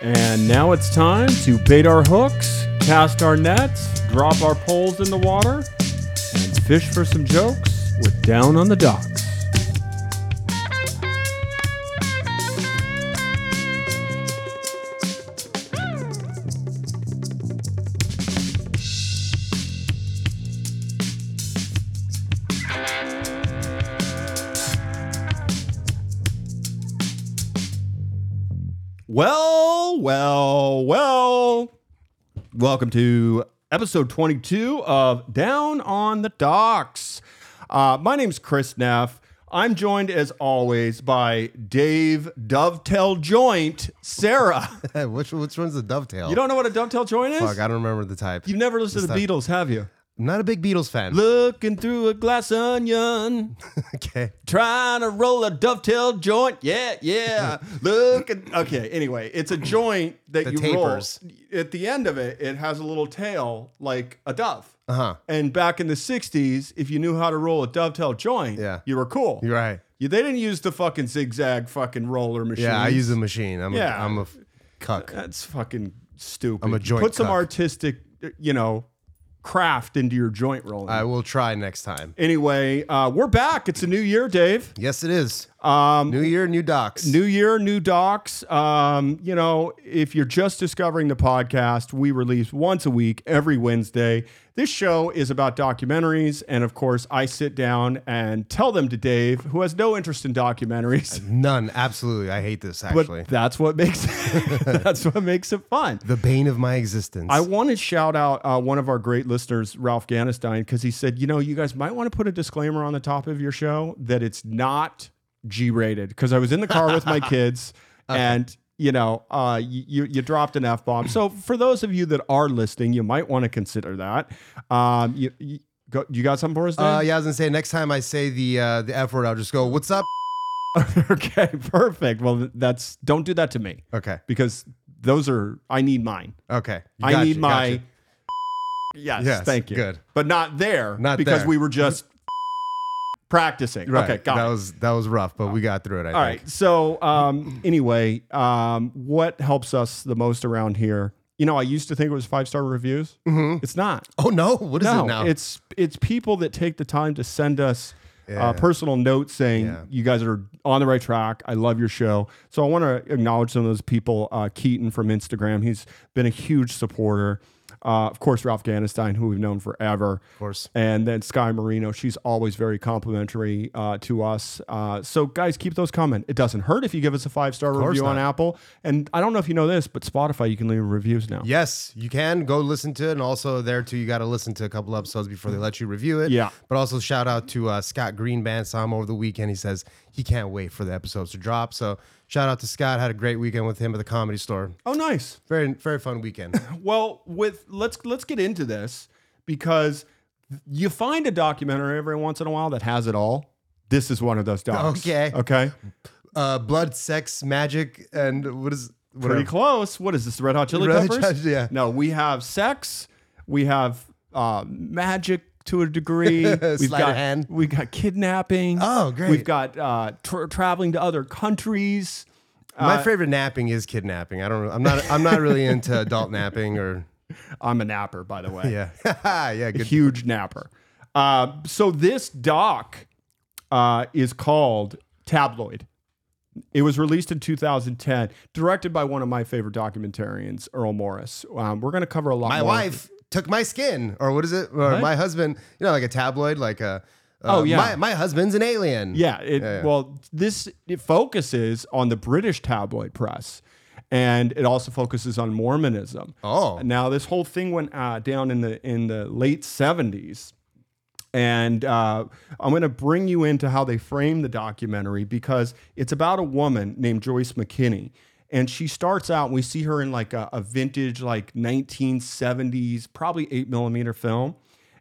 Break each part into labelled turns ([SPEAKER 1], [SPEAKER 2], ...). [SPEAKER 1] And now it's time to bait our hooks, cast our nets, drop our poles in the water, and fish for some jokes with Down on the Docks.
[SPEAKER 2] Well, well, well. Welcome to episode 22 of Down on the Docks. Uh, my name's Chris Neff. I'm joined as always by Dave Dovetail Joint, Sarah.
[SPEAKER 3] Hey, which which one's the dovetail?
[SPEAKER 2] You don't know what a dovetail joint is?
[SPEAKER 3] Fuck, I don't remember the type.
[SPEAKER 2] You've never listened to the
[SPEAKER 3] It's
[SPEAKER 2] Beatles, have you?
[SPEAKER 3] I'm not a big Beatles fan.
[SPEAKER 2] Looking through a glass onion,
[SPEAKER 3] Okay.
[SPEAKER 2] trying to roll a dovetail joint. Yeah, yeah. Looking. Okay, anyway, it's a joint that
[SPEAKER 3] The
[SPEAKER 2] you
[SPEAKER 3] tapers.
[SPEAKER 2] roll. At the end of it, it has a little tail like a dove.
[SPEAKER 3] Uh huh.
[SPEAKER 2] And back in the 60s, if you knew how to roll a dovetail joint,
[SPEAKER 3] Yeah.
[SPEAKER 2] you were cool.
[SPEAKER 3] You're right.
[SPEAKER 2] You- they didn't use the fucking zigzag fucking roller machine.
[SPEAKER 3] Yeah, I use the machine. I'm
[SPEAKER 2] Yeah.
[SPEAKER 3] a, I'm a f- cuck.
[SPEAKER 2] That's fucking stupid.
[SPEAKER 3] I'm a joint
[SPEAKER 2] Put some
[SPEAKER 3] cuck.
[SPEAKER 2] artistic, you know, craft into your joint rolling.
[SPEAKER 3] I will try next time.
[SPEAKER 2] anyway, uh, we're back. It's a new year, Dave.
[SPEAKER 3] Yes, it is.
[SPEAKER 2] Um,
[SPEAKER 3] New year, new docs.
[SPEAKER 2] New year, new docs. Um, you know, if you're just discovering the podcast, we release once a week every Wednesday. This show is about documentaries. And of course, I sit down and tell them to Dave, who has no interest in documentaries.
[SPEAKER 3] None. Absolutely. I hate this
[SPEAKER 2] But
[SPEAKER 3] actually.
[SPEAKER 2] that's what makes that's what makes it fun.
[SPEAKER 3] the bane of my existence. Uh,
[SPEAKER 2] I want to shout out uh, one of our great listeners, Ralph Ganestein, because he said, you know, you guys might want to put a disclaimer on the top of your show that it's not G rated. Because I was in the car with my kids and, you know, uh, you, you dropped an F bomb. So for those of you that are listening, you might want to consider that. Um, you, you, go, you got something for us, Dan?
[SPEAKER 3] uh, yeah, I was gonna say next time I say the uh, the F word, I'll just go, "What's up?"
[SPEAKER 2] okay, perfect. Well, that's don't do that to me
[SPEAKER 3] Okay.
[SPEAKER 2] because those are, I need mine.
[SPEAKER 3] Okay.
[SPEAKER 2] I
[SPEAKER 3] Gotcha,
[SPEAKER 2] need my.
[SPEAKER 3] gotcha.
[SPEAKER 2] Yes,
[SPEAKER 3] Yes,
[SPEAKER 2] thank you.
[SPEAKER 3] good.
[SPEAKER 2] but not there.
[SPEAKER 3] Not
[SPEAKER 2] because
[SPEAKER 3] there.
[SPEAKER 2] we were just practicing.
[SPEAKER 3] Right.
[SPEAKER 2] Okay, got
[SPEAKER 3] that
[SPEAKER 2] it.
[SPEAKER 3] was that was rough, but we got through it. I
[SPEAKER 2] All
[SPEAKER 3] think.
[SPEAKER 2] right. So um, anyway, um, what helps us the most around here? You know, I used to think it was five star reviews.
[SPEAKER 3] Mhm.
[SPEAKER 2] It's not.
[SPEAKER 3] Oh no! What is
[SPEAKER 2] no,
[SPEAKER 3] it now?
[SPEAKER 2] it's it's people that take the time to send us.
[SPEAKER 3] Yeah.
[SPEAKER 2] Uh, personal notes saying
[SPEAKER 3] Yeah.
[SPEAKER 2] you guys are on the right track. I love your show. So I want to acknowledge some of those people. Uh, Keaton from Instagram, he's been a huge supporter. Uh, of course, Ralph Ganestein, who we've known forever.
[SPEAKER 3] of course.
[SPEAKER 2] And then Sky Marino, she's always very complimentary uh, to us. Uh, so, guys, keep those coming. It doesn't hurt if you give us a five star
[SPEAKER 3] course
[SPEAKER 2] review on
[SPEAKER 3] not.
[SPEAKER 2] Apple. And I don't know if you know this, but Spotify, you can leave reviews now.
[SPEAKER 3] Yes, you can go listen to it, and also there too, you got to listen to a couple episodes before they let you review it.
[SPEAKER 2] Mm. Yeah.
[SPEAKER 3] But also shout out to uh, Scott Greenband, saw him over the weekend. He says he can't wait for the episodes to drop. So shout out to Scott. Had a great weekend with him at the comedy store.
[SPEAKER 2] Oh, nice.
[SPEAKER 3] Very very fun weekend.
[SPEAKER 2] Well, with let's let's get into this because you find a documentary every once in a while that has it all. This is one of those docs.
[SPEAKER 3] Okay.
[SPEAKER 2] Okay.
[SPEAKER 3] uh, blood, sex, magic, and what is what
[SPEAKER 2] Pretty
[SPEAKER 3] are-
[SPEAKER 2] close. What is this? The Red Hot Chili
[SPEAKER 3] Red Hot
[SPEAKER 2] Peppers?
[SPEAKER 3] Chili- yeah.
[SPEAKER 2] No, we have sex. We have uh, magic to a degree. we've
[SPEAKER 3] Sleight of
[SPEAKER 2] got
[SPEAKER 3] hand.
[SPEAKER 2] We've got kidnapping.
[SPEAKER 3] Oh, great.
[SPEAKER 2] We've got uh, tra- traveling to other countries.
[SPEAKER 3] My
[SPEAKER 2] uh,
[SPEAKER 3] favorite napping is kidnapping. I don't. I'm not. I'm not really into adult napping or
[SPEAKER 2] I'm a napper, by the way.
[SPEAKER 3] yeah. yeah. Good.
[SPEAKER 2] Huge napper. Uh, so this doc uh, is called Tabloid. It was released in 2010, directed by one of my favorite documentarians, Earl Morris. Um, we're going to cover a lot.
[SPEAKER 3] my
[SPEAKER 2] more.
[SPEAKER 3] wife took my skin, or what is it? Or
[SPEAKER 2] What?
[SPEAKER 3] my husband, you know, like a tabloid, like a. uh,
[SPEAKER 2] Oh, yeah.
[SPEAKER 3] my, my husband's an alien.
[SPEAKER 2] Yeah, it,
[SPEAKER 3] Yeah, yeah.
[SPEAKER 2] Well, this it focuses on the British tabloid press, and it also focuses on Mormonism.
[SPEAKER 3] Oh,
[SPEAKER 2] Now, this whole thing went uh, down in the in the late seventies, and uh, I'm going to bring you into how they frame the documentary because it's about a woman named Joyce McKinney. And she starts out, we see her in like a, a vintage, like 1970s, probably eight millimeter film.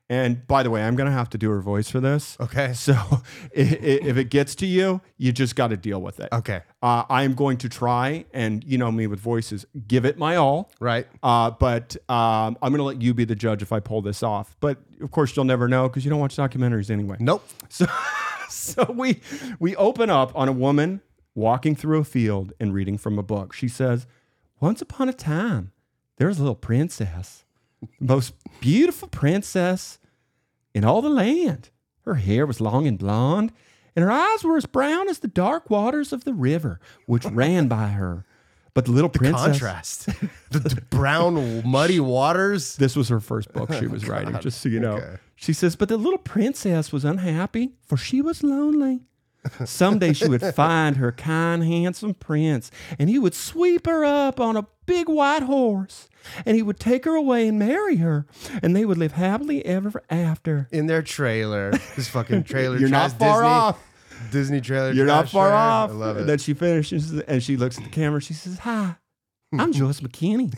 [SPEAKER 2] And by the way, I'm going to have to do her voice for this.
[SPEAKER 3] okay,
[SPEAKER 2] So i- i- if it gets to you, you just got to deal with it.
[SPEAKER 3] okay,
[SPEAKER 2] Uh, I am going to try, and you know me with voices, give it my all.
[SPEAKER 3] right.
[SPEAKER 2] Uh, but um, I'm going to let you be the judge if I pull this off. But of course, you'll never know because you don't watch documentaries anyway.
[SPEAKER 3] Nope.
[SPEAKER 2] So, so we we open up on a woman walking through a field and reading from a book. She says, Once upon a time, there was a little princess, the most beautiful princess in all the land. Her hair was long and blonde, and her eyes were as brown as the dark waters of the river which ran by her. But the little princess.
[SPEAKER 3] Contrast. the, the brown, muddy waters.
[SPEAKER 2] This was her first book she was writing, just so you know. She says, But the little princess was unhappy, for she was lonely. Someday she would find her kind, handsome prince, and he would sweep her up on a big white horse, and he would take her away and marry her, and they would live happily ever after.
[SPEAKER 3] In their trailer. This fucking trailer.
[SPEAKER 2] You're not
[SPEAKER 3] trash
[SPEAKER 2] far
[SPEAKER 3] Disney-
[SPEAKER 2] off.
[SPEAKER 3] Disney trailer.
[SPEAKER 2] You're not
[SPEAKER 3] trash
[SPEAKER 2] far
[SPEAKER 3] trailer.
[SPEAKER 2] off.
[SPEAKER 3] I love it.
[SPEAKER 2] And then she finishes and she looks at the camera. She says, Hi, I'm Joyce McKinney.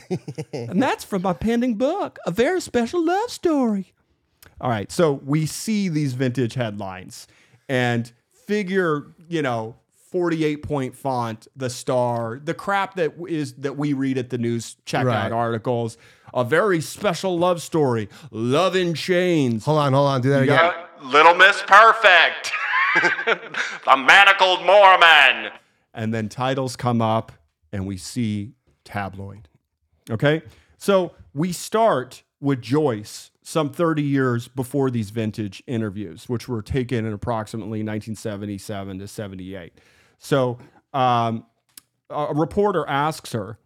[SPEAKER 2] and that's from my pending book, A Very Special Love Story. All right. So we see these vintage headlines and figure, you know, 48 point font, the star, the crap that is that we read at the news checkout
[SPEAKER 3] Right.
[SPEAKER 2] articles. A very special love story, Love in Chains.
[SPEAKER 3] hold on, hold on. Do that again.
[SPEAKER 2] Little Miss Perfect. the manacled Mormon. And then titles come up and we see tabloid. Okay? So we start with Joyce some 30 years before these vintage interviews, which were taken in approximately 1977 to 78. So um, a a reporter asks her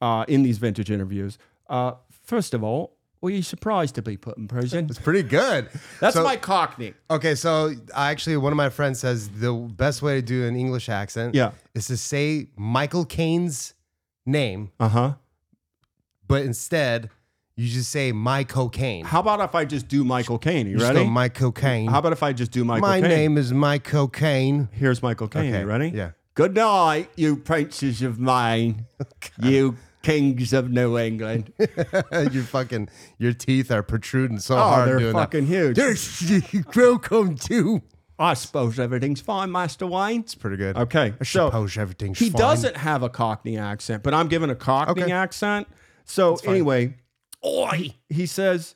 [SPEAKER 2] uh, in these vintage interviews, uh, first of all, were you surprised to be put in prison?
[SPEAKER 3] It's pretty good.
[SPEAKER 2] That's
[SPEAKER 3] So-
[SPEAKER 2] my cockney.
[SPEAKER 3] Okay, so I actually one of my friends says the best way to do an English accent
[SPEAKER 2] Yeah.
[SPEAKER 3] is to say Michael Caine's name,
[SPEAKER 2] Uh huh.
[SPEAKER 3] but instead you just say my cocaine.
[SPEAKER 2] How about if I just do Michael Caine? You
[SPEAKER 3] You just go,
[SPEAKER 2] ready?
[SPEAKER 3] my cocaine.
[SPEAKER 2] How about if I just do Michael
[SPEAKER 3] my
[SPEAKER 2] Caine?
[SPEAKER 3] name is my cocaine.
[SPEAKER 2] Here's Michael Caine.
[SPEAKER 3] Okay,
[SPEAKER 2] You ready?
[SPEAKER 3] yeah.
[SPEAKER 2] Good night, you princes of mine, you kings of New England.
[SPEAKER 3] your fucking your teeth are protruding so
[SPEAKER 2] Oh,
[SPEAKER 3] hard
[SPEAKER 2] they're
[SPEAKER 3] doing
[SPEAKER 2] fucking huge.
[SPEAKER 3] that. They're welcome to.
[SPEAKER 2] I suppose everything's fine, Master Wayne.
[SPEAKER 3] It's pretty good.
[SPEAKER 2] Okay,
[SPEAKER 3] I
[SPEAKER 2] so
[SPEAKER 3] suppose everything's
[SPEAKER 2] He
[SPEAKER 3] fine.
[SPEAKER 2] doesn't have a Cockney accent, but I'm giving a Cockney
[SPEAKER 3] Okay.
[SPEAKER 2] accent. So anyway, oi, he says,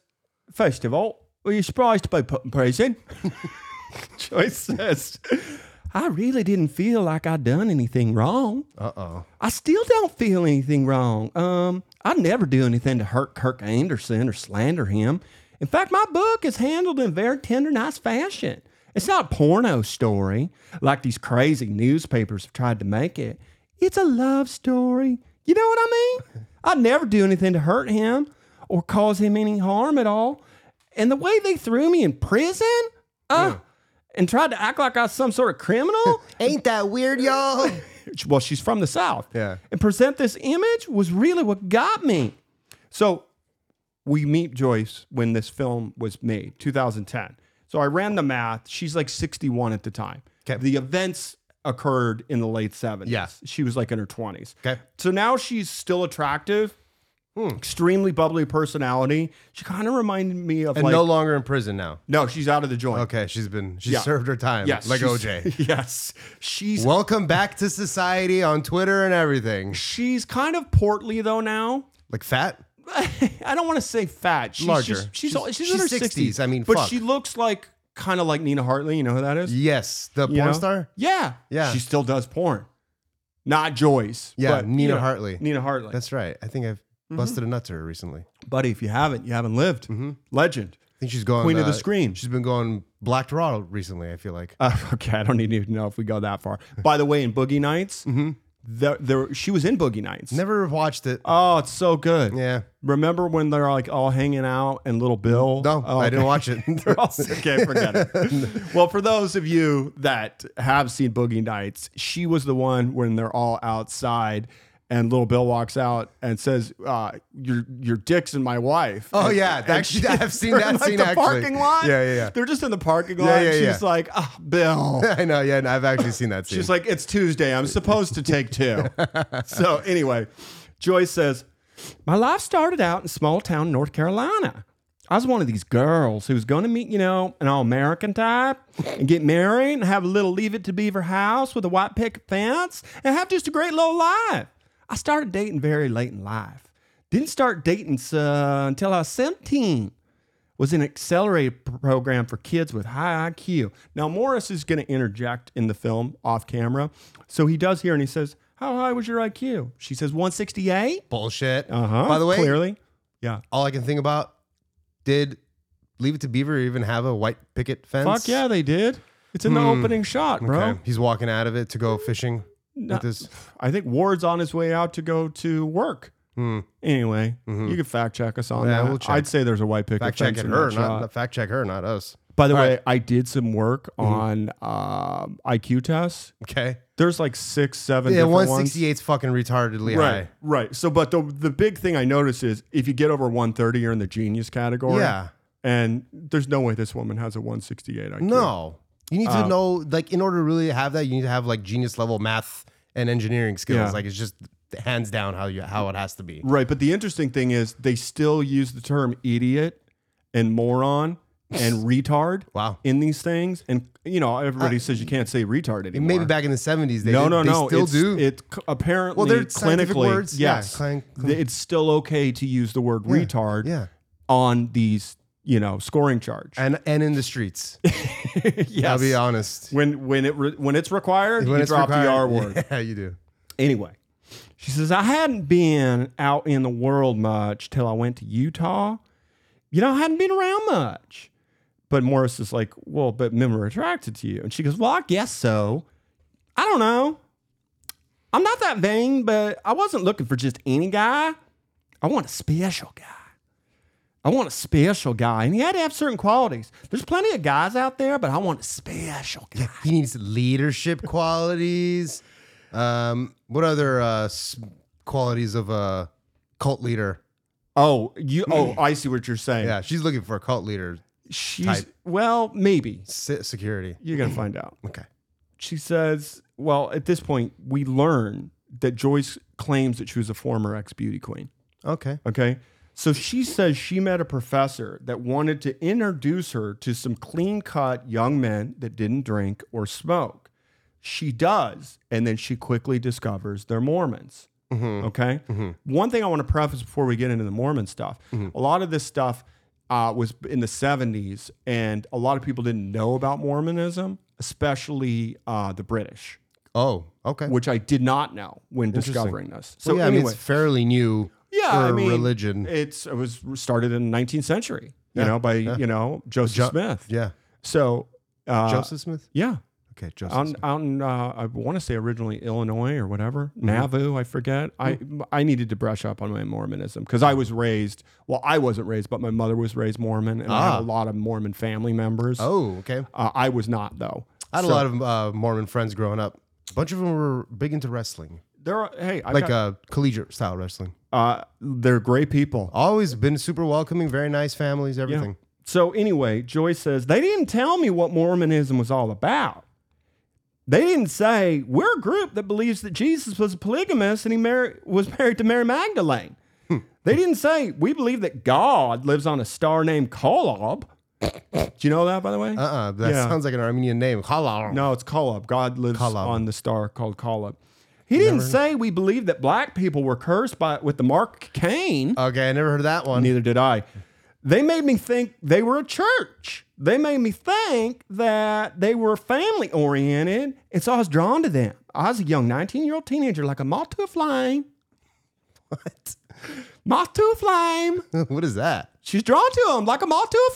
[SPEAKER 2] first of all, were you surprised to be put in prison? Joyce says, I really didn't feel like I'd done anything wrong.
[SPEAKER 3] Uh oh.
[SPEAKER 2] I still don't feel anything wrong. Um, I never do anything to hurt Kirk Anderson or slander him. In fact, my book is handled in very tender, nice fashion. It's not a porno story like these crazy newspapers have tried to make it. It's a love story. You know what I mean? I never do anything to hurt him or cause him any harm at all. And the way they threw me in prison, uh, and tried to act like I was some sort of criminal,
[SPEAKER 3] Ain't that weird, y'all?
[SPEAKER 2] well, she's from the South.
[SPEAKER 3] Yeah.
[SPEAKER 2] And present this image was really what got me. So we meet Joyce when this film was made, 2010. So I ran the math. She's like 61 at the time.
[SPEAKER 3] Okay.
[SPEAKER 2] The events occurred in the late 70s.
[SPEAKER 3] Yeah.
[SPEAKER 2] She was like in her 20s.
[SPEAKER 3] okay.
[SPEAKER 2] So now she's still attractive, Hmm. extremely bubbly personality. She kind of reminded me of
[SPEAKER 3] And
[SPEAKER 2] like,
[SPEAKER 3] no
[SPEAKER 2] no,
[SPEAKER 3] longer in prison now.
[SPEAKER 2] she's out of the joint.
[SPEAKER 3] Okay, she's been she
[SPEAKER 2] Yeah.
[SPEAKER 3] served her time.
[SPEAKER 2] Yes.
[SPEAKER 3] like
[SPEAKER 2] she's-
[SPEAKER 3] OJ.
[SPEAKER 2] Yes. She's
[SPEAKER 3] Welcome back to society on Twitter and everything.
[SPEAKER 2] she's kind of portly though now.
[SPEAKER 3] Like fat.
[SPEAKER 2] I don't want to say fat. She's
[SPEAKER 3] Larger.
[SPEAKER 2] just- she's,
[SPEAKER 3] She's-
[SPEAKER 2] she's, in
[SPEAKER 3] she's
[SPEAKER 2] her
[SPEAKER 3] 60s.
[SPEAKER 2] 60s.
[SPEAKER 3] I mean,
[SPEAKER 2] but
[SPEAKER 3] fuck.
[SPEAKER 2] she looks like kind of like Nina Hartley. You know who that is?
[SPEAKER 3] Yes, the
[SPEAKER 2] You
[SPEAKER 3] porn
[SPEAKER 2] know?
[SPEAKER 3] star.
[SPEAKER 2] Yeah.
[SPEAKER 3] Yeah.
[SPEAKER 2] She still does porn. Not Joyce.
[SPEAKER 3] Yeah,
[SPEAKER 2] but,
[SPEAKER 3] Nina
[SPEAKER 2] you know,
[SPEAKER 3] Hartley.
[SPEAKER 2] Nina Hartley.
[SPEAKER 3] That's right. I think I've
[SPEAKER 2] Mm-hmm.
[SPEAKER 3] busted a nut to her recently. I
[SPEAKER 2] Buddy, if you haven't, you haven't lived.
[SPEAKER 3] Mm-hmm.
[SPEAKER 2] Legend.
[SPEAKER 3] think she's going
[SPEAKER 2] Queen of the
[SPEAKER 3] uh,
[SPEAKER 2] screen.
[SPEAKER 3] She's been going black to raw recently. I feel like
[SPEAKER 2] Uh, okay, I don't need to know if we go that far. By the way, in Boogie Nights,
[SPEAKER 3] Mm-hmm.
[SPEAKER 2] there, there, she was in Boogie Nights.
[SPEAKER 3] never watched it.
[SPEAKER 2] Oh, it's so good.
[SPEAKER 3] yeah,
[SPEAKER 2] Remember when they're like all hanging out and little Bill?
[SPEAKER 3] no,
[SPEAKER 2] Oh,
[SPEAKER 3] I
[SPEAKER 2] okay.
[SPEAKER 3] didn't watch it.
[SPEAKER 2] They're all sick. Okay, forget it. well, for those of you that have seen Boogie Nights, she was the one when they're all outside and little Bill walks out and says, uh, your your dick's in my wife.
[SPEAKER 3] Oh,
[SPEAKER 2] And-
[SPEAKER 3] yeah,
[SPEAKER 2] and
[SPEAKER 3] that-
[SPEAKER 2] she-
[SPEAKER 3] I've seen
[SPEAKER 2] they're
[SPEAKER 3] that
[SPEAKER 2] in, like,
[SPEAKER 3] scene,
[SPEAKER 2] the
[SPEAKER 3] actually.
[SPEAKER 2] parking lot.
[SPEAKER 3] Yeah, yeah, yeah.
[SPEAKER 2] They're just in the parking lot.
[SPEAKER 3] Yeah, yeah,
[SPEAKER 2] and
[SPEAKER 3] yeah.
[SPEAKER 2] she's like, oh, Bill.
[SPEAKER 3] I know. Yeah, no, I've actually seen that scene.
[SPEAKER 2] She's like, it's Tuesday. I'm supposed to take two. so anyway, Joyce says, my life started out in small town North Carolina. I was one of these girls who was going to meet, you know, an all American type and get married and have a little leave it to beaver house with a white picket fence and have just a great little life. I started dating very late in life. Didn't start dating uh, until I was 17 was an accelerated pr- program for kids with high IQ. Now, Morris is going to interject in the film off camera. So he does here and he says, How high was your IQ? She says 168.
[SPEAKER 3] Bullshit.
[SPEAKER 2] Uh-huh.
[SPEAKER 3] By the way,
[SPEAKER 2] clearly. Yeah.
[SPEAKER 3] all I can think about did Leave It to Beaver even have a white picket fence?
[SPEAKER 2] Fuck yeah, they did. It's in the opening shot, bro.
[SPEAKER 3] Hmm. Okay. He's walking out of it to go fishing
[SPEAKER 2] No.
[SPEAKER 3] with his
[SPEAKER 2] I think Ward's on his way out to go to work.
[SPEAKER 3] hmm,
[SPEAKER 2] Anyway, you can fact check us on
[SPEAKER 3] Mm-hmm. Yeah,
[SPEAKER 2] that.
[SPEAKER 3] we'll check.
[SPEAKER 2] I'd say there's a white picket
[SPEAKER 3] fact
[SPEAKER 2] fence
[SPEAKER 3] check it
[SPEAKER 2] in
[SPEAKER 3] her,
[SPEAKER 2] that
[SPEAKER 3] not,
[SPEAKER 2] shot.
[SPEAKER 3] not fact check her, not us.
[SPEAKER 2] By the way, I did some work on
[SPEAKER 3] Mm-hmm.
[SPEAKER 2] um, IQ tests.
[SPEAKER 3] Okay.
[SPEAKER 2] There's like six, seven.
[SPEAKER 3] Yeah,
[SPEAKER 2] different
[SPEAKER 3] one
[SPEAKER 2] ones.
[SPEAKER 3] sixty eight's fucking retardedly
[SPEAKER 2] Right,
[SPEAKER 3] high.
[SPEAKER 2] right. So, but the the big thing I notice is if you get over 130, you're in the genius category.
[SPEAKER 3] Yeah.
[SPEAKER 2] And there's no way this woman has a 168 IQ.
[SPEAKER 3] No. You need
[SPEAKER 2] Um,
[SPEAKER 3] to know like in order to really have that, you need to have like genius level math and engineering skills.
[SPEAKER 2] Yeah.
[SPEAKER 3] Like it's just hands down how you how it has to be.
[SPEAKER 2] Right. But the interesting thing is they still use the term idiot and moron and retard
[SPEAKER 3] Wow. Uh,
[SPEAKER 2] in these things. And, you know, everybody says you can't say retard anymore.
[SPEAKER 3] Maybe back in the seventies they
[SPEAKER 2] No,
[SPEAKER 3] did-
[SPEAKER 2] no,
[SPEAKER 3] they
[SPEAKER 2] no.
[SPEAKER 3] still
[SPEAKER 2] it's,
[SPEAKER 3] do.
[SPEAKER 2] It c- apparently,
[SPEAKER 3] Well, they're scientific
[SPEAKER 2] clinically,
[SPEAKER 3] words. Yeah,
[SPEAKER 2] yes,
[SPEAKER 3] clin- clin-
[SPEAKER 2] th- it's still okay to use the word retard
[SPEAKER 3] yeah.
[SPEAKER 2] on these, you know, scoring charge.
[SPEAKER 3] And and in the streets. I'll
[SPEAKER 2] yes.
[SPEAKER 3] be honest.
[SPEAKER 2] when when it re- when it's required,
[SPEAKER 3] When
[SPEAKER 2] you
[SPEAKER 3] it's
[SPEAKER 2] drop
[SPEAKER 3] required-
[SPEAKER 2] the R word.
[SPEAKER 3] Yeah, you do.
[SPEAKER 2] Anyway, she says, I hadn't been out in the world much till I went to Utah. You know, I hadn't been around much. But Morris is like, Well, but men were attracted to you. And she goes, Well, I guess so. I don't know. I'm not that vain, but I wasn't looking for just any guy. I want a special guy. I want a special guy. And he had to have certain qualities. There's plenty of guys out there, but I want a special guy.
[SPEAKER 3] He needs leadership qualities. Um, what other uh, s- qualities of a cult leader?
[SPEAKER 2] Oh, you oh, I see what you're saying.
[SPEAKER 3] Hmm. Yeah, she's looking for a cult leader.
[SPEAKER 2] She's
[SPEAKER 3] type.
[SPEAKER 2] well, maybe
[SPEAKER 3] Se- security.
[SPEAKER 2] you're gonna find out.
[SPEAKER 3] Okay.
[SPEAKER 2] She says, "Well, at this point, we learn that Joyce claims that she was a former ex beauty queen."
[SPEAKER 3] Okay.
[SPEAKER 2] Okay, so she says she met a professor that wanted to introduce her to some clean cut young men that didn't drink or smoke. She does, and then she quickly discovers they're Mormons.
[SPEAKER 3] Mm-hmm.
[SPEAKER 2] Okay. One thing I want to preface before we get into the Mormon stuff
[SPEAKER 3] Mm-hmm.
[SPEAKER 2] a lot of this stuff uh, was in the 70s, and a lot of people didn't know about Mormonism, especially uh, the British,
[SPEAKER 3] Oh, okay.
[SPEAKER 2] which I did not know when discovering this. So,
[SPEAKER 3] Well, yeah, I mean,
[SPEAKER 2] anyway,
[SPEAKER 3] it's fairly new
[SPEAKER 2] Yeah,
[SPEAKER 3] for
[SPEAKER 2] I mean,
[SPEAKER 3] religion.
[SPEAKER 2] it's it was started in the 19th century, you know, by, you know, Joseph
[SPEAKER 3] Jo-
[SPEAKER 2] Smith.
[SPEAKER 3] yeah.
[SPEAKER 2] So, uh,
[SPEAKER 3] Joseph Smith?
[SPEAKER 2] yeah.
[SPEAKER 3] Okay, Joseph
[SPEAKER 2] Out,
[SPEAKER 3] Smith.
[SPEAKER 2] in- out in, uh, I want to say originally Illinois or whatever, Nauvoo, I forget. I, I needed to brush up on my Mormonism because I was raised, well, I wasn't raised, but my mother was raised Mormon and I had
[SPEAKER 3] Ah.
[SPEAKER 2] a lot of Mormon family members.
[SPEAKER 3] Oh, okay.
[SPEAKER 2] Uh, I was not, though.
[SPEAKER 3] I had
[SPEAKER 2] So
[SPEAKER 3] a lot of uh, Mormon friends growing up. A bunch of them were big into wrestling,
[SPEAKER 2] There are, hey, I've
[SPEAKER 3] like
[SPEAKER 2] got,
[SPEAKER 3] uh, collegiate style wrestling.
[SPEAKER 2] uh, they're great people.
[SPEAKER 3] Always been super welcoming, very nice families, everything.
[SPEAKER 2] So anyway, Joyce says they didn't tell me what Mormonism was all about. They didn't say we're a group that believes that Jesus was a polygamist and he mar- was married to Mary Magdalene. they didn't say we believe that God lives on a star named Kolob. Do you know that, by the way?
[SPEAKER 3] Uh-uh, that
[SPEAKER 2] Yeah.
[SPEAKER 3] sounds like an Armenian name. Halal.
[SPEAKER 2] No, it's Kolob. God lives
[SPEAKER 3] Kolob.
[SPEAKER 2] on the star called Kolob. He didn't say we believe that black people were cursed by with the mark Cain.
[SPEAKER 3] Okay, I never heard of that one.
[SPEAKER 2] Neither did I. They made me think they were a church. They made me think that they were family oriented. And so I was drawn to them. I was a young 19 year old teenager, like a moth to a flame. Moth to a flame.
[SPEAKER 3] what is that?
[SPEAKER 2] She's drawn to them like a moth to a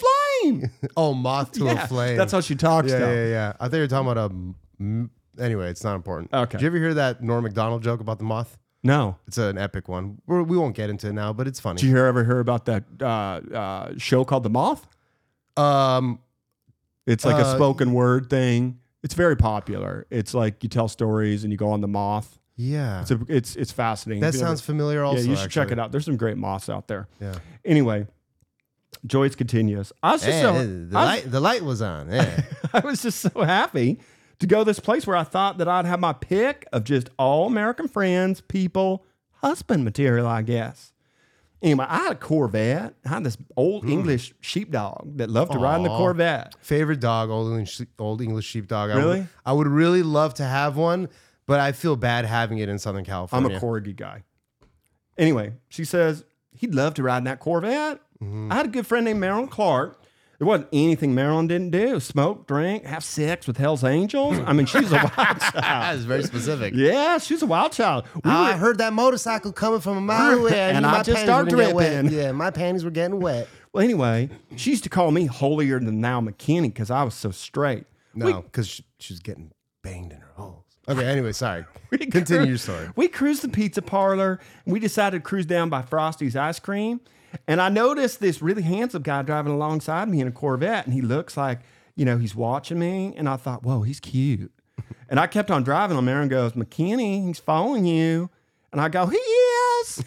[SPEAKER 2] flame.
[SPEAKER 3] Oh, moth to
[SPEAKER 2] Yeah,
[SPEAKER 3] a flame.
[SPEAKER 2] That's how she talks
[SPEAKER 3] yeah,
[SPEAKER 2] to
[SPEAKER 3] yeah,
[SPEAKER 2] them.
[SPEAKER 3] yeah. I thought you were talking about a. m- Anyway, it's not important.
[SPEAKER 2] Okay.
[SPEAKER 3] Did you ever hear that Norm Macdonald joke about the moth?
[SPEAKER 2] No.
[SPEAKER 3] It's an epic one. We're, we won't get into it now, but it's funny.
[SPEAKER 2] Did you hear, ever hear about that uh, uh, show called The Moth?
[SPEAKER 3] Um,
[SPEAKER 2] It's like a
[SPEAKER 3] Uh,
[SPEAKER 2] spoken word thing. It's very popular. It's like you tell stories and you go on The Moth.
[SPEAKER 3] yeah.
[SPEAKER 2] It's, a, it's, it's fascinating.
[SPEAKER 3] that
[SPEAKER 2] If you ever-
[SPEAKER 3] souns familiar. Also,
[SPEAKER 2] yeah, you should check it
[SPEAKER 3] actually.
[SPEAKER 2] out. There's some great moths out there.
[SPEAKER 3] Yeah.
[SPEAKER 2] Anyway, Joyce continues. I was just
[SPEAKER 3] Eh,
[SPEAKER 2] so
[SPEAKER 3] eh, the
[SPEAKER 2] I,
[SPEAKER 3] light, the light was on. eh.
[SPEAKER 2] I was just so happy to go this place where I thought that I'd have my pick of just all American friends, people, husband material, I guess. Anyway, I had a Corvette. I had this old English sheepdog that loved to ride in the
[SPEAKER 3] Mm. Aw.
[SPEAKER 2] Corvette.
[SPEAKER 3] Favorite dog, old English, old English sheepdog. I
[SPEAKER 2] Really?
[SPEAKER 3] would, I would really love to have one, but I feel bad having it in Southern
[SPEAKER 2] I'm
[SPEAKER 3] California.
[SPEAKER 2] a corgi guy. Anyway, she says he'd love to ride in that Corvette. I had a good friend named Marilyn Clark It wasn't anything Marilyn didn't do: smoke, drink, have sex with Hell's Angels. I mean, she's a wild child.
[SPEAKER 3] That is very specific.
[SPEAKER 2] Yeah, she's a wild child. We
[SPEAKER 3] I
[SPEAKER 2] were-
[SPEAKER 3] heard that motorcycle coming from a mile away,
[SPEAKER 2] And
[SPEAKER 3] knew
[SPEAKER 2] I
[SPEAKER 3] my
[SPEAKER 2] just
[SPEAKER 3] panties
[SPEAKER 2] started
[SPEAKER 3] were gonna get wet.
[SPEAKER 2] dripping.
[SPEAKER 3] Yeah, my panties were getting wet.
[SPEAKER 2] well, anyway, she used to call me holier than thou McKinney because I was so straight.
[SPEAKER 3] No, because she, she was getting banged in her holes. Okay, anyway, sorry.
[SPEAKER 2] We
[SPEAKER 3] Continue
[SPEAKER 2] cru-
[SPEAKER 3] your story.
[SPEAKER 2] We cruised the pizza parlor. And we decided to cruise down by Frosty's ice cream. And I noticed this really handsome guy driving alongside me in a Corvette. And he looks like, you know, he's watching me. And I thought, whoa, he's cute. And I kept on driving. And Aaron goes, McKinney, he's following you. And I go, he is.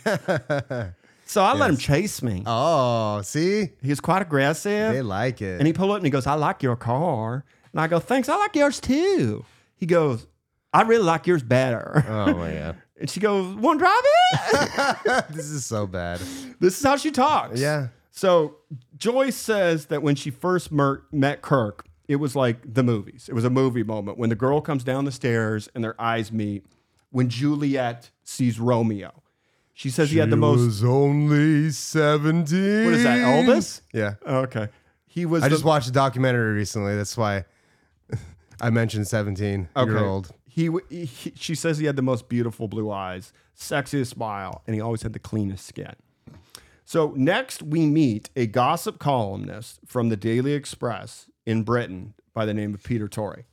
[SPEAKER 2] so I let him chase me.
[SPEAKER 3] Oh, see?
[SPEAKER 2] He was quite aggressive.
[SPEAKER 3] They like it.
[SPEAKER 2] And he pulled up and he goes, I like your car. And I go, thanks. I like yours too. He goes, I really like yours better.
[SPEAKER 3] oh, my God.
[SPEAKER 2] And she goes, "Want to drive it?"
[SPEAKER 3] this is so bad.
[SPEAKER 2] this is how she talks.
[SPEAKER 3] Yeah.
[SPEAKER 2] So Joyce says that when she first mer- met Kirk, it was like the movies. It was a movie moment when the girl comes down the stairs and their eyes meet. When Juliet sees Romeo, she says he had the most.
[SPEAKER 3] was only 17.
[SPEAKER 2] What is that, Elvis?
[SPEAKER 3] Yeah.
[SPEAKER 2] Okay, he was.
[SPEAKER 3] I
[SPEAKER 2] the-
[SPEAKER 3] just watched a documentary recently. That's why I mentioned 17 year old.
[SPEAKER 2] He, w- he, she says he had the most beautiful blue eyes, sexiest smile, and he always had the cleanest skin. So next we meet a gossip columnist from the Daily Express in Britain by the name of Peter Torrey.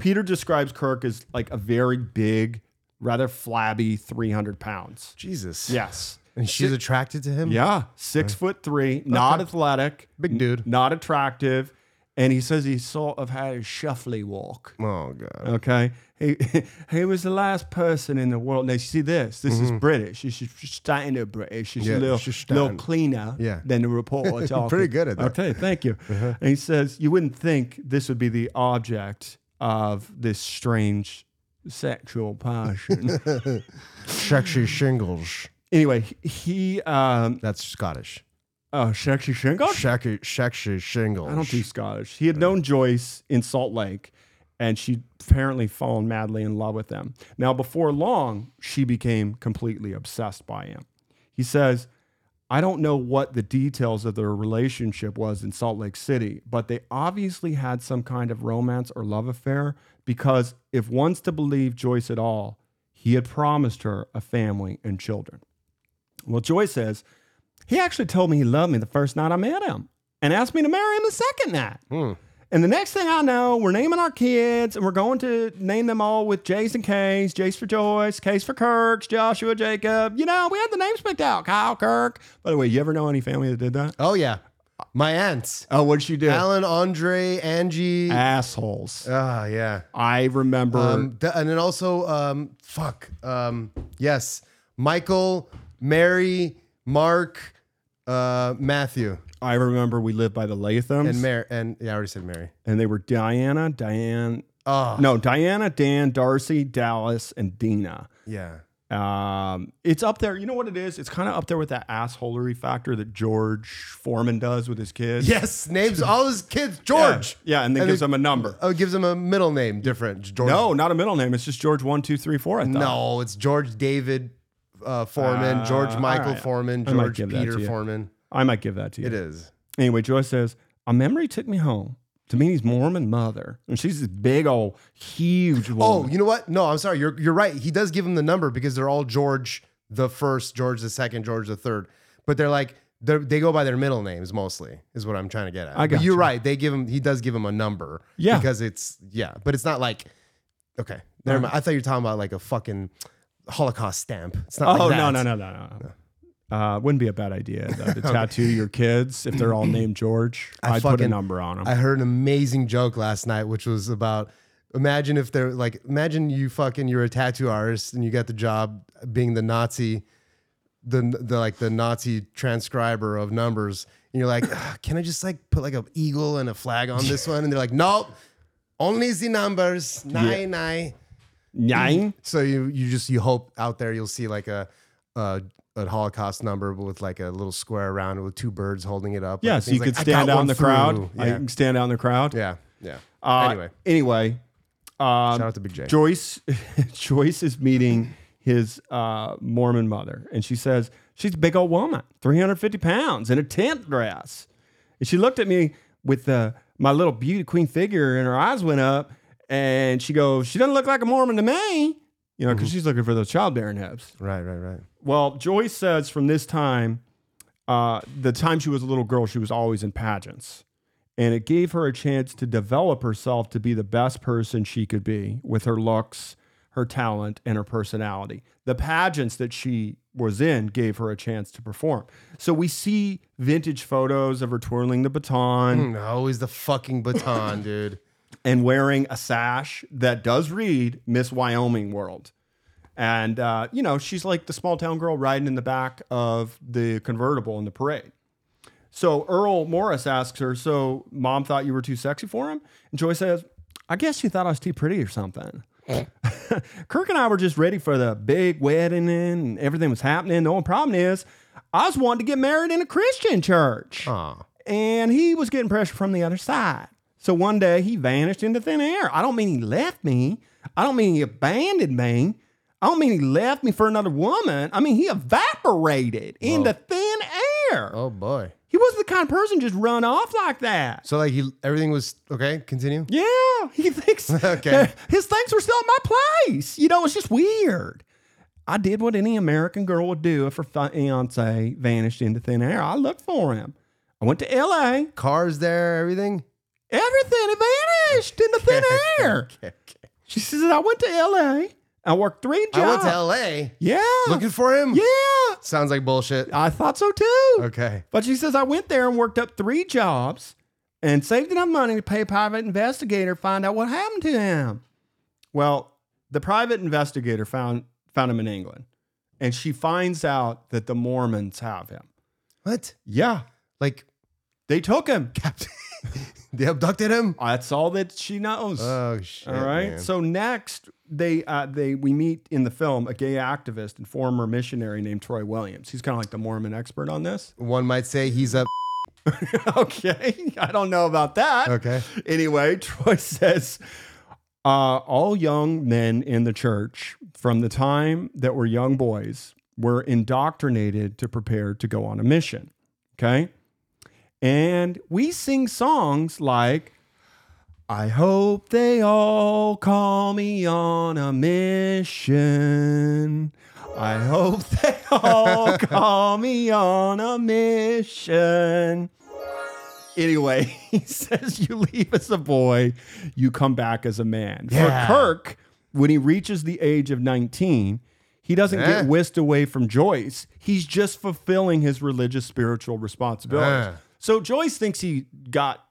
[SPEAKER 2] Peter describes Kirk as like a very big, rather flabby, three hundred pounds.
[SPEAKER 3] Jesus.
[SPEAKER 2] Yes.
[SPEAKER 3] And she's attracted to him?
[SPEAKER 2] Yeah, six foot three, not athletic,
[SPEAKER 3] Big dude.
[SPEAKER 2] not attractive, and he says he sort of had a shuffly walk.
[SPEAKER 3] Oh, God.
[SPEAKER 2] Okay. He he was the last person in the world. Now you see this. This is British. It's just standard British. It's
[SPEAKER 3] Mm-hmm. Yeah,
[SPEAKER 2] a little,
[SPEAKER 3] it's just
[SPEAKER 2] little
[SPEAKER 3] standard.
[SPEAKER 2] cleaner
[SPEAKER 3] Yeah.
[SPEAKER 2] than the reporter talking.
[SPEAKER 3] Pretty good at that. Uh-huh.
[SPEAKER 2] Okay, thank you. And he says, You wouldn't think this would be the object of this strange sexual passion.
[SPEAKER 3] Sexy shingles.
[SPEAKER 2] anyway, he um
[SPEAKER 3] That's Scottish.
[SPEAKER 2] oh sexy shingle?
[SPEAKER 3] Sexy, sexy shingles.
[SPEAKER 2] I don't do Scottish. He had known Joyce in Salt Lake, and she'd apparently fallen madly in love with him. Now, before long, she became completely obsessed by him. He says, I don't know what the details of their relationship was in Salt Lake City, but they obviously had some kind of romance or love affair because if one's to believe Joyce at all, he had promised her a family and children. Well, Joyce says, he actually told me he loved me the first night I met him and asked me to marry him the second night. And the next thing I know, we're naming our kids and we're going to name them all with J's and K's J's for Joyce, K's for Kirk, Joshua, Jacob. You know, we had the names picked out Kyle, Kirk. By the way, you ever know any family that did that?
[SPEAKER 3] Oh, yeah. My aunts.
[SPEAKER 2] Oh, what'd she do? Uh,
[SPEAKER 3] Alan, Andre, Angie.
[SPEAKER 2] Assholes.
[SPEAKER 3] Ah, yeah.
[SPEAKER 2] I remember.
[SPEAKER 3] Um, th- and then also, um, fuck. Um, yes, Michael, Mary, Mark, uh, Matthew,
[SPEAKER 2] I remember we lived by the Lathams,
[SPEAKER 3] and
[SPEAKER 2] and,
[SPEAKER 3] Mary. And yeah, I already said Mary.
[SPEAKER 2] they were Diana, Diane.
[SPEAKER 3] Oh,
[SPEAKER 2] No, Diana, Dan, Darcy, Dallas, and Dina.
[SPEAKER 3] yeah.
[SPEAKER 2] Um, it's up there. You know what it is? It's kind of up there with that assholery factor that George Foreman does with his kids.
[SPEAKER 3] Yes, names all his kids
[SPEAKER 2] Yeah.
[SPEAKER 3] George.
[SPEAKER 2] Yeah, and then
[SPEAKER 3] And
[SPEAKER 2] gives
[SPEAKER 3] it-
[SPEAKER 2] them a number.
[SPEAKER 3] Oh, gives him a middle name different. George.
[SPEAKER 2] No, not a middle name. It's just George one two three four. I thought.
[SPEAKER 3] no, it's George David uh, Foreman, George
[SPEAKER 2] Uh,
[SPEAKER 3] Michael
[SPEAKER 2] all right.
[SPEAKER 3] Foreman,
[SPEAKER 2] I might
[SPEAKER 3] George
[SPEAKER 2] give that to
[SPEAKER 3] Peter
[SPEAKER 2] you.
[SPEAKER 3] Foreman.
[SPEAKER 2] I might give that to you.
[SPEAKER 3] It is.
[SPEAKER 2] Anyway, Joyce says a memory took me home to meet his Mormon mother, and she's this big old huge
[SPEAKER 3] Oh,
[SPEAKER 2] woman.
[SPEAKER 3] you know what? No, I'm sorry. You're you're right. He does give him the number because they're all George the first, George the second, George the third. But they're like they're, they go by their middle names mostly. Is what I'm trying to get at.
[SPEAKER 2] I
[SPEAKER 3] But
[SPEAKER 2] got
[SPEAKER 3] you're
[SPEAKER 2] you.
[SPEAKER 3] right. They give him. He does give him a number.
[SPEAKER 2] Yeah.
[SPEAKER 3] Because it's yeah, but it's not like okay. Never mind. I thought you were talking about like a fucking Holocaust stamp. It's not.
[SPEAKER 2] Oh
[SPEAKER 3] like
[SPEAKER 2] no no
[SPEAKER 3] that.
[SPEAKER 2] no no no. Uh, wouldn't be a bad idea though, to tattoo your kids if they're all named George.
[SPEAKER 3] I
[SPEAKER 2] I'd put a
[SPEAKER 3] fucking-
[SPEAKER 2] number on them.
[SPEAKER 3] I heard an amazing joke last night, which was about imagine if they're like, imagine you fucking, you're a tattoo artist and you got the job being the Nazi, the, the like the Nazi transcriber of numbers. And you're like, "Ah, can I just like put like an eagle and a flag on this one? And they're like, nope, only the numbers, nine, nine.
[SPEAKER 2] Nine.
[SPEAKER 3] So you, you just, you hope out there you'll see like a, a, a Holocaust number with like a little square around it with two birds holding it up.
[SPEAKER 2] Yeah,
[SPEAKER 3] Like,
[SPEAKER 2] so you
[SPEAKER 3] things like,
[SPEAKER 2] could
[SPEAKER 3] "I
[SPEAKER 2] stand
[SPEAKER 3] got
[SPEAKER 2] out
[SPEAKER 3] one
[SPEAKER 2] in the crowd.
[SPEAKER 3] through."
[SPEAKER 2] I
[SPEAKER 3] Yeah.
[SPEAKER 2] can stand out in the crowd.
[SPEAKER 3] Yeah. Yeah.
[SPEAKER 2] Uh,
[SPEAKER 3] anyway,
[SPEAKER 2] Anyway. Um,
[SPEAKER 3] shout out to Big J.
[SPEAKER 2] Joyce Joyce is meeting his uh, Mormon mother, and she says she's a big old woman, 350 pounds, in a tent dress. And she looked at me with the my little beauty queen figure, and her eyes went up, and she goes, "She doesn't look like a Mormon to me," you know, because she's looking for those childbearing hips.
[SPEAKER 3] Right, right, right.
[SPEAKER 2] Well, Joyce says from this time, uh, the time she was a little girl, she was always in pageants. And it gave her a chance to develop herself to be the best person she could be with her looks, her talent, and her personality. The pageants that she was in gave her a chance to perform. So we see vintage photos of her twirling the baton
[SPEAKER 3] Mm, Always the fucking baton, dude.
[SPEAKER 2] and wearing a sash that does read Miss Wyoming World. And, uh, you know, she's like the small town girl riding in the back of the convertible in the parade. So Earl Morris asks her, So mom thought you were too sexy for him? And Joy says, I guess she thought I was too pretty or something. Kirk and I were just ready for the big wedding and everything was happening. The only problem is, I was wanting to get married in a Christian church
[SPEAKER 3] Aw.
[SPEAKER 2] and he was getting pressure from the other side. So one day he vanished into thin air. I don't mean he left me. I don't mean he abandoned me. I don't mean he left me for another woman. I mean he evaporated into thin air.
[SPEAKER 3] Oh boy.
[SPEAKER 2] He wasn't the kind of person to just run off like that.
[SPEAKER 3] So like he everything was okay, continue.
[SPEAKER 2] Yeah, he thinks
[SPEAKER 3] Okay.
[SPEAKER 2] his things were still in my place. You know, it's just weird. I did what any American girl would do if her fiance vanished into thin air. I looked for him. I went to LA.
[SPEAKER 3] Cars there, everything.
[SPEAKER 2] Everything had vanished in the thin air.
[SPEAKER 3] Okay, okay.
[SPEAKER 2] She says, I went to LA. I worked three jobs.
[SPEAKER 3] I went to LA
[SPEAKER 2] Yeah.
[SPEAKER 3] looking for him.
[SPEAKER 2] yeah.
[SPEAKER 3] Sounds like bullshit.
[SPEAKER 2] I thought so too.
[SPEAKER 3] Okay.
[SPEAKER 2] But she says, I went there and worked up three jobs and saved enough money to pay a private investigator to find out what happened to him. Well, the private investigator found found him in England. And she finds out that the Mormons have him.
[SPEAKER 3] What?
[SPEAKER 2] Yeah.
[SPEAKER 3] Like
[SPEAKER 2] They took him.
[SPEAKER 3] they abducted him?
[SPEAKER 2] That's all that she knows.
[SPEAKER 3] Oh shit.
[SPEAKER 2] All right.
[SPEAKER 3] man.
[SPEAKER 2] So next, they uh, they we meet in the film a gay activist and former missionary named Troy Williams. He's kind of like the Mormon expert on this.
[SPEAKER 3] one might say he's up.
[SPEAKER 2] okay, I don't know about that.
[SPEAKER 3] Okay.
[SPEAKER 2] Anyway, Troy says uh, all young men in the church from the time that were young boys were indoctrinated to prepare to go on a mission. Okay. And we sing songs like, I hope they all call me on a mission. I hope they all call me on a mission. Anyway, he says, You leave as a boy, you come back as a man.
[SPEAKER 3] Yeah.
[SPEAKER 2] For Kirk, when he reaches the age of 19, he doesn't
[SPEAKER 3] Yeah.
[SPEAKER 2] get whisked away from Joyce. He's just fulfilling his religious spiritual responsibilities.
[SPEAKER 3] Yeah.
[SPEAKER 2] So Joyce thinks he got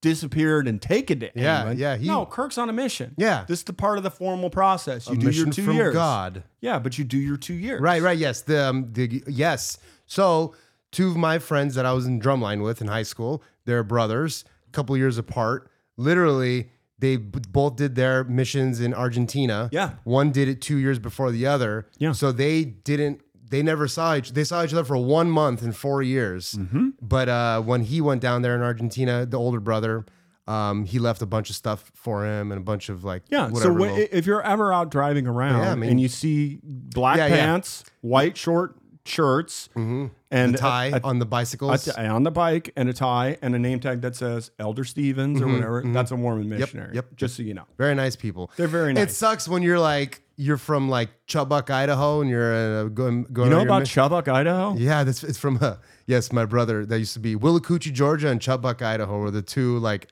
[SPEAKER 2] disappeared and taken to
[SPEAKER 3] Yeah,
[SPEAKER 2] England.
[SPEAKER 3] yeah, he-
[SPEAKER 2] no, Kirk's on a mission.
[SPEAKER 3] Yeah.
[SPEAKER 2] This is the part of the formal process. You do
[SPEAKER 3] Mission
[SPEAKER 2] your two
[SPEAKER 3] from
[SPEAKER 2] years.
[SPEAKER 3] God.
[SPEAKER 2] Yeah, but you do your two years.
[SPEAKER 3] Right, right. Yes. The, um, the yes. So two of my friends that I was in drumline with in high school, they're brothers, a couple years apart. Literally, they b- both did their missions in Argentina.
[SPEAKER 2] Yeah.
[SPEAKER 3] One did it two years before the other.
[SPEAKER 2] Yeah.
[SPEAKER 3] So they didn't. They never saw each. They saw each other for one month in four years.
[SPEAKER 2] Mm-hmm.
[SPEAKER 3] But uh, when he went down there in Argentina, the older brother, um, he left a bunch of stuff for him and a bunch of like
[SPEAKER 2] Yeah.
[SPEAKER 3] whatever
[SPEAKER 2] so
[SPEAKER 3] little-
[SPEAKER 2] when, if you're ever out driving around
[SPEAKER 3] Yeah, I mean-
[SPEAKER 2] and you see black
[SPEAKER 3] Yeah, yeah.
[SPEAKER 2] pants, white short shirts, and
[SPEAKER 3] the tie
[SPEAKER 2] a- a-
[SPEAKER 3] on the
[SPEAKER 2] a
[SPEAKER 3] bicycles.
[SPEAKER 2] t- on the bike and a tie and a name tag that says Elder Stevens or whatever. That's a Mormon missionary.
[SPEAKER 3] Mm-hmm, yep.
[SPEAKER 2] Just so you know.
[SPEAKER 3] Very nice people.
[SPEAKER 2] They're very
[SPEAKER 3] It
[SPEAKER 2] nice.
[SPEAKER 3] sucks when you're like you're from like Chubbuck, Idaho, and you're uh, going going.
[SPEAKER 2] You know
[SPEAKER 3] on your
[SPEAKER 2] about
[SPEAKER 3] mission-
[SPEAKER 2] Chubbuck, Idaho?
[SPEAKER 3] yeah, that's it's from uh, yes, my brother. That used to be Willacoochee, Georgia, and Chubbuck, Idaho, were the two like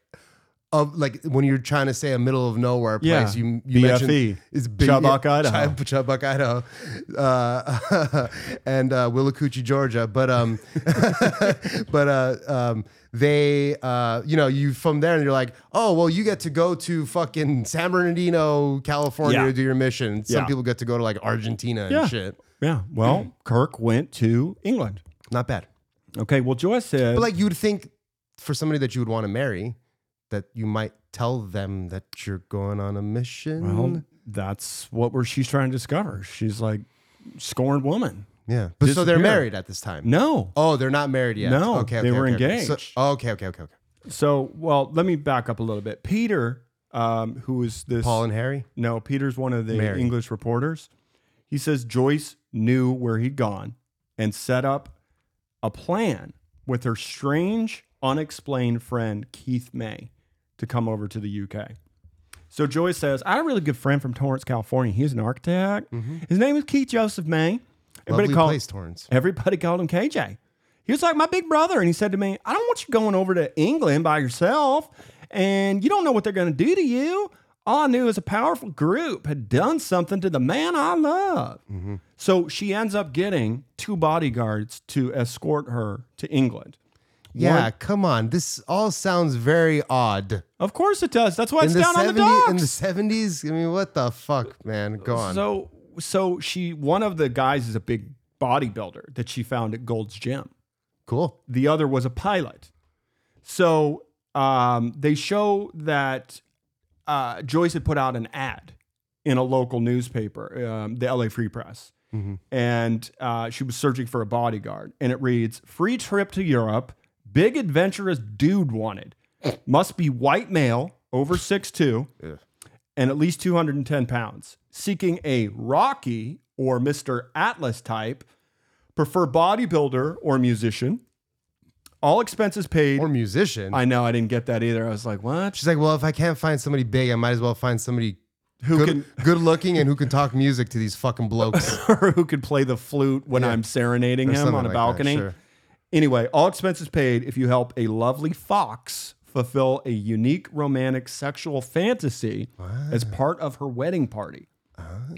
[SPEAKER 3] of like when you're trying to say a middle of nowhere
[SPEAKER 2] Yeah.
[SPEAKER 3] place. You you mentioned
[SPEAKER 2] BFE,
[SPEAKER 3] is big,
[SPEAKER 2] Chubbuck,
[SPEAKER 3] yeah,
[SPEAKER 2] Idaho.
[SPEAKER 3] Chub- E. Chubbuck, Idaho, uh, and uh, Willacoochee, Georgia. But um, but uh, um, they uh, you know, you from there and you're like, oh well, you get to go to fucking San Bernardino, California,
[SPEAKER 2] Yeah.
[SPEAKER 3] to do your mission. Some
[SPEAKER 2] Yeah.
[SPEAKER 3] people get to go to like Argentina and
[SPEAKER 2] Yeah.
[SPEAKER 3] shit.
[SPEAKER 2] Yeah.
[SPEAKER 3] Mm-hmm.
[SPEAKER 2] Well, Kirk went to England.
[SPEAKER 3] Not bad.
[SPEAKER 2] Okay. Well, Joyce said.
[SPEAKER 3] But like you would think for somebody that you would want to marry, that you might tell them that you're going on a mission.
[SPEAKER 2] Well, that's what we're, she's trying to discover. She's like, scorned woman.
[SPEAKER 3] yeah. But so they're
[SPEAKER 2] disappear.
[SPEAKER 3] married at this time.
[SPEAKER 2] No.
[SPEAKER 3] Oh, they're not married yet.
[SPEAKER 2] No,
[SPEAKER 3] Okay. okay
[SPEAKER 2] they were
[SPEAKER 3] okay, okay. So-
[SPEAKER 2] engaged.
[SPEAKER 3] oh, okay. Okay. Okay. Okay.
[SPEAKER 2] So, well, let me back up a little bit. Peter, um, who is this?
[SPEAKER 3] Paul and Harry.
[SPEAKER 2] no, Peter's one of the
[SPEAKER 3] Mary.
[SPEAKER 2] English reporters. He says Joyce knew where he'd gone and set up a plan with her strange unexplained friend Keith May to come over to the UK. So Joyce says, I had a really good friend from Torrance, California. He's an architect. His name is Keith Joseph May. Everybody
[SPEAKER 3] Mm-hmm. Lovely
[SPEAKER 2] called-
[SPEAKER 3] place, Torrance.
[SPEAKER 2] Everybody called him KJ. He was like my big brother. And he said to me, I don't want you going over to England by yourself. And you don't know what they're going to do to you. All I knew is a powerful group had done something to the man I love.
[SPEAKER 3] Mm-hmm.
[SPEAKER 2] So she ends up getting two bodyguards to escort her to England.
[SPEAKER 3] Yeah, come on. This all sounds very odd.
[SPEAKER 2] Of course it does. That's why it's down on the
[SPEAKER 3] 70s
[SPEAKER 2] docks.
[SPEAKER 3] in the seventies. I mean, what the fuck, man? Go on.
[SPEAKER 2] So so she one of the guys is a big bodybuilder that she found at Gold's Gym.
[SPEAKER 3] cool.
[SPEAKER 2] The other was a pilot. So um, they show that uh, Joyce had put out an ad in a local newspaper, um, the LA Free Press, and uh, she was searching for a bodyguard. And it reads Free trip to Europe, big adventurous dude wanted. Must be white male, over 6'2, and at least 210 pounds. Seeking a Rocky or Mr. Atlas type, prefer bodybuilder or musician. All expenses paid.
[SPEAKER 3] Or musician.
[SPEAKER 2] I know I didn't get that either. I was like, what?
[SPEAKER 3] She's like, well, if I can't find somebody big, I might as well find somebody
[SPEAKER 2] who
[SPEAKER 3] good,
[SPEAKER 2] can
[SPEAKER 3] good looking and who can talk music to these fucking blokes.
[SPEAKER 2] or who could play the flute when
[SPEAKER 3] Yeah.
[SPEAKER 2] I'm serenading
[SPEAKER 3] Or
[SPEAKER 2] him
[SPEAKER 3] something
[SPEAKER 2] on a
[SPEAKER 3] like that,
[SPEAKER 2] balcony.
[SPEAKER 3] sure.
[SPEAKER 2] Anyway, all expenses paid if you help a lovely fox fulfill a unique romantic sexual fantasy as part of her wedding party.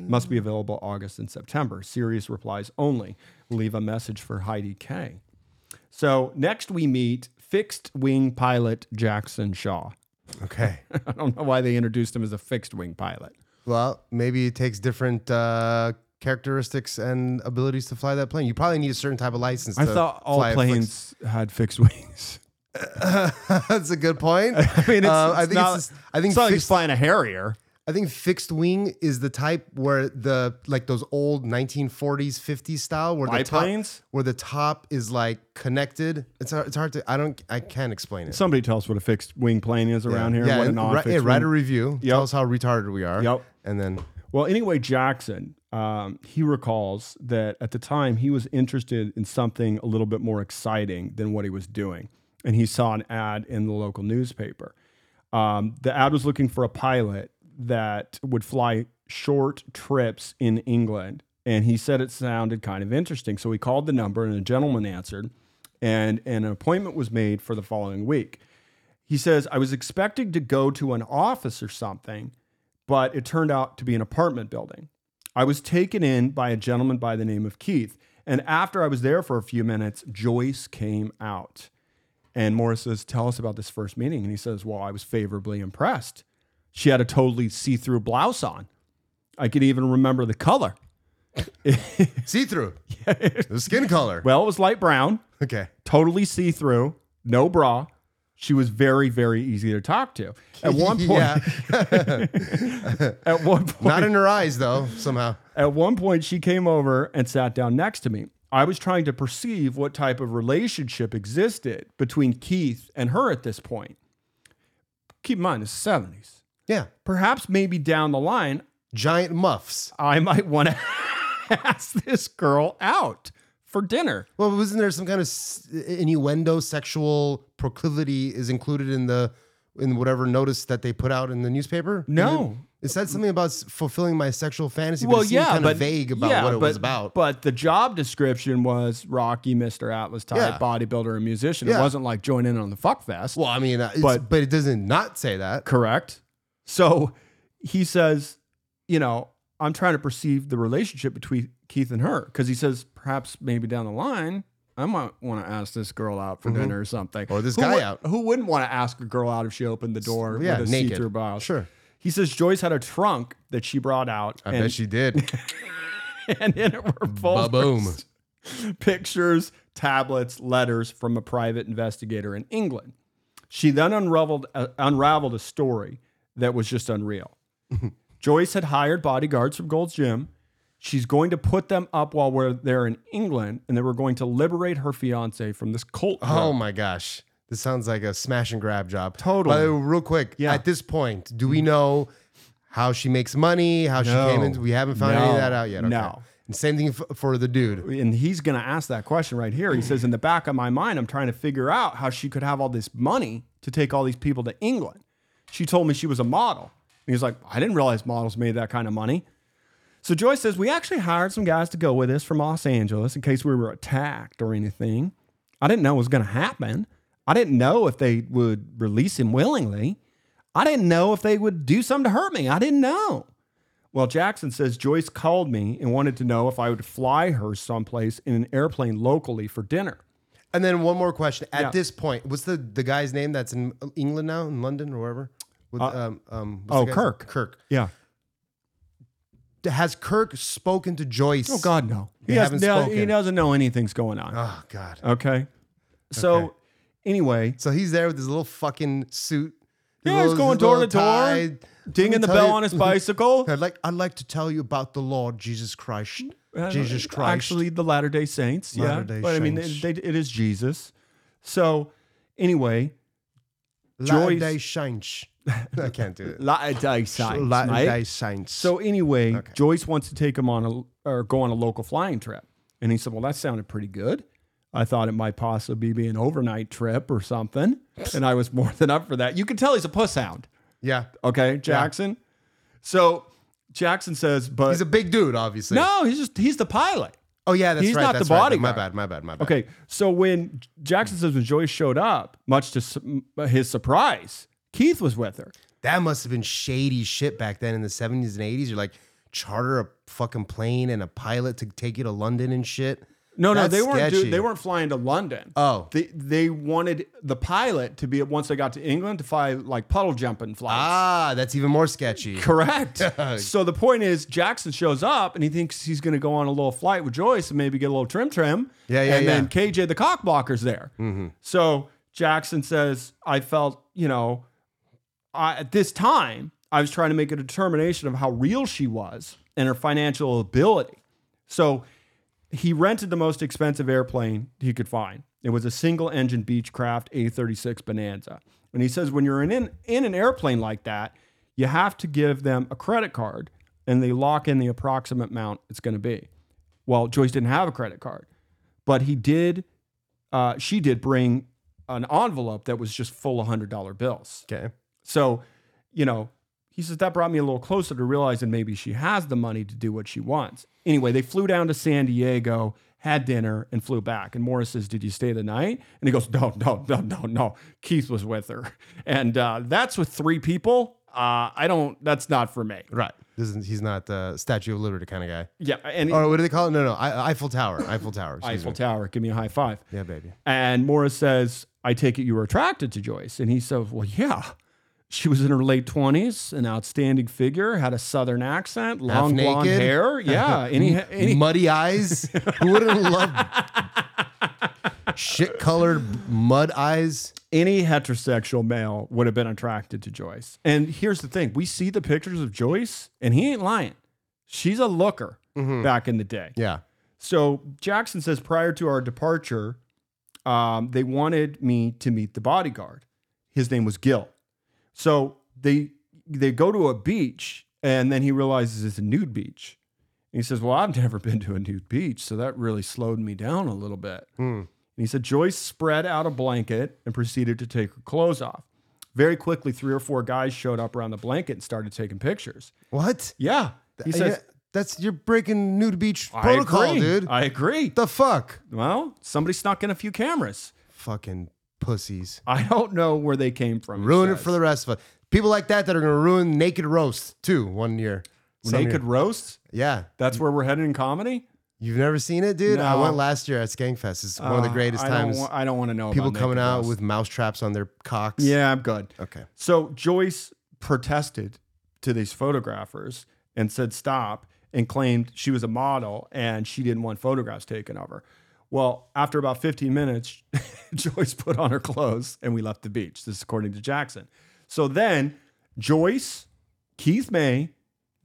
[SPEAKER 2] Must be available August and September. Serious replies only. Leave a message for Heidi K. So next we meet fixed wing pilot Jackson Shaw.
[SPEAKER 3] Okay.
[SPEAKER 2] I don't know why they introduced him as a fixed wing pilot.
[SPEAKER 3] Well, maybe it takes different uh, characteristics and abilities to fly that plane. You probably need a certain type of license.
[SPEAKER 2] I
[SPEAKER 3] to
[SPEAKER 2] thought all
[SPEAKER 3] fly a flick-
[SPEAKER 2] planes had fixed wings.
[SPEAKER 3] That's a good point. I
[SPEAKER 2] mean, it's-
[SPEAKER 3] Uh, I
[SPEAKER 2] it's
[SPEAKER 3] think
[SPEAKER 2] not-
[SPEAKER 3] it's, I think
[SPEAKER 2] It's not like he's
[SPEAKER 3] fixed,
[SPEAKER 2] flying a Harrier.
[SPEAKER 3] I think fixed wing is the type where the like those old 1940s, 50s style where
[SPEAKER 2] Biplanes?
[SPEAKER 3] the top, where the top is like connected. It's hard, it's hard to I don't I can't explain it.
[SPEAKER 2] Somebody tell us what a fixed wing plane is around here. and what a
[SPEAKER 3] and
[SPEAKER 2] non
[SPEAKER 3] write, yeah, write a review.
[SPEAKER 2] Yep.
[SPEAKER 3] Tell us how retarded we are.
[SPEAKER 2] Yep.
[SPEAKER 3] And then
[SPEAKER 2] Well, anyway, Jackson, um, he recalls that at the time he was interested in something a little bit more exciting than what he was doing. And he saw an ad in the local newspaper. Um, the ad was looking for a pilot that would fly short trips in England. And he said it sounded kind of interesting. So he called the number and a gentleman answered. And, and an appointment was made for the following week. He says, I was expecting to go to an office or something, but it turned out to be an apartment building. I was taken in by a gentleman by the name of Keith. And after I was there for a few minutes, Joyce came out. And Morris says, Tell us about this first meeting. And he says, Well, I was favorably impressed. She had a totally see through blouse on. I could even remember the color.
[SPEAKER 3] see through. the skin color.
[SPEAKER 2] Well, it was light brown,
[SPEAKER 3] okay.
[SPEAKER 2] totally see through, no bra. She was very, very easy to talk to. At one point,
[SPEAKER 3] yeah.
[SPEAKER 2] at one point,
[SPEAKER 3] Not in her eyes though, somehow.
[SPEAKER 2] At one point, she came over and sat down next to me. I was trying to perceive what type of relationship existed between Keith and her at this point. Keep in mind, it's the 70s.
[SPEAKER 3] Yeah.
[SPEAKER 2] Perhaps maybe down the line,
[SPEAKER 3] Giant muffs.
[SPEAKER 2] I might want to ask this girl out for dinner.
[SPEAKER 3] Well, wasn't there some kind of s- innuendo? Sexual proclivity is included in the in whatever notice that they put out in the newspaper.
[SPEAKER 2] No.
[SPEAKER 3] it said something about s- fulfilling my sexual fantasy. Well, but it yeah, kind of vague about
[SPEAKER 2] yeah,
[SPEAKER 3] what it
[SPEAKER 2] but-
[SPEAKER 3] was about.
[SPEAKER 2] But the job description was Rocky, Mr. Atlas type,
[SPEAKER 3] Yeah.
[SPEAKER 2] bodybuilder, and musician. It
[SPEAKER 3] Yeah.
[SPEAKER 2] wasn't like join in on the fuck fest.
[SPEAKER 3] well, I mean, uh, it's,
[SPEAKER 2] but-
[SPEAKER 3] but it doesn't not say that.
[SPEAKER 2] Correct. So he says, you know, I'm trying to perceive the relationship between Keith and her because he says perhaps maybe down the line I might want to ask this girl out for dinner or something,
[SPEAKER 3] Mm-hmm. Or this
[SPEAKER 2] Who
[SPEAKER 3] guy
[SPEAKER 2] would-
[SPEAKER 3] out.
[SPEAKER 2] Who wouldn't want to ask a girl out if she opened the door
[SPEAKER 3] Yeah,
[SPEAKER 2] with a
[SPEAKER 3] naked.
[SPEAKER 2] see-through blouse?
[SPEAKER 3] Sure.
[SPEAKER 2] He says Joyce had a trunk that she brought out,
[SPEAKER 3] I
[SPEAKER 2] and,
[SPEAKER 3] bet she did.
[SPEAKER 2] and in it were
[SPEAKER 3] Ba boom.
[SPEAKER 2] folders, pictures, tablets, letters from a private investigator in England. She then unraveled uh, unraveled a story that was just unreal. Joyce had hired bodyguards from Gold's Gym. She's going to put them up while we're there in England, and they were going to liberate her fiance from this cult.
[SPEAKER 3] Oh my gosh. This sounds like a smash and grab job.
[SPEAKER 2] Totally.
[SPEAKER 3] By the way, real quick,
[SPEAKER 2] Yeah.
[SPEAKER 3] at this point, do we know how she makes money, how she came
[SPEAKER 2] No.
[SPEAKER 3] in? We haven't found any of that out yet. Okay.
[SPEAKER 2] No.
[SPEAKER 3] And same thing f- for the dude.
[SPEAKER 2] and he's going to ask that question right here. He says, In the back of my mind, I'm trying to figure out how she could have all this money to take all these people to England. She told me she was a model. And he's like, I didn't realize models made that kind of money. So Joyce says, We actually hired some guys to go with us from Los Angeles in case we were attacked or anything. I didn't know it was going to happen. I didn't know if they would release him willingly. I didn't know if they would do something to hurt me. I didn't know. Well, Jackson says Joyce called me and wanted to know if I would fly her someplace in an airplane locally for dinner.
[SPEAKER 3] And then one more question. At
[SPEAKER 2] Yeah.
[SPEAKER 3] this point, what's the, the guy's name that's in England now, in London or wherever? With, um, um, what's the
[SPEAKER 2] Uh, oh,
[SPEAKER 3] guy's-
[SPEAKER 2] Kirk.
[SPEAKER 3] Kirk.
[SPEAKER 2] Yeah.
[SPEAKER 3] Has Kirk spoken to Joyce?
[SPEAKER 2] Oh God, no.
[SPEAKER 3] They
[SPEAKER 2] He, has,
[SPEAKER 3] haven't
[SPEAKER 2] no, he
[SPEAKER 3] spoken.
[SPEAKER 2] doesn't know anything's going on.
[SPEAKER 3] Oh, God.
[SPEAKER 2] okay. So,
[SPEAKER 3] Okay.
[SPEAKER 2] anyway,
[SPEAKER 3] So he's there with his little fucking suit. his
[SPEAKER 2] Yeah, he's
[SPEAKER 3] little-
[SPEAKER 2] going
[SPEAKER 3] his little
[SPEAKER 2] door to door,
[SPEAKER 3] tie. Let me
[SPEAKER 2] dinging the
[SPEAKER 3] tell
[SPEAKER 2] bell
[SPEAKER 3] you-
[SPEAKER 2] on his bicycle.
[SPEAKER 3] I'd like I'd like to tell you about the Lord Jesus Christ. Jesus Christ.
[SPEAKER 2] Uh, Actually, the Latter Day Saints. Yeah,
[SPEAKER 3] Latter-day
[SPEAKER 2] but I mean,
[SPEAKER 3] Saints.
[SPEAKER 2] they, it is Jesus. So, anyway,
[SPEAKER 3] Latter
[SPEAKER 2] Joyce-
[SPEAKER 3] Day Saints. I can't do it.
[SPEAKER 2] Latter Day Saints.
[SPEAKER 3] Latter
[SPEAKER 2] mate.
[SPEAKER 3] Day Saints.
[SPEAKER 2] So anyway, Joyce wants to take him on a or go on a local flying trip, and he said, "Well, that sounded pretty good. I thought it might possibly be an overnight trip or something, and I was more than up for that. You can tell he's a puss hound,
[SPEAKER 3] yeah,
[SPEAKER 2] okay, Jackson. So Jackson says, but
[SPEAKER 3] he's a big dude, obviously.
[SPEAKER 2] no, he's just he's the pilot.
[SPEAKER 3] Oh yeah, that's
[SPEAKER 2] He's
[SPEAKER 3] right.
[SPEAKER 2] not the
[SPEAKER 3] that's right.
[SPEAKER 2] body
[SPEAKER 3] My
[SPEAKER 2] guy.
[SPEAKER 3] bad. My bad. My bad.
[SPEAKER 2] Okay, so when Jackson says when Joyce showed up, much to su- his surprise, Keith was with her.
[SPEAKER 3] That must have been shady shit back then in the seventies and eighties. You're like charter a fucking plane and a pilot to take you to London and shit.
[SPEAKER 2] No,
[SPEAKER 3] That's
[SPEAKER 2] no, they weren't. do-
[SPEAKER 3] sketchy.
[SPEAKER 2] they weren't flying to London.
[SPEAKER 3] Oh.
[SPEAKER 2] they they wanted the pilot to be once they got to England to fly like puddle jumping flights.
[SPEAKER 3] Ah, that's even more sketchy.
[SPEAKER 2] Correct. so the point is, Jackson shows up and he thinks he's going to go on a little flight with Joyce and maybe get a little trim trim.
[SPEAKER 3] Yeah, yeah,
[SPEAKER 2] And then
[SPEAKER 3] yeah. Mm-hmm.
[SPEAKER 2] KJ the cock blocker's there. So Jackson says, "I felt, you know, I, at this time, I was trying to make a determination of how real she was and her financial ability." So he rented the most expensive airplane he could find. It was a single engine Beechcraft A36 Bonanza. And he says, when you're in, in, in an airplane like that, you have to give them a credit card and they lock in the approximate amount it's going to be. Well, Joyce didn't have a credit card, but he did, uh, she did bring an envelope that was just full of $100 bills.
[SPEAKER 3] Okay.
[SPEAKER 2] So, you know, he says that brought me a little closer to realizing maybe she has the money to do what she wants. Anyway, they flew down to San Diego, had dinner, and flew back. And Morris says, "Did you stay the night?" And he goes, "No, no, no, no, no." Keith was with her, and uh, that's with three people. Uh, I don't. That's not for me.
[SPEAKER 3] Right. This is, he's not the Statue of Liberty kind of guy.
[SPEAKER 2] Yeah, and
[SPEAKER 3] Or what do they call it? No, no, I, Eiffel Tower. Eiffel Tower. excuse
[SPEAKER 2] Eiffel
[SPEAKER 3] me.
[SPEAKER 2] Tower. Give me a high five.
[SPEAKER 3] Yeah, baby.
[SPEAKER 2] And Morris says, I take it you were attracted to Joyce. And he says, Well, yeah. She was in her late 20s, an outstanding figure, had a southern accent, long blonde
[SPEAKER 3] naked? Mm.
[SPEAKER 2] hair. Yeah. Any, any,
[SPEAKER 3] muddy eyes. Who wouldn't love shit colored mud eyes?
[SPEAKER 2] any heterosexual male would have been attracted to Joyce. And here's the thing we see the pictures of Joyce, and he ain't lying. She's a looker back in the day.
[SPEAKER 3] Yeah.
[SPEAKER 2] So Jackson says prior to our departure, um, they wanted me to meet the bodyguard. His name was Gil. So they they go to a beach, and then he realizes it's a nude beach. And he says, "Well, I've never been to a nude beach, so that really slowed me down a little bit."
[SPEAKER 3] Hmm.
[SPEAKER 2] And he said Joyce spread out a blanket and proceeded to take her clothes off. Very quickly, three or four guys showed up around the blanket and started taking pictures.
[SPEAKER 3] What?
[SPEAKER 2] Yeah, he
[SPEAKER 3] Yeah,
[SPEAKER 2] says,
[SPEAKER 3] that's you're breaking nude beach
[SPEAKER 2] "I
[SPEAKER 3] protocol,
[SPEAKER 2] agree.
[SPEAKER 3] dude.
[SPEAKER 2] I agree.
[SPEAKER 3] the fuck?
[SPEAKER 2] Well, somebody snuck in a few cameras.
[SPEAKER 3] Fucking pussies.
[SPEAKER 2] I don't know where they came from. he
[SPEAKER 3] Ruin it
[SPEAKER 2] says.
[SPEAKER 3] for the rest of us. People like that that are gonna ruin naked roast too. One year. Some
[SPEAKER 2] naked
[SPEAKER 3] year.
[SPEAKER 2] roast.
[SPEAKER 3] Yeah.
[SPEAKER 2] That's where we're headed in comedy.
[SPEAKER 3] You've never seen it, dude? I
[SPEAKER 2] No.
[SPEAKER 3] went last year at Skankfest. It's one of the
[SPEAKER 2] Uh,
[SPEAKER 3] greatest
[SPEAKER 2] I
[SPEAKER 3] times.
[SPEAKER 2] Don't, wa- I don't want to know.
[SPEAKER 3] People
[SPEAKER 2] about
[SPEAKER 3] coming
[SPEAKER 2] naked
[SPEAKER 3] out
[SPEAKER 2] roast.
[SPEAKER 3] with mouse traps on their cocks.
[SPEAKER 2] Yeah, I'm good.
[SPEAKER 3] Okay.
[SPEAKER 2] So Joyce protested to these photographers and said stop and claimed she was a model and she didn't want photographs taken of her. Well, after about 15 minutes, Joyce put on her clothes and we left the beach. This is according to Jackson. So then Joyce, Keith May,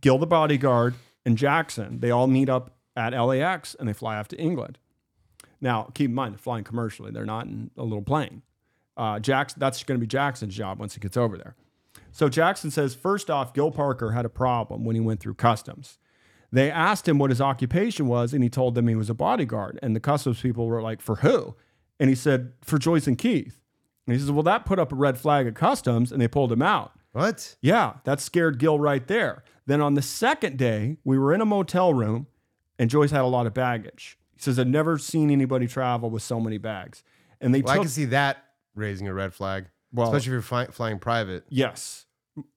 [SPEAKER 2] Gil the bodyguard, and Jackson, they all meet up at LAX and they fly off to England. Now, keep in mind, they're flying commercially. They're not in a little plane. Uh, Jackson, that's going to be Jackson's job once he gets over there. So Jackson says, first off, Gil Parker had a problem when he went through customs. They asked him what his occupation was, and he told them he was a bodyguard. And the customs people were like, "For who?" And he said, "For Joyce and Keith." And he says, "Well, that put up a red flag at customs, and they pulled him out."
[SPEAKER 3] What?
[SPEAKER 2] Yeah, that scared Gil right there. Then on the second day, we were in a motel room and Joyce had a lot of baggage. He says, I've never seen anybody travel with so many bags. And they
[SPEAKER 3] Well, I
[SPEAKER 2] took,
[SPEAKER 3] can see that raising a red flag,
[SPEAKER 2] Well-
[SPEAKER 3] especially if you're fly- flying private.
[SPEAKER 2] yes,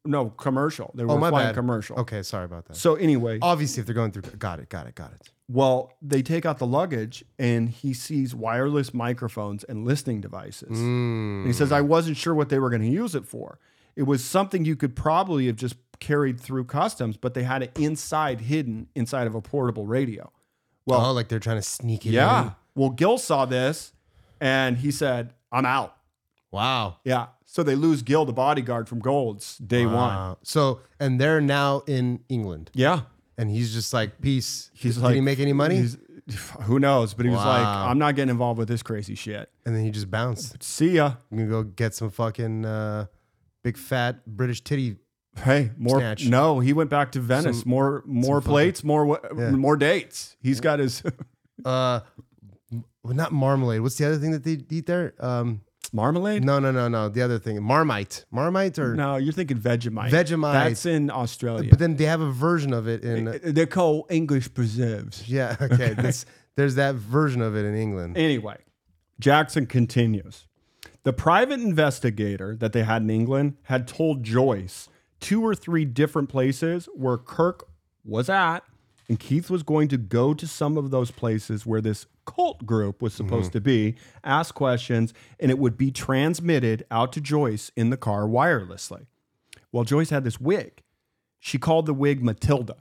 [SPEAKER 2] no, commercial. They were
[SPEAKER 3] my
[SPEAKER 2] flying
[SPEAKER 3] bad.
[SPEAKER 2] commercial. Uh,
[SPEAKER 3] Okay, sorry about that.
[SPEAKER 2] So anyway,
[SPEAKER 3] Obviously, if they're going through, got it, got it, got it.
[SPEAKER 2] well, they take out the luggage and he sees wireless microphones and listening devices. And he says, I wasn't sure what they were going to use it for. It was something you could probably have just carried through customs, but they had it inside, hidden inside of a portable radio.
[SPEAKER 3] Well, oh, like they're trying to sneak it in.
[SPEAKER 2] Yeah. Well, Gil saw this and he said, I'm out.
[SPEAKER 3] Wow.
[SPEAKER 2] Yeah. So they lose Gil, the bodyguard from Gold's day one.
[SPEAKER 3] Wow. Uh, So, and they're now in England,
[SPEAKER 2] Yeah.
[SPEAKER 3] and he's just like, peace.
[SPEAKER 2] He's
[SPEAKER 3] Did
[SPEAKER 2] like,
[SPEAKER 3] he make any money?
[SPEAKER 2] he's- Who knows? But he was like,
[SPEAKER 3] Wow.
[SPEAKER 2] I'm not getting involved with this crazy shit.
[SPEAKER 3] and then he just bounced.
[SPEAKER 2] See ya.
[SPEAKER 3] I'm gonna go get some fucking uh, big fat British titty.
[SPEAKER 2] Hey, more.
[SPEAKER 3] Snatch.
[SPEAKER 2] No, he went back to Venice. more, more plates, more, wa- more dates. He's got his
[SPEAKER 3] Uh, m- well, not marmalade. What's the other thing that they eat there? Um,
[SPEAKER 2] marmalade.
[SPEAKER 3] no, no, no, no. The other thing, marmite, marmite, or
[SPEAKER 2] No, you're thinking Vegemite.
[SPEAKER 3] Vegemite.
[SPEAKER 2] That's in Australia.
[SPEAKER 3] but then they have a version of it in.
[SPEAKER 2] They're called English preserves.
[SPEAKER 3] Yeah, okay. That's, there's that version of it in England.
[SPEAKER 2] Anyway, Jackson continues. The private investigator that they had in England had told Joyce two or three different places where Kirk was at, and Keith was going to go to some of those places where this cult group was supposed to be, ask questions, and it would be transmitted out to Joyce in the car wirelessly. Well, Joyce had this wig. She called the wig Matilda.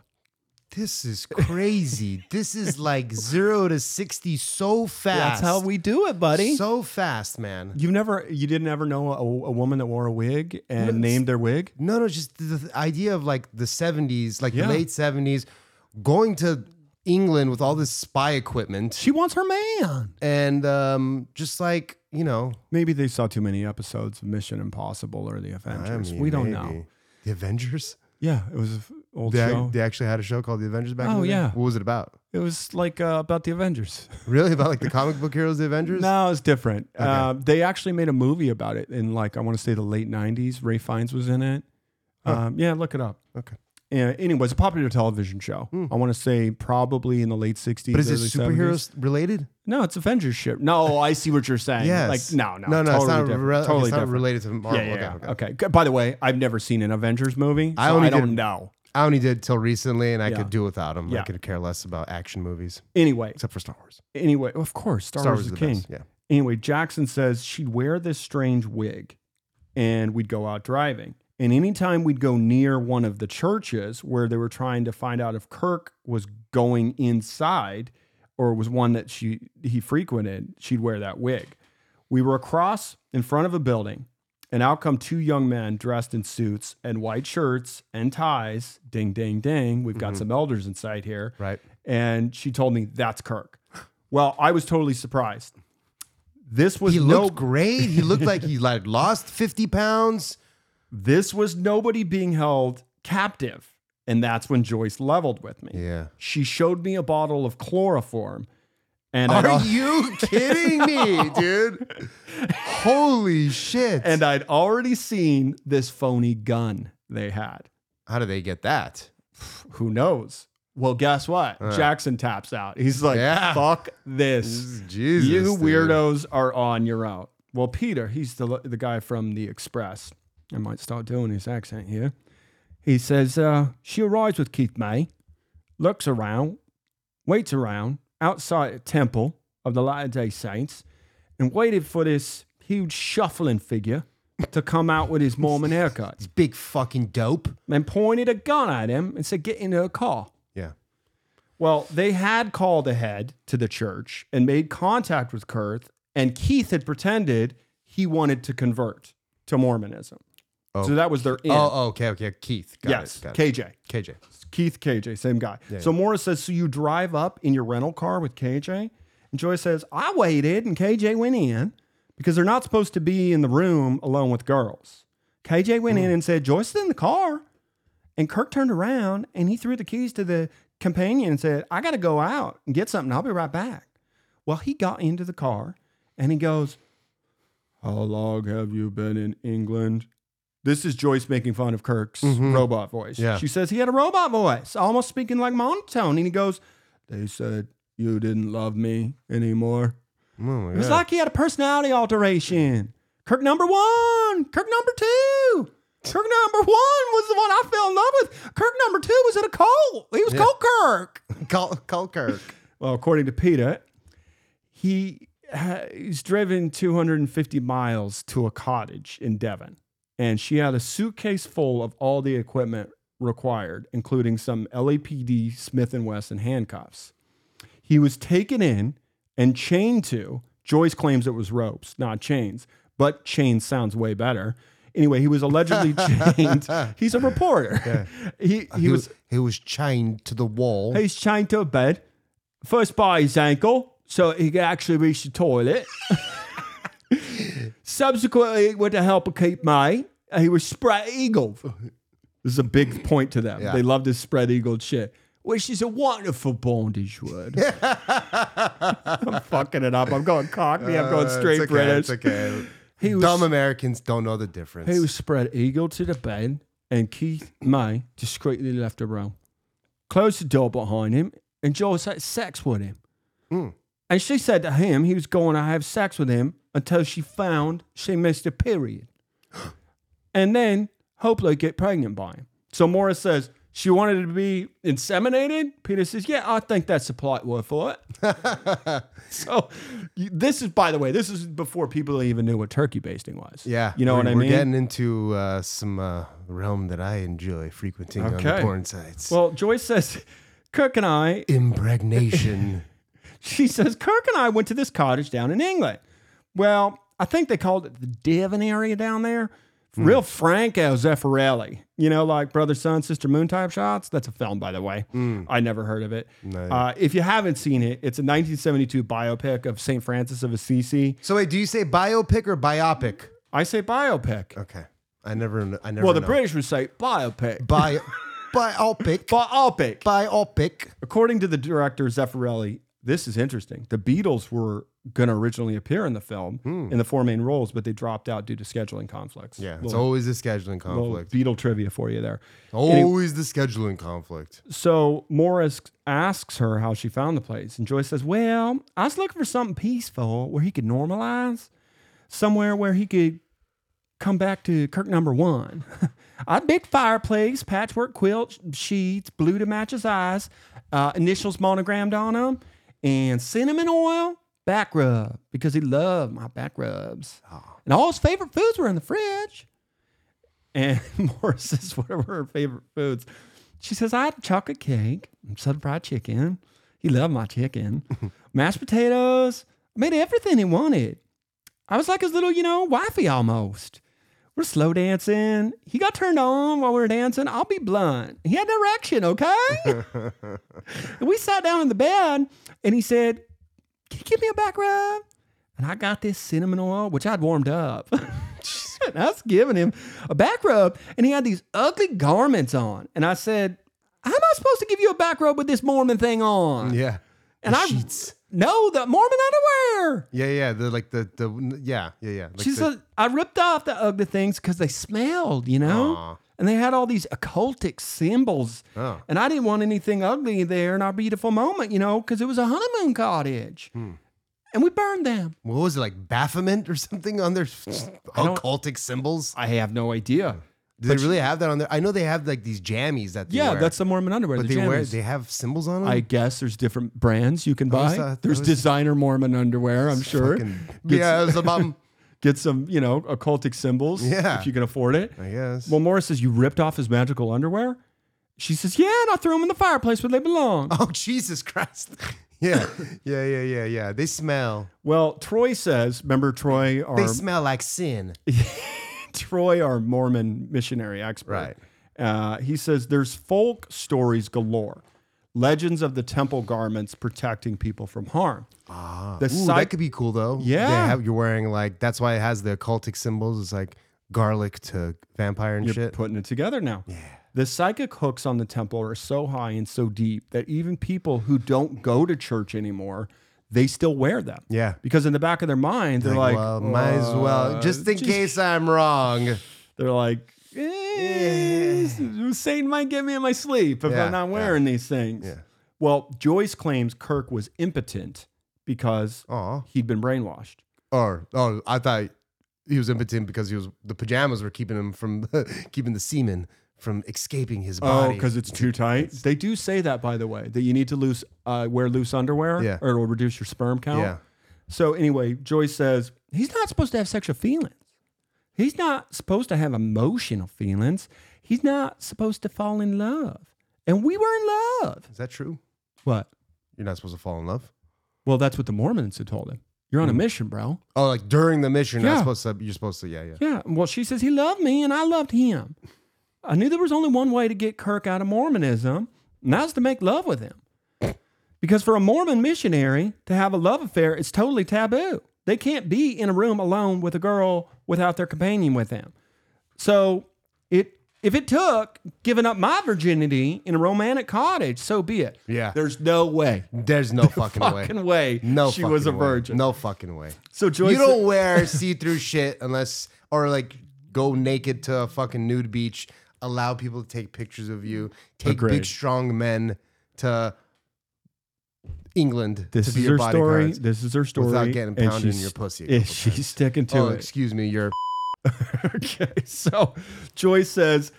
[SPEAKER 3] This is crazy. this is like zero to sixty so fast.
[SPEAKER 2] we do it, buddy.
[SPEAKER 3] so fast, man.
[SPEAKER 2] You've never, you didn't ever know a, a woman that wore a wig and named their wig?
[SPEAKER 3] No, no, just the, the idea of like the 70s, like
[SPEAKER 2] Yeah.
[SPEAKER 3] the late 70s, going to England with all this spy equipment
[SPEAKER 2] She wants her man.
[SPEAKER 3] and um, just like, you know,
[SPEAKER 2] Maybe they saw too many episodes of Mission Impossible or The Avengers.
[SPEAKER 3] I mean,
[SPEAKER 2] we don't
[SPEAKER 3] maybe.
[SPEAKER 2] know.
[SPEAKER 3] The Avengers?
[SPEAKER 2] Yeah, it was an old
[SPEAKER 3] They,
[SPEAKER 2] show.
[SPEAKER 3] they actually had a show called The Avengers back
[SPEAKER 2] Oh,
[SPEAKER 3] in the day?
[SPEAKER 2] yeah.
[SPEAKER 3] What was it about?
[SPEAKER 2] it was like uh, about the Avengers.
[SPEAKER 3] Really? About like the comic book heroes, The Avengers?
[SPEAKER 2] No, it's different. Uh, they actually made a movie about it in like I want to say the late '90s. Ray Fiennes was in it. Um, yeah, look it up.
[SPEAKER 3] Okay. Hmm.
[SPEAKER 2] Yeah, anyways, a popular television show. I want to say probably in the late '60s.
[SPEAKER 3] But is
[SPEAKER 2] early 70s.
[SPEAKER 3] it superheroes related?
[SPEAKER 2] No, it's Avengers ship. No, I see what you're saying.
[SPEAKER 3] Yes.
[SPEAKER 2] Like no, no,
[SPEAKER 3] No, no,
[SPEAKER 2] totally
[SPEAKER 3] it's not,
[SPEAKER 2] different.
[SPEAKER 3] re- it's
[SPEAKER 2] totally
[SPEAKER 3] not
[SPEAKER 2] different.
[SPEAKER 3] related to Marvel.
[SPEAKER 2] Yeah, yeah. yeah.
[SPEAKER 3] Okay,
[SPEAKER 2] Okay,
[SPEAKER 3] okay.
[SPEAKER 2] Good. By the way, I've never seen an Avengers movie.
[SPEAKER 3] I
[SPEAKER 2] I,
[SPEAKER 3] only
[SPEAKER 2] I don't
[SPEAKER 3] did-
[SPEAKER 2] know.
[SPEAKER 3] I only did till recently, and I
[SPEAKER 2] Yeah.
[SPEAKER 3] could do without them. I
[SPEAKER 2] Yeah.
[SPEAKER 3] could care less about action movies,
[SPEAKER 2] Anyway,
[SPEAKER 3] except for Star Wars.
[SPEAKER 2] anyway, of course, Star, Wars, is the king.
[SPEAKER 3] best, yeah.
[SPEAKER 2] Anyway, Jackson says she'd wear this strange wig and we'd go out driving. And anytime we'd go near one of the churches where they were trying to find out if Kirk was going inside or was one that she he frequented, she'd wear that wig. We were across in front of a building, and out come two young men dressed in suits and white shirts and ties. Ding, ding, ding. We've got some elders inside here.
[SPEAKER 3] Right.
[SPEAKER 2] And she told me that's Kirk. Well, I was totally surprised. This was
[SPEAKER 3] He
[SPEAKER 2] no
[SPEAKER 3] looked great. He looked like he like lost 50 pounds.
[SPEAKER 2] this was nobody being held captive. And that's when Joyce leveled with me.
[SPEAKER 3] Yeah.
[SPEAKER 2] She showed me a bottle of chloroform. And I'd,
[SPEAKER 3] Are
[SPEAKER 2] al-
[SPEAKER 3] you kidding me, dude? Holy shit.
[SPEAKER 2] and I'd already seen this phony gun they had.
[SPEAKER 3] how do they get that?
[SPEAKER 2] Who knows? Well, guess what? Jackson taps out. He's like,
[SPEAKER 3] Uh. Yeah.
[SPEAKER 2] fuck this.
[SPEAKER 3] Jesus.
[SPEAKER 2] you
[SPEAKER 3] dude.
[SPEAKER 2] weirdos are on your own. Well, Peter, he's the the guy from the Express. I might start doing his accent here. He says uh, she arrives with Keith May, looks around, waits around outside a temple of the Latter Day Saints, and waited for this huge shuffling figure to come out with his Mormon haircut.
[SPEAKER 3] Big fucking dope.
[SPEAKER 2] Then pointed a gun at him and said, "Get into a car."
[SPEAKER 3] Yeah.
[SPEAKER 2] Well, they had called ahead to the church and made contact with Kirk, and Keith had pretended he wanted to convert to Mormonism. So that was their in.
[SPEAKER 3] Oh, oh, okay, okay. Keith. Got
[SPEAKER 2] yes,
[SPEAKER 3] it. Got it.
[SPEAKER 2] KJ.
[SPEAKER 3] KJ.
[SPEAKER 2] Keith KJ, same guy. so Morris says, So you drive up in your rental car with KJ? And Joy says, I waited and KJ went in because they're not supposed to be in the room alone with girls. KJ went in and said, Joyce is in the car. And Kirk turned around and he threw the keys to the companion and said, I got to go out and get something. I'll be right back. Well, he got into the car and he goes, How long have you been in England? This is Joyce making fun of Kirk's
[SPEAKER 3] Mhm.
[SPEAKER 2] robot voice.
[SPEAKER 3] Yeah.
[SPEAKER 2] She says he had a robot voice, almost speaking like monotone. And he goes, They said you didn't love me anymore.
[SPEAKER 3] Oh my
[SPEAKER 2] It was
[SPEAKER 3] God.
[SPEAKER 2] like he had a personality alteration. Kirk number one, Kirk number two. Kirk number one was the one I fell in love with. Kirk number two was in a cult. He was
[SPEAKER 3] Yeah.
[SPEAKER 2] cult Kirk.
[SPEAKER 3] Col- Culkirk.
[SPEAKER 2] Well, according to Peter, he ha- he's driven 250 miles to a cottage in Devon, and she had a suitcase full of all the equipment required, including some LAPD Smith and Wesson handcuffs. He was taken in and chained to. Joyce claims it was ropes, not chains, but chains sounds way better. Anyway, he was allegedly chained. He's a reporter. He he was
[SPEAKER 3] he was chained to the wall.
[SPEAKER 2] He's chained to a bed, first by his ankle, so he can actually reach the toilet. Subsequently, with the help of Keep May, he was spread eagled. This is a big point to them.
[SPEAKER 3] Yeah.
[SPEAKER 2] They love this spread eagled shit, which is a wonderful bondage word. I'm fucking it up. I'm going Cockney. I'm going
[SPEAKER 3] Uh,
[SPEAKER 2] straight
[SPEAKER 3] it's okay,
[SPEAKER 2] British.
[SPEAKER 3] It's okay.
[SPEAKER 2] He was-
[SPEAKER 3] Dumb Americans don't know the difference.
[SPEAKER 2] He was spread eagle to the bed, and Keith May discreetly left the room, closed the door behind him, and Joyce had sex with him.
[SPEAKER 3] Mm.
[SPEAKER 2] And she said to him he was going to have sex with him until she found she missed a period. and then hopefully get pregnant by him. So Morris says she wanted to be inseminated. Peter says, Yeah, I think that's the polite word for it. So you- this is, by the way, this is before people even knew what turkey basting was.
[SPEAKER 3] yeah,
[SPEAKER 2] You know
[SPEAKER 3] we're-
[SPEAKER 2] what I
[SPEAKER 3] We're
[SPEAKER 2] mean?
[SPEAKER 3] getting into uh, some uh, realm that I enjoy frequenting on the
[SPEAKER 2] Okay.
[SPEAKER 3] porn sites.
[SPEAKER 2] Well, Joyce says, Kirk and I,
[SPEAKER 3] Impregnation.
[SPEAKER 2] she says, Kirk and I went to this cottage down in England. Well, I think they called it the Devon area down there. Real Franco Zeffirelli, you know, like brother, son, sister, moon type shots. That's a film, by the way. I never heard of it. Uh, if you haven't seen it, it's a 1972 biopic of St. Francis of Assisi.
[SPEAKER 3] so wait, do you say biopic or biopic?
[SPEAKER 2] I say biopic.
[SPEAKER 3] Okay, I never, kn- I never.
[SPEAKER 2] well, the
[SPEAKER 3] know.
[SPEAKER 2] British would say biopic.
[SPEAKER 3] bio, biopic,
[SPEAKER 2] Biopic.
[SPEAKER 3] biopic.
[SPEAKER 2] According to the director Zeffirelli, this is interesting. The Beatles were going to originally appear in the film in the four main roles, but they dropped out due to scheduling conflicts.
[SPEAKER 3] Hmm. Yeah, it's
[SPEAKER 2] little,
[SPEAKER 3] always the scheduling
[SPEAKER 2] little
[SPEAKER 3] conflict.
[SPEAKER 2] Beatle trivia for you there.
[SPEAKER 3] Always the scheduling conflict.
[SPEAKER 2] So Morris asks her how she found the place, and Joyce says, "Well, I was looking for something peaceful where he could normalize, somewhere where he could come back to Kirk number one. I had a big fireplace, patchwork quilt sheets, blue to match his eyes, uh, initials monogrammed on them, and cinnamon oil back rub because he loved my back rubs, and all his favorite foods were in the fridge." and Morris is one of her favorite foods. She says, I had chocolate cake, some fried chicken. He loved my chicken, mashed potatoes. I made everything he wanted. I was like his little, you know, wifey almost. We're slow dancing. He got turned on while we were dancing. I'll be blunt. He had an erection, okay? and we sat down in the bed and he said, Can you give me a back rub? And I got this cinnamon oil, which I'd warmed up. and I was giving him a back rub, and he had these ugly garments on. And I said, How am I supposed to give you a back rub with this Mormon thing on?
[SPEAKER 3] Yeah,
[SPEAKER 2] and I
[SPEAKER 3] sheets.
[SPEAKER 2] No, the Mormon underwear.
[SPEAKER 3] Yeah, yeah, the like the the yeah, yeah, yeah. Like
[SPEAKER 2] She
[SPEAKER 3] the,
[SPEAKER 2] said, I ripped off the ugly things because they smelled, you know?
[SPEAKER 3] Aw.
[SPEAKER 2] And they had all these occultic symbols.
[SPEAKER 3] Oh.
[SPEAKER 2] And I didn't want anything ugly there in our beautiful moment, you know, because it was a honeymoon cottage.
[SPEAKER 3] Hmm.
[SPEAKER 2] And we burned them.
[SPEAKER 3] what was it like Baphomet or something on their
[SPEAKER 2] don't-
[SPEAKER 3] occultic symbols?
[SPEAKER 2] I have no idea.
[SPEAKER 3] Do they really have that on there? I know they have like these jammies that they
[SPEAKER 2] Yeah,
[SPEAKER 3] wear,
[SPEAKER 2] that's the Mormon underwear.
[SPEAKER 3] but
[SPEAKER 2] the
[SPEAKER 3] they wear
[SPEAKER 2] jammies.
[SPEAKER 3] they have symbols on them.
[SPEAKER 2] I guess there's different brands you can
[SPEAKER 3] was
[SPEAKER 2] buy.
[SPEAKER 3] that- that
[SPEAKER 2] there's
[SPEAKER 3] was-
[SPEAKER 2] designer Mormon underwear, I'm sure.
[SPEAKER 3] uh, Fucking-
[SPEAKER 2] Get,
[SPEAKER 3] yeah, it's a bum.
[SPEAKER 2] get some, you know, occultic symbols
[SPEAKER 3] Yeah.
[SPEAKER 2] if you can afford it.
[SPEAKER 3] I guess.
[SPEAKER 2] Well, Morris says, You ripped off his magical underwear? She says, Yeah, and I threw them in the fireplace where they belong.
[SPEAKER 3] oh Jesus Christ! Yeah, yeah, yeah, yeah, yeah. They smell.
[SPEAKER 2] Well, Troy says, remember Troy, our
[SPEAKER 3] They smell like sin.
[SPEAKER 2] Troy, our Mormon missionary expert.
[SPEAKER 3] Right.
[SPEAKER 2] Uh, he says there's folk stories galore, legends of the temple garments protecting people from harm. Ah, the
[SPEAKER 3] Ooh, that
[SPEAKER 2] psych-
[SPEAKER 3] could be cool though.
[SPEAKER 2] Yeah.
[SPEAKER 3] They have- you're wearing like that's why it has the occultic symbols. It's like garlic to vampire and
[SPEAKER 2] you're
[SPEAKER 3] shit.
[SPEAKER 2] putting it together now. Yeah. The psychic hooks on the temple are so high and so deep that even people who don't go to church anymore, they still wear them.
[SPEAKER 3] Yeah.
[SPEAKER 2] Because in the back of their mind, they're like,
[SPEAKER 3] well, might as well. uh, Just in case I'm wrong.
[SPEAKER 2] they're like, eh, Satan might get me in my sleep if
[SPEAKER 3] Yeah,
[SPEAKER 2] I'm not
[SPEAKER 3] yeah.
[SPEAKER 2] wearing these things.
[SPEAKER 3] Yeah.
[SPEAKER 2] Well, Joyce claims Kirk was impotent because
[SPEAKER 3] Aw.
[SPEAKER 2] he'd been brainwashed.
[SPEAKER 3] Or oh, I thought he was impotent because he was the pajamas were keeping him from keeping the semen from escaping his body.
[SPEAKER 2] Oh, it's too tight. They do say that, by the way, that you need to loose, uh, wear loose underwear,
[SPEAKER 3] Yeah.
[SPEAKER 2] or it'll reduce your sperm count.
[SPEAKER 3] yeah,
[SPEAKER 2] So anyway, Joyce says he's not supposed to have sexual feelings. He's not supposed to have emotional feelings. He's not supposed to fall in love. And we were in love.
[SPEAKER 3] is that true?
[SPEAKER 2] What?
[SPEAKER 3] You're not supposed to fall in love.
[SPEAKER 2] Well, that's what the Mormons had told him. You're on a mission, bro.
[SPEAKER 3] Oh, like during the mission, you're
[SPEAKER 2] Yeah.
[SPEAKER 3] not supposed to. You're supposed to. Yeah, yeah.
[SPEAKER 2] Yeah. Well, she says he loved me and I loved him. I knew there was only one way to get Kirk out of Mormonism, and that was to make love with him. Because for a Mormon missionary to have a love affair, it's totally taboo. They can't be in a room alone with a girl without their companion with them. So it if it took giving up my virginity in a romantic cottage, so be it.
[SPEAKER 3] Yeah.
[SPEAKER 2] There's no way.
[SPEAKER 3] There's no fucking, way.
[SPEAKER 2] Fucking way.
[SPEAKER 3] No,
[SPEAKER 2] she was a
[SPEAKER 3] fucking way.
[SPEAKER 2] virgin.
[SPEAKER 3] No fucking way.
[SPEAKER 2] So Joyce
[SPEAKER 3] you don't wear see-through shit unless, or like go naked to a fucking nude beach. Allow people to take pictures of you. Take big
[SPEAKER 2] Agreed.
[SPEAKER 3] strong men to England
[SPEAKER 2] This
[SPEAKER 3] to be
[SPEAKER 2] is
[SPEAKER 3] your
[SPEAKER 2] her story.
[SPEAKER 3] bodyguards.
[SPEAKER 2] This is her story.
[SPEAKER 3] Without getting
[SPEAKER 2] and
[SPEAKER 3] pounded in
[SPEAKER 2] she's-
[SPEAKER 3] your pussy a
[SPEAKER 2] and
[SPEAKER 3] couple
[SPEAKER 2] she's
[SPEAKER 3] times.
[SPEAKER 2] sticking to
[SPEAKER 3] oh,
[SPEAKER 2] it.
[SPEAKER 3] excuse me. You're
[SPEAKER 2] okay. So Joyce says,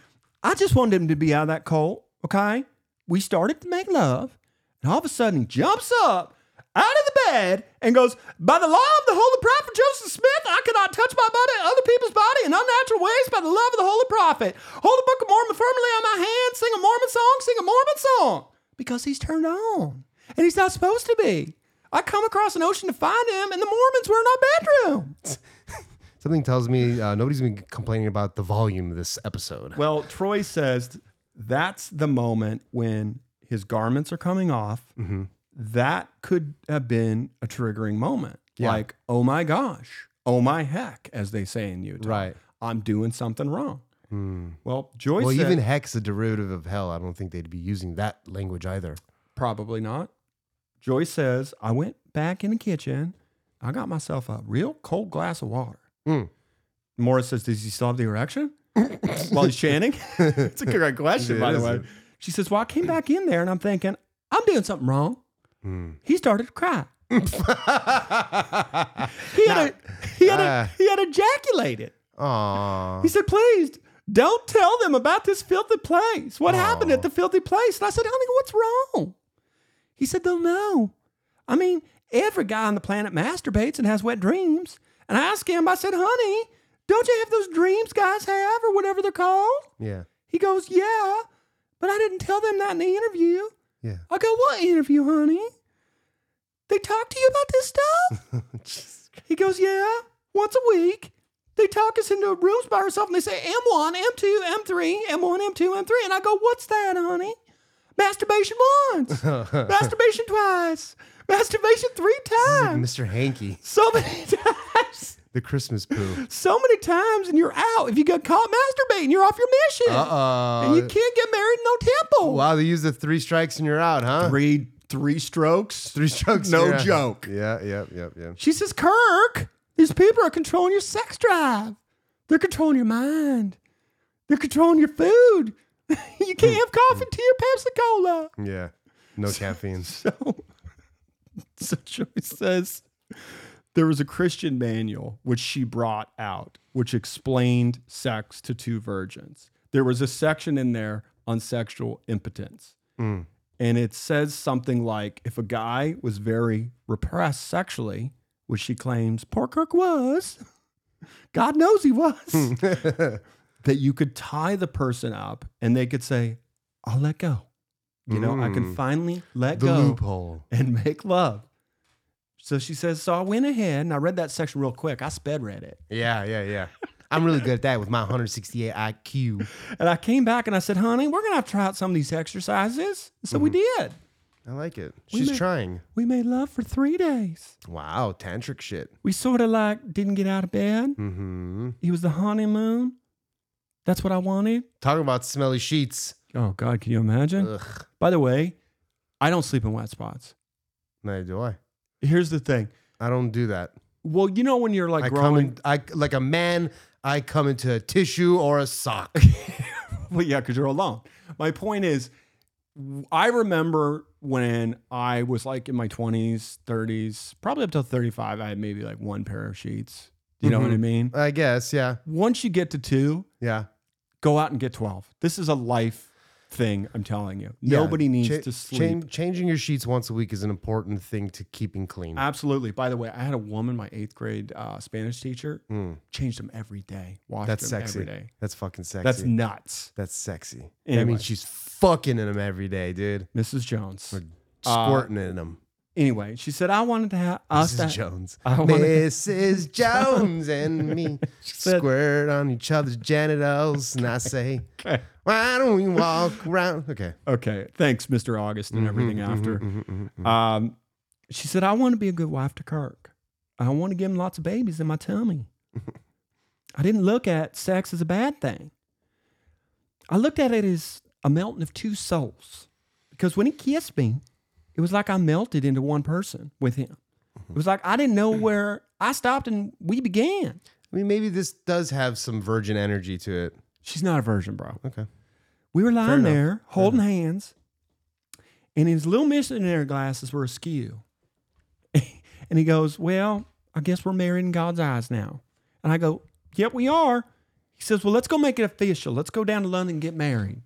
[SPEAKER 2] I just wanted him to be out of that cult. Okay. We started to make love, and all of a sudden he jumps up out of the bed and goes, By the law of the holy prophet Joseph Smith, I cannot touch my body, other people's body in unnatural ways by the love of the holy prophet. Hold the Book of Mormon firmly on my hand, sing a Mormon song, sing a Mormon song. Because he's turned on. And he's not supposed to be. I come across an ocean to find him, and the Mormons were in our bedroom.
[SPEAKER 3] something tells me uh, nobody's been complaining about the volume of this episode.
[SPEAKER 2] Well, Troy says that's the moment when his garments are coming off.
[SPEAKER 3] Mm-hmm.
[SPEAKER 2] That could have been a triggering moment. Like, oh my gosh, oh my heck, as they say in Utah.
[SPEAKER 3] Right. Hmm.
[SPEAKER 2] I'm doing something wrong. Well, Joyce
[SPEAKER 3] Well,
[SPEAKER 2] said,
[SPEAKER 3] even heck's a derivative of hell. I don't think they'd be using that language either.
[SPEAKER 2] probably not. Joyce says, I went back in the kitchen. I got myself a real cold glass of water.
[SPEAKER 3] Mm.
[SPEAKER 2] Morris says, Does he still have the erection? While he's chanting? it's a great question,
[SPEAKER 3] It
[SPEAKER 2] by the
[SPEAKER 3] is.
[SPEAKER 2] way. She says, Well, I came back in there and I'm thinking, I'm doing something wrong.
[SPEAKER 3] Hmm.
[SPEAKER 2] He started to cry. He had, a, he, had
[SPEAKER 3] Ah.
[SPEAKER 2] a, he had ejaculated.
[SPEAKER 3] Aw.
[SPEAKER 2] He said, Please don't tell them about this filthy place. What happened at the filthy place? And I said, Honey, what's wrong? He said, They'll know. I mean, every guy on the planet masturbates and has wet dreams. And I asked him, I said, Honey, don't you have those dreams guys have or whatever they're called?
[SPEAKER 3] Yeah.
[SPEAKER 2] He goes, Yeah, but I didn't tell them that in the interview.
[SPEAKER 3] Yeah.
[SPEAKER 2] I go, What interview, honey? They talk to you about this stuff?
[SPEAKER 3] Jesus Christ.
[SPEAKER 2] He goes, Yeah, once a week. They talk us into rooms by herself and they say M1, M2, M3, M1, M2, M3. And I go, What's that, honey? Masturbation once, masturbation twice, masturbation three times,
[SPEAKER 3] Mr. Hanky,
[SPEAKER 2] so many times,
[SPEAKER 3] the Christmas poo.
[SPEAKER 2] so many times, and you're out. If you get caught masturbating, you're off your mission. And you
[SPEAKER 3] Uh
[SPEAKER 2] can't get married in no temple.
[SPEAKER 3] oh. Wow, they use the three strikes and you're out, huh?
[SPEAKER 2] Three, three strokes.
[SPEAKER 3] Three strokes.
[SPEAKER 2] No
[SPEAKER 3] you're out.
[SPEAKER 2] joke.
[SPEAKER 3] Yeah, yeah, yeah, yeah.
[SPEAKER 2] She says, Kirk, these people are controlling your sex drive. They're controlling your mind. They're controlling your food. you can't have coffee tea, or Pepsi Cola.
[SPEAKER 3] Yeah. No caffeine.
[SPEAKER 2] So, so Joyce says there was a Christian manual which she brought out, which explained sex to two virgins. There was a section in there on sexual impotence.
[SPEAKER 3] Mm.
[SPEAKER 2] And it says something like if a guy was very repressed sexually, which she claims poor Kirk was, God knows he
[SPEAKER 3] Hmm.
[SPEAKER 2] was, that you could tie the person up and they could say, I'll let go. You know, I can
[SPEAKER 3] Mm.
[SPEAKER 2] finally let
[SPEAKER 3] the
[SPEAKER 2] go
[SPEAKER 3] loophole.
[SPEAKER 2] and make love. So she says, So I went ahead and I read that section real quick. I sped read it.
[SPEAKER 3] Yeah, yeah, yeah. I'm really good at that with my 168 IQ.
[SPEAKER 2] And I came back and I said, Honey, we're going to have to try out some of these exercises. So
[SPEAKER 3] Hmm.
[SPEAKER 2] we did.
[SPEAKER 3] I like it.
[SPEAKER 2] We
[SPEAKER 3] She's
[SPEAKER 2] may-
[SPEAKER 3] trying.
[SPEAKER 2] We made love for three days.
[SPEAKER 3] Wow, tantric shit.
[SPEAKER 2] We sort of like didn't get out of bed.
[SPEAKER 3] Mm-hmm.
[SPEAKER 2] It was the honeymoon. That's what I wanted.
[SPEAKER 3] Talking about smelly sheets.
[SPEAKER 2] Oh God, can you imagine?
[SPEAKER 3] Ugh.
[SPEAKER 2] By the way, I don't sleep in wet spots.
[SPEAKER 3] Neither do I.
[SPEAKER 2] Here's the thing.
[SPEAKER 3] I don't do that.
[SPEAKER 2] Well, you know when you're like
[SPEAKER 3] I come
[SPEAKER 2] growing.
[SPEAKER 3] in, I like a man. I come into a tissue or a sock.
[SPEAKER 2] Well, yeah, because you're alone. My point is, I remember when I was like in my 20s, 30s, probably up till 35, I had maybe like one pair of sheets. You know
[SPEAKER 3] Mm-hmm.
[SPEAKER 2] what I mean?
[SPEAKER 3] I guess. Yeah.
[SPEAKER 2] Once you get to two,
[SPEAKER 3] Yeah.
[SPEAKER 2] go out and get 12. This is a life thing, I'm telling you.
[SPEAKER 3] Yeah.
[SPEAKER 2] Nobody needs
[SPEAKER 3] Cha-
[SPEAKER 2] to sleep.
[SPEAKER 3] chan- changing your sheets once a week is an important thing to keeping clean.
[SPEAKER 2] Absolutely. By the way, I had a woman, my eighth grade uh, Spanish teacher,
[SPEAKER 3] Mm,
[SPEAKER 2] changed them every day. Washed
[SPEAKER 3] that's
[SPEAKER 2] them
[SPEAKER 3] sexy.
[SPEAKER 2] every day.
[SPEAKER 3] That's fucking sexy.
[SPEAKER 2] That's nuts.
[SPEAKER 3] That's sexy. I
[SPEAKER 2] Anyway.
[SPEAKER 3] mean, she's fucking in them every day, dude.
[SPEAKER 2] Mrs. Jones. Uh,
[SPEAKER 3] Squirting in them.
[SPEAKER 2] Anyway, she said, I wanted to have us to
[SPEAKER 3] Mrs. Jones.
[SPEAKER 2] I wanna-
[SPEAKER 3] Mrs. Jones and me
[SPEAKER 2] said-
[SPEAKER 3] squirt on each other's genitals, and I say,
[SPEAKER 2] Okay.
[SPEAKER 3] "Why don't we walk around?" Okay.
[SPEAKER 2] Okay. Thanks, Mr. August,
[SPEAKER 3] Mm-hmm,
[SPEAKER 2] and everything after. Um, she said, I want to be a good wife to Kirk. I want to give him lots of babies in my tummy. I didn't look at sex as a bad thing. I looked at it as a melting of two souls. Because when he kissed me, it was like I melted into one person with him. It was like I didn't know where I stopped and we began.
[SPEAKER 3] I mean, maybe this does have some virgin energy to it.
[SPEAKER 2] She's not a virgin, bro.
[SPEAKER 3] Okay.
[SPEAKER 2] We were lying
[SPEAKER 3] enough.
[SPEAKER 2] there holding hands, and his little missionary glasses were askew. and he goes, Well, I guess we're married in God's eyes now. And I go, Yep, we are. He says, Well, let's go make it official. Let's go down to London and get married.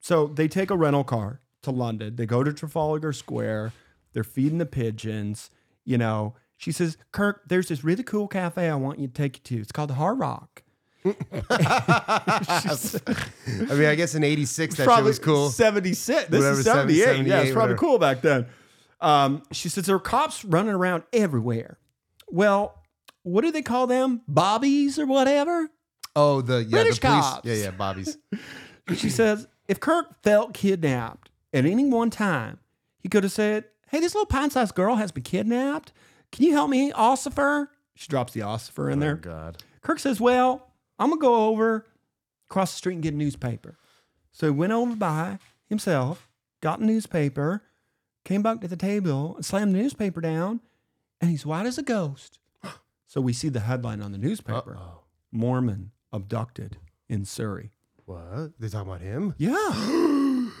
[SPEAKER 2] So they take a rental car to London. They go to Trafalgar Square. They're feeding the pigeons. You know, she says, Kirk, there's this really cool cafe I want you to take you to. It's called the Hard Rock.
[SPEAKER 3] I mean, I guess in '86 that shit was cool.
[SPEAKER 2] 76. This
[SPEAKER 3] Whatever,
[SPEAKER 2] is
[SPEAKER 3] 70,
[SPEAKER 2] 78. yeah, it's probably
[SPEAKER 3] 78, whatever.
[SPEAKER 2] cool back then. Um, she says there are cops running around everywhere. Well, what do they call them? Bobbies or whatever?
[SPEAKER 3] Oh, the yeah,
[SPEAKER 2] British
[SPEAKER 3] the police.
[SPEAKER 2] cops.
[SPEAKER 3] Yeah, yeah, Bobby's. Oh,
[SPEAKER 2] She says if Kirk felt kidnapped at any one time, he could have said, Hey, this little pine sized girl has been kidnapped. Can you help me, Ossifer? She drops the Ossifer in there.
[SPEAKER 3] God.
[SPEAKER 2] Kirk says, Well, I'm going to go over across the street and get a newspaper. So he went over by himself, got a newspaper, came back to the table, and slammed the newspaper down, and he's white as a ghost. So we see the headline on the newspaper
[SPEAKER 3] Uh-oh.
[SPEAKER 2] Mormon abducted in Surrey.
[SPEAKER 3] What? They talking about him?
[SPEAKER 2] Yeah.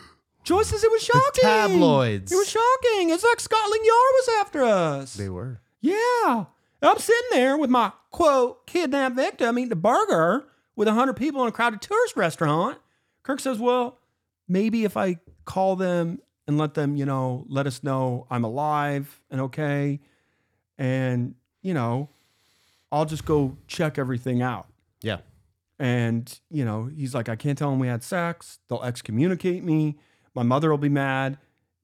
[SPEAKER 2] Joyce says it was shocking.
[SPEAKER 3] tabloids.
[SPEAKER 2] It was shocking. It's like Scotland Yard was after us.
[SPEAKER 3] They were.
[SPEAKER 2] Yeah. And I'm sitting there with my quote kidnapped victim eating a burger with 100 people in a crowded tourist restaurant. Kirk says, Well, maybe if I call them and let them, you know, let us know I'm alive and okay. And, you know, I'll just go check everything out.
[SPEAKER 3] Yeah.
[SPEAKER 2] And, you know, he's like, I can't tell them we had sex. They'll excommunicate me. My mother will be mad.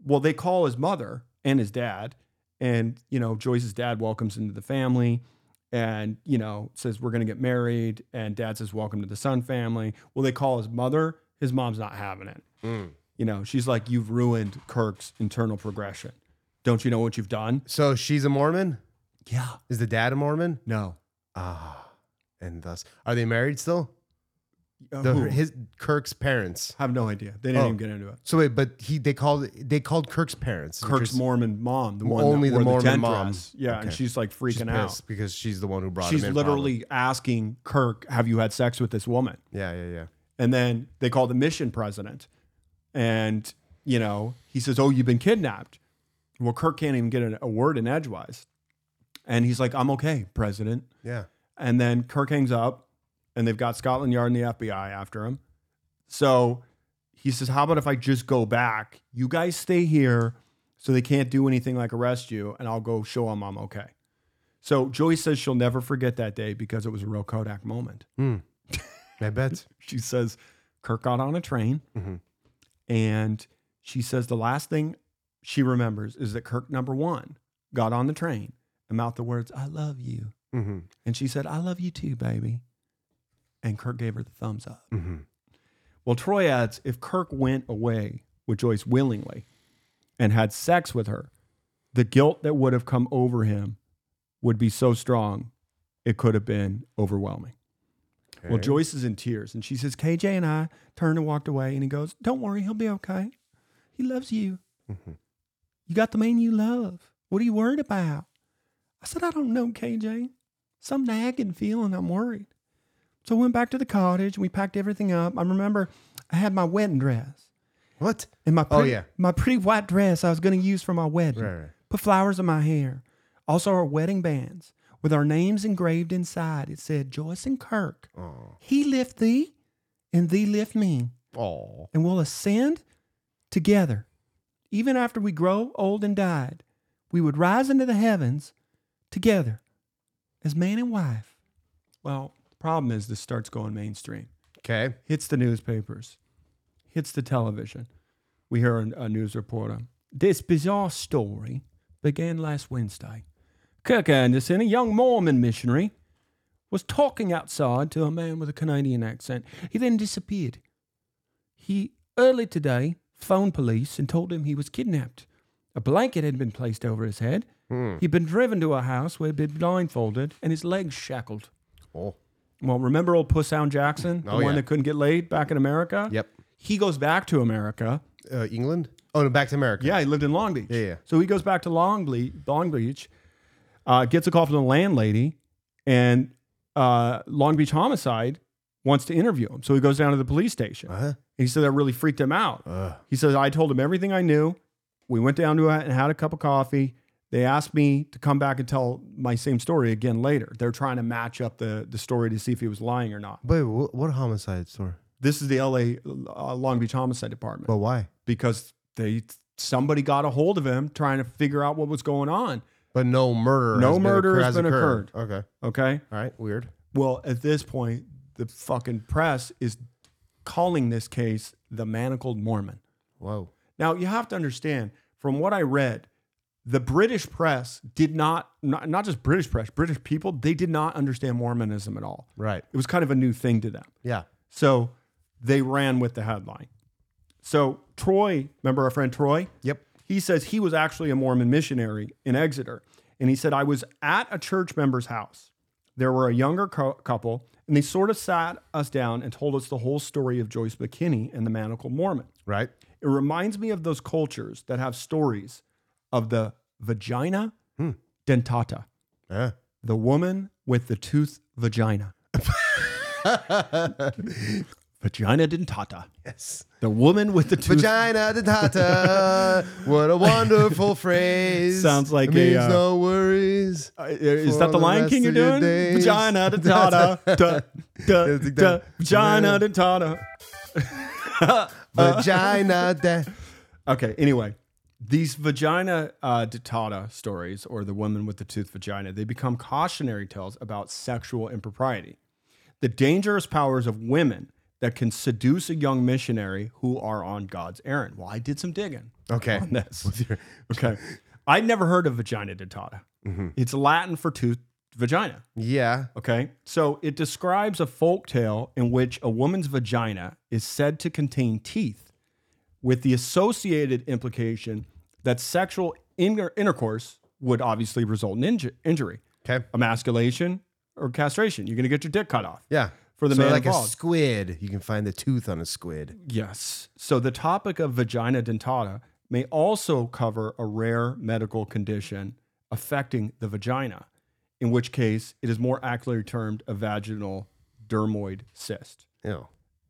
[SPEAKER 2] Well, they call his mother and his dad. And, you know, Joyce's dad welcomes into the family and, you know, says, We're going to get married. And dad says, Welcome to the Sun family. Well, they call his mother. His mom's not having it.
[SPEAKER 3] Mm.
[SPEAKER 2] You know, she's like, You've ruined Kirk's internal progression. Don't you know what you've done?
[SPEAKER 3] So she's a Mormon.
[SPEAKER 2] Yeah.
[SPEAKER 3] Is the dad a Mormon?
[SPEAKER 2] No.
[SPEAKER 3] Ah. And thus, are they married still?
[SPEAKER 2] Uh,
[SPEAKER 3] The,
[SPEAKER 2] who?
[SPEAKER 3] his Kirk's parents.
[SPEAKER 2] have no idea. They didn't
[SPEAKER 3] Oh.
[SPEAKER 2] even get into it.
[SPEAKER 3] So wait, but he they called they called Kirk's parents. is what
[SPEAKER 2] Kirk's
[SPEAKER 3] you're-
[SPEAKER 2] Mormon mom, the one that
[SPEAKER 3] Only the
[SPEAKER 2] wore
[SPEAKER 3] Mormon
[SPEAKER 2] tent
[SPEAKER 3] mom.
[SPEAKER 2] dress. Yeah, and
[SPEAKER 3] Okay.
[SPEAKER 2] she's like freaking
[SPEAKER 3] she's
[SPEAKER 2] out.
[SPEAKER 3] pissed because she's the one who brought
[SPEAKER 2] She's
[SPEAKER 3] him in.
[SPEAKER 2] literally asking Kirk, "Have you had sex with this woman?"
[SPEAKER 3] probably. Yeah, yeah, yeah.
[SPEAKER 2] And then they call the mission president, and you know he says, "Oh, you've been kidnapped." Well, Kirk can't even get a, a word in edgewise, and he's like, "I'm okay, president."
[SPEAKER 3] Yeah.
[SPEAKER 2] And then Kirk hangs up, and they've got Scotland Yard and the FBI after him. So he says, How about if I just go back? You guys stay here so they can't do anything like arrest you, and I'll go show them I'm okay. So Joyce says she'll never forget that day because it was a real Kodak moment.
[SPEAKER 3] I bet.
[SPEAKER 2] She says, Kirk got on a train,
[SPEAKER 3] Mhm.
[SPEAKER 2] and she says the last thing she remembers is that Kirk, number one, got on the train and mouthed the words, I love you.
[SPEAKER 3] Mm-hmm.
[SPEAKER 2] And she said, I love you too, baby. And Kirk gave her the thumbs up.
[SPEAKER 3] Mm-hmm.
[SPEAKER 2] Well, Troy adds, if Kirk went away with Joyce willingly and had sex with her, the guilt that would have come over him would be so strong, it could have been overwhelming. Well, Joyce is in tears and she says, KJ and I turned and walked away. And he goes, Don't worry, he'll be okay. He loves you.
[SPEAKER 3] Mm-hmm.
[SPEAKER 2] You got the man you love. What are you worried about? I said, I don't know, KJ. Some nagging feeling. I'm worried. So I went back to the cottage. We packed everything up. I remember I had my wedding dress
[SPEAKER 3] What?
[SPEAKER 1] and my
[SPEAKER 3] Oh,
[SPEAKER 1] pretty,
[SPEAKER 3] yeah.
[SPEAKER 1] my pretty white dress I was going to use for my wedding.
[SPEAKER 3] Right, right.
[SPEAKER 1] Put flowers in my hair. Also our wedding bands with our names engraved inside. It said Joyce and Kirk.
[SPEAKER 3] Oh.
[SPEAKER 1] He lift thee, and thee lift me,
[SPEAKER 3] Oh.
[SPEAKER 1] and we'll ascend together. Even after we grow old and died, we would rise into the heavens together as man and wife. Well, the problem is this starts going mainstream
[SPEAKER 3] Okay.
[SPEAKER 2] hits the newspapers, hits the television. We hear a, a news reporter. This bizarre story began last Wednesday. Kirk Anderson, a young Mormon missionary, was talking outside to a man with a Canadian accent. He then disappeared. He early today phoned police and told him he was kidnapped. A blanket had been placed over his head. He'd been driven to a house where he'd been blindfolded and his legs shackled.
[SPEAKER 3] Oh.
[SPEAKER 2] Well, remember old Puss Sound Jackson, the
[SPEAKER 3] Oh,
[SPEAKER 2] one
[SPEAKER 3] yeah.
[SPEAKER 2] that couldn't get laid back in America?
[SPEAKER 3] Yep.
[SPEAKER 2] He goes back to America.
[SPEAKER 3] Uh, England? Oh, no, back to America.
[SPEAKER 2] Yeah, he lived in Long Beach.
[SPEAKER 3] Yeah, yeah.
[SPEAKER 2] So he goes back to Long Beach, Long Beach uh, gets a call from the landlady, and uh, Long Beach Homicide wants to interview him. So he goes down to the police station.
[SPEAKER 3] Uh-huh. Uh.
[SPEAKER 2] He said that really freaked him out.
[SPEAKER 3] Ugh.
[SPEAKER 2] He says, I told him everything I knew. We went down to it and had a cup of coffee. They asked me to come back and tell my same story again later. They're trying to match up the, the story to see if he was lying or not.
[SPEAKER 3] But what, what homicide store?
[SPEAKER 2] This is the LA uh, Long Beach Homicide Department
[SPEAKER 3] But why?
[SPEAKER 2] because they somebody got a hold of him trying to figure out what was going on.
[SPEAKER 3] But no murder.
[SPEAKER 2] No
[SPEAKER 3] has been-
[SPEAKER 2] murder has
[SPEAKER 3] has
[SPEAKER 2] been
[SPEAKER 3] occurred. Okay.
[SPEAKER 2] Okay.
[SPEAKER 3] All right. Weird.
[SPEAKER 2] Well, at this point, the fucking press is calling this case the manacled Mormon.
[SPEAKER 3] Whoa.
[SPEAKER 2] Now, you have to understand from what I read, the British press did not, not, not just British press, British people, they did not understand Mormonism at all.
[SPEAKER 3] Right.
[SPEAKER 2] It was kind of a new thing to them.
[SPEAKER 3] Yeah.
[SPEAKER 2] So they ran with the headline. So Troy, remember our friend Troy?
[SPEAKER 3] Yep.
[SPEAKER 2] He says he was actually a Mormon missionary in Exeter. And he said, I was at a church member's house. There were a younger cou- couple, and they sort of sat us down and told us the whole story of Joyce McKinney and the Manacle Mormon.
[SPEAKER 3] Right.
[SPEAKER 2] It reminds me of those cultures that have stories of the vagina dentata,
[SPEAKER 3] Yeah.
[SPEAKER 2] the woman with the tooth vagina. vagina dentata,
[SPEAKER 3] Yes.
[SPEAKER 2] the woman with the tooth
[SPEAKER 3] Vagina dentata. what a wonderful phrase.
[SPEAKER 2] Sounds like
[SPEAKER 3] it means
[SPEAKER 2] a, uh,
[SPEAKER 3] no worries.
[SPEAKER 2] Uh, is
[SPEAKER 3] For
[SPEAKER 2] that the
[SPEAKER 3] the
[SPEAKER 2] Lion
[SPEAKER 3] rest
[SPEAKER 2] King you're
[SPEAKER 3] of your
[SPEAKER 2] doing?
[SPEAKER 3] days.
[SPEAKER 2] Vagina da da da da da
[SPEAKER 3] think
[SPEAKER 2] da
[SPEAKER 3] that-
[SPEAKER 2] vagina da da da.
[SPEAKER 3] Vagina de.
[SPEAKER 2] Okay. Anyway, these vagina uh, dentata stories, or the woman with the tooth vagina, they become cautionary tales about sexual impropriety, the dangerous powers of women that can seduce a young missionary who are on God's errand. Well, I did some digging.
[SPEAKER 3] Okay.
[SPEAKER 2] on this. Okay. I'd never heard of vagina dentata.
[SPEAKER 3] Mm-hmm.
[SPEAKER 2] It's Latin for tooth vagina.
[SPEAKER 3] Yeah.
[SPEAKER 2] Okay. So it describes a folk tale in which a woman's vagina is said to contain teeth, with the associated implication that sexual inter- intercourse would obviously result in inju- injury,
[SPEAKER 3] Okay.
[SPEAKER 2] emasculation, or castration. You're going to get your dick cut off.
[SPEAKER 3] Yeah.
[SPEAKER 2] For the
[SPEAKER 3] so
[SPEAKER 2] man
[SPEAKER 3] like a
[SPEAKER 2] involved.
[SPEAKER 3] squid, you can find the tooth on a squid.
[SPEAKER 2] Yes. So the topic of vagina dentata may also cover a rare medical condition affecting the vagina, in which case it is more accurately termed a vaginal dermoid cyst.
[SPEAKER 3] Ew.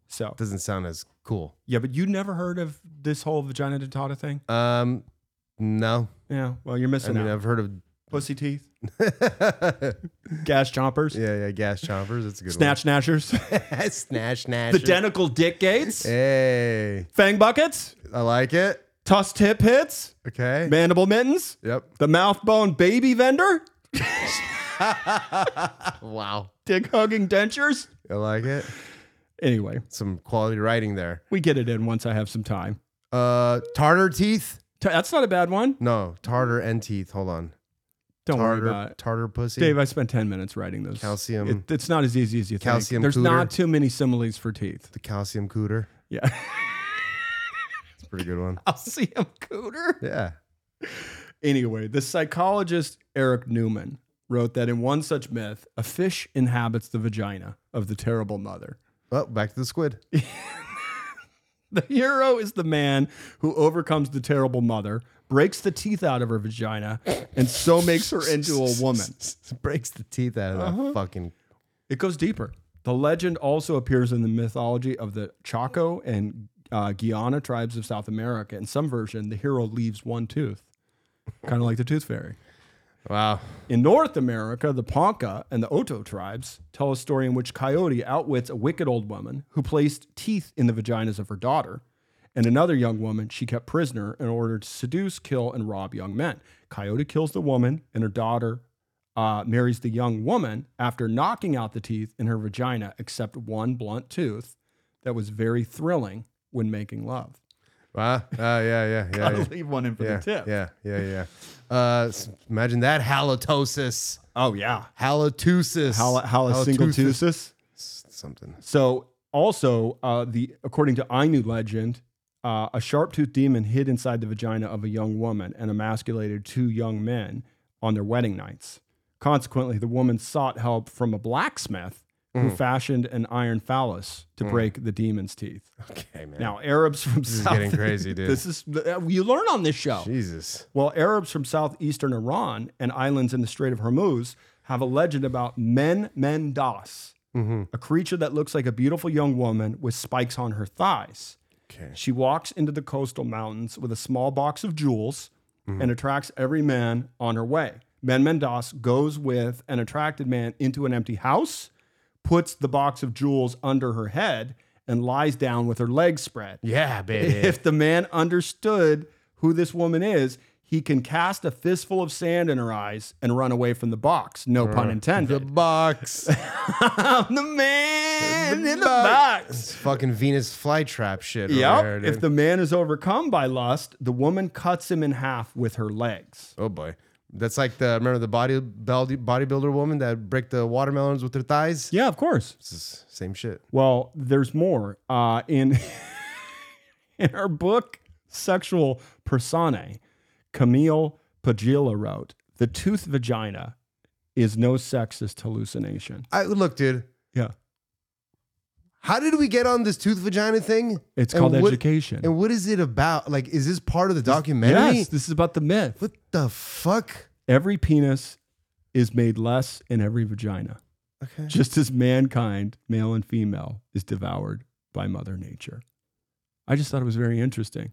[SPEAKER 2] So,
[SPEAKER 3] Doesn't sound as cool.
[SPEAKER 2] yeah, but you never heard of this whole vagina dentata thing?
[SPEAKER 3] Um, no.
[SPEAKER 2] Yeah. Well, you're
[SPEAKER 3] I
[SPEAKER 2] missing
[SPEAKER 3] mean,
[SPEAKER 2] out.
[SPEAKER 3] I've heard of.
[SPEAKER 2] Pussy teeth,
[SPEAKER 3] yeah,
[SPEAKER 2] gas chompers,
[SPEAKER 3] yeah. Gas chompers. That's a good
[SPEAKER 2] snatch gnashers,
[SPEAKER 3] one. snatch, snatch.
[SPEAKER 2] the denticle dick gates,
[SPEAKER 3] Hey,
[SPEAKER 2] fang buckets,
[SPEAKER 3] I like it.
[SPEAKER 2] tuss tip hits,
[SPEAKER 3] Okay.
[SPEAKER 2] mandible mittens,
[SPEAKER 3] Yep.
[SPEAKER 2] the mouth bone baby vendor,
[SPEAKER 3] Wow.
[SPEAKER 2] dick hugging dentures.
[SPEAKER 3] I like it.
[SPEAKER 2] Anyway,
[SPEAKER 3] Some quality writing there.
[SPEAKER 2] we get it in once I have some time.
[SPEAKER 3] Uh, tartar teeth.
[SPEAKER 2] T- That's not a bad one.
[SPEAKER 3] No, tartar and teeth. Hold on.
[SPEAKER 2] Don't
[SPEAKER 3] Tartar,
[SPEAKER 2] worry about it.
[SPEAKER 3] tartar pussy.
[SPEAKER 2] Dave, I spent 10 minutes writing those.
[SPEAKER 3] Calcium.
[SPEAKER 2] It- it's not as easy as you think.
[SPEAKER 3] Calcium
[SPEAKER 2] There's
[SPEAKER 3] cooter.
[SPEAKER 2] not too many similes for teeth.
[SPEAKER 3] The calcium cooter.
[SPEAKER 2] Yeah.
[SPEAKER 3] It's a pretty good one.
[SPEAKER 2] Calcium cooter.
[SPEAKER 3] Yeah.
[SPEAKER 2] Anyway, the psychologist Eric Newman wrote that in one such myth, a fish inhabits the vagina of the terrible mother.
[SPEAKER 3] Well, back to the squid.
[SPEAKER 2] The hero is the man who overcomes the terrible mother, breaks the teeth out of her vagina, and so makes her into a woman.
[SPEAKER 3] Breaks the teeth out of that fucking.
[SPEAKER 2] It goes deeper. The legend also appears in the mythology of the Chaco and uh, Guyana tribes of South America. In some version, the hero leaves one tooth, kind of like the Tooth Fairy.
[SPEAKER 3] Wow.
[SPEAKER 2] In North America, the Ponca and the Oto tribes tell a story in which Coyote outwits a wicked old woman who placed teeth in the vaginas of her daughter and another young woman she kept prisoner in order to seduce, kill, and rob young men. Coyote kills the woman, and her daughter uh, marries the young woman after knocking out the teeth in her vagina, except one blunt tooth that was very thrilling when making love.
[SPEAKER 3] Wow. Oh yeah, yeah, yeah,
[SPEAKER 2] Gotta
[SPEAKER 3] yeah.
[SPEAKER 2] leave one in for
[SPEAKER 3] Yeah,
[SPEAKER 2] the tip.
[SPEAKER 3] yeah, yeah, yeah. Uh, s- imagine that halitosis,
[SPEAKER 2] Oh, yeah.
[SPEAKER 3] halitosis,
[SPEAKER 2] Hala, hala single
[SPEAKER 3] Halitosis.
[SPEAKER 2] tooth.
[SPEAKER 3] S- something.
[SPEAKER 2] So also, uh, the according to Ainu legend, uh, a sharp-toothed demon hid inside the vagina of a young woman and emasculated two young men on their wedding nights. Consequently, the woman sought help from a blacksmith who
[SPEAKER 3] Mm.
[SPEAKER 2] fashioned an iron phallus to break the demon's teeth.
[SPEAKER 3] Okay, man.
[SPEAKER 2] Now, Arabs from
[SPEAKER 3] Mm. this is
[SPEAKER 2] South-
[SPEAKER 3] getting crazy, dude.
[SPEAKER 2] This is uh, you learn on this show.
[SPEAKER 3] Jesus.
[SPEAKER 2] Well, Arabs from southeastern Iran and islands in the Strait of Hormuz have a legend about Men Mendas, a creature that looks like a beautiful young woman with spikes on her thighs.
[SPEAKER 3] Okay.
[SPEAKER 2] She walks into the coastal mountains with a small box of jewels and attracts every man on her way. Men Mendas goes with an attracted man into an empty house, puts the box of jewels under her head, and lies down with her legs spread.
[SPEAKER 3] Yeah, baby.
[SPEAKER 2] If the man understood who this woman is, he can cast a fistful of sand in her eyes and run away from the box. No pun
[SPEAKER 3] the
[SPEAKER 2] intended.
[SPEAKER 3] box.
[SPEAKER 2] I'm the man in the
[SPEAKER 3] box.
[SPEAKER 2] box.
[SPEAKER 3] It's fucking Venus flytrap shit. Yeah.
[SPEAKER 2] Yep. If the man is overcome by lust, the woman cuts him in half with her legs.
[SPEAKER 3] oh boy, that's like the remember the body body bodybuilder woman that break the watermelons with her thighs.
[SPEAKER 2] Yeah, of course.
[SPEAKER 3] It's the same shit.
[SPEAKER 2] Well, there's more. Uh, in in her book, Sexual Personae, Camille Pagila wrote, "The tooth vagina is no sexist hallucination."
[SPEAKER 3] I look, dude.
[SPEAKER 2] Yeah,
[SPEAKER 3] How did we get on this tooth vagina thing?
[SPEAKER 2] it's
[SPEAKER 3] And
[SPEAKER 2] called
[SPEAKER 3] what-
[SPEAKER 2] education.
[SPEAKER 3] And what is it about? Like, is this part of the documentary?
[SPEAKER 2] Yes, this is about the myth.
[SPEAKER 3] What the fuck?
[SPEAKER 2] Every penis is made less in every vagina,
[SPEAKER 3] Okay.
[SPEAKER 2] just as mankind, male and female, is devoured by Mother Nature. I just thought it was very interesting.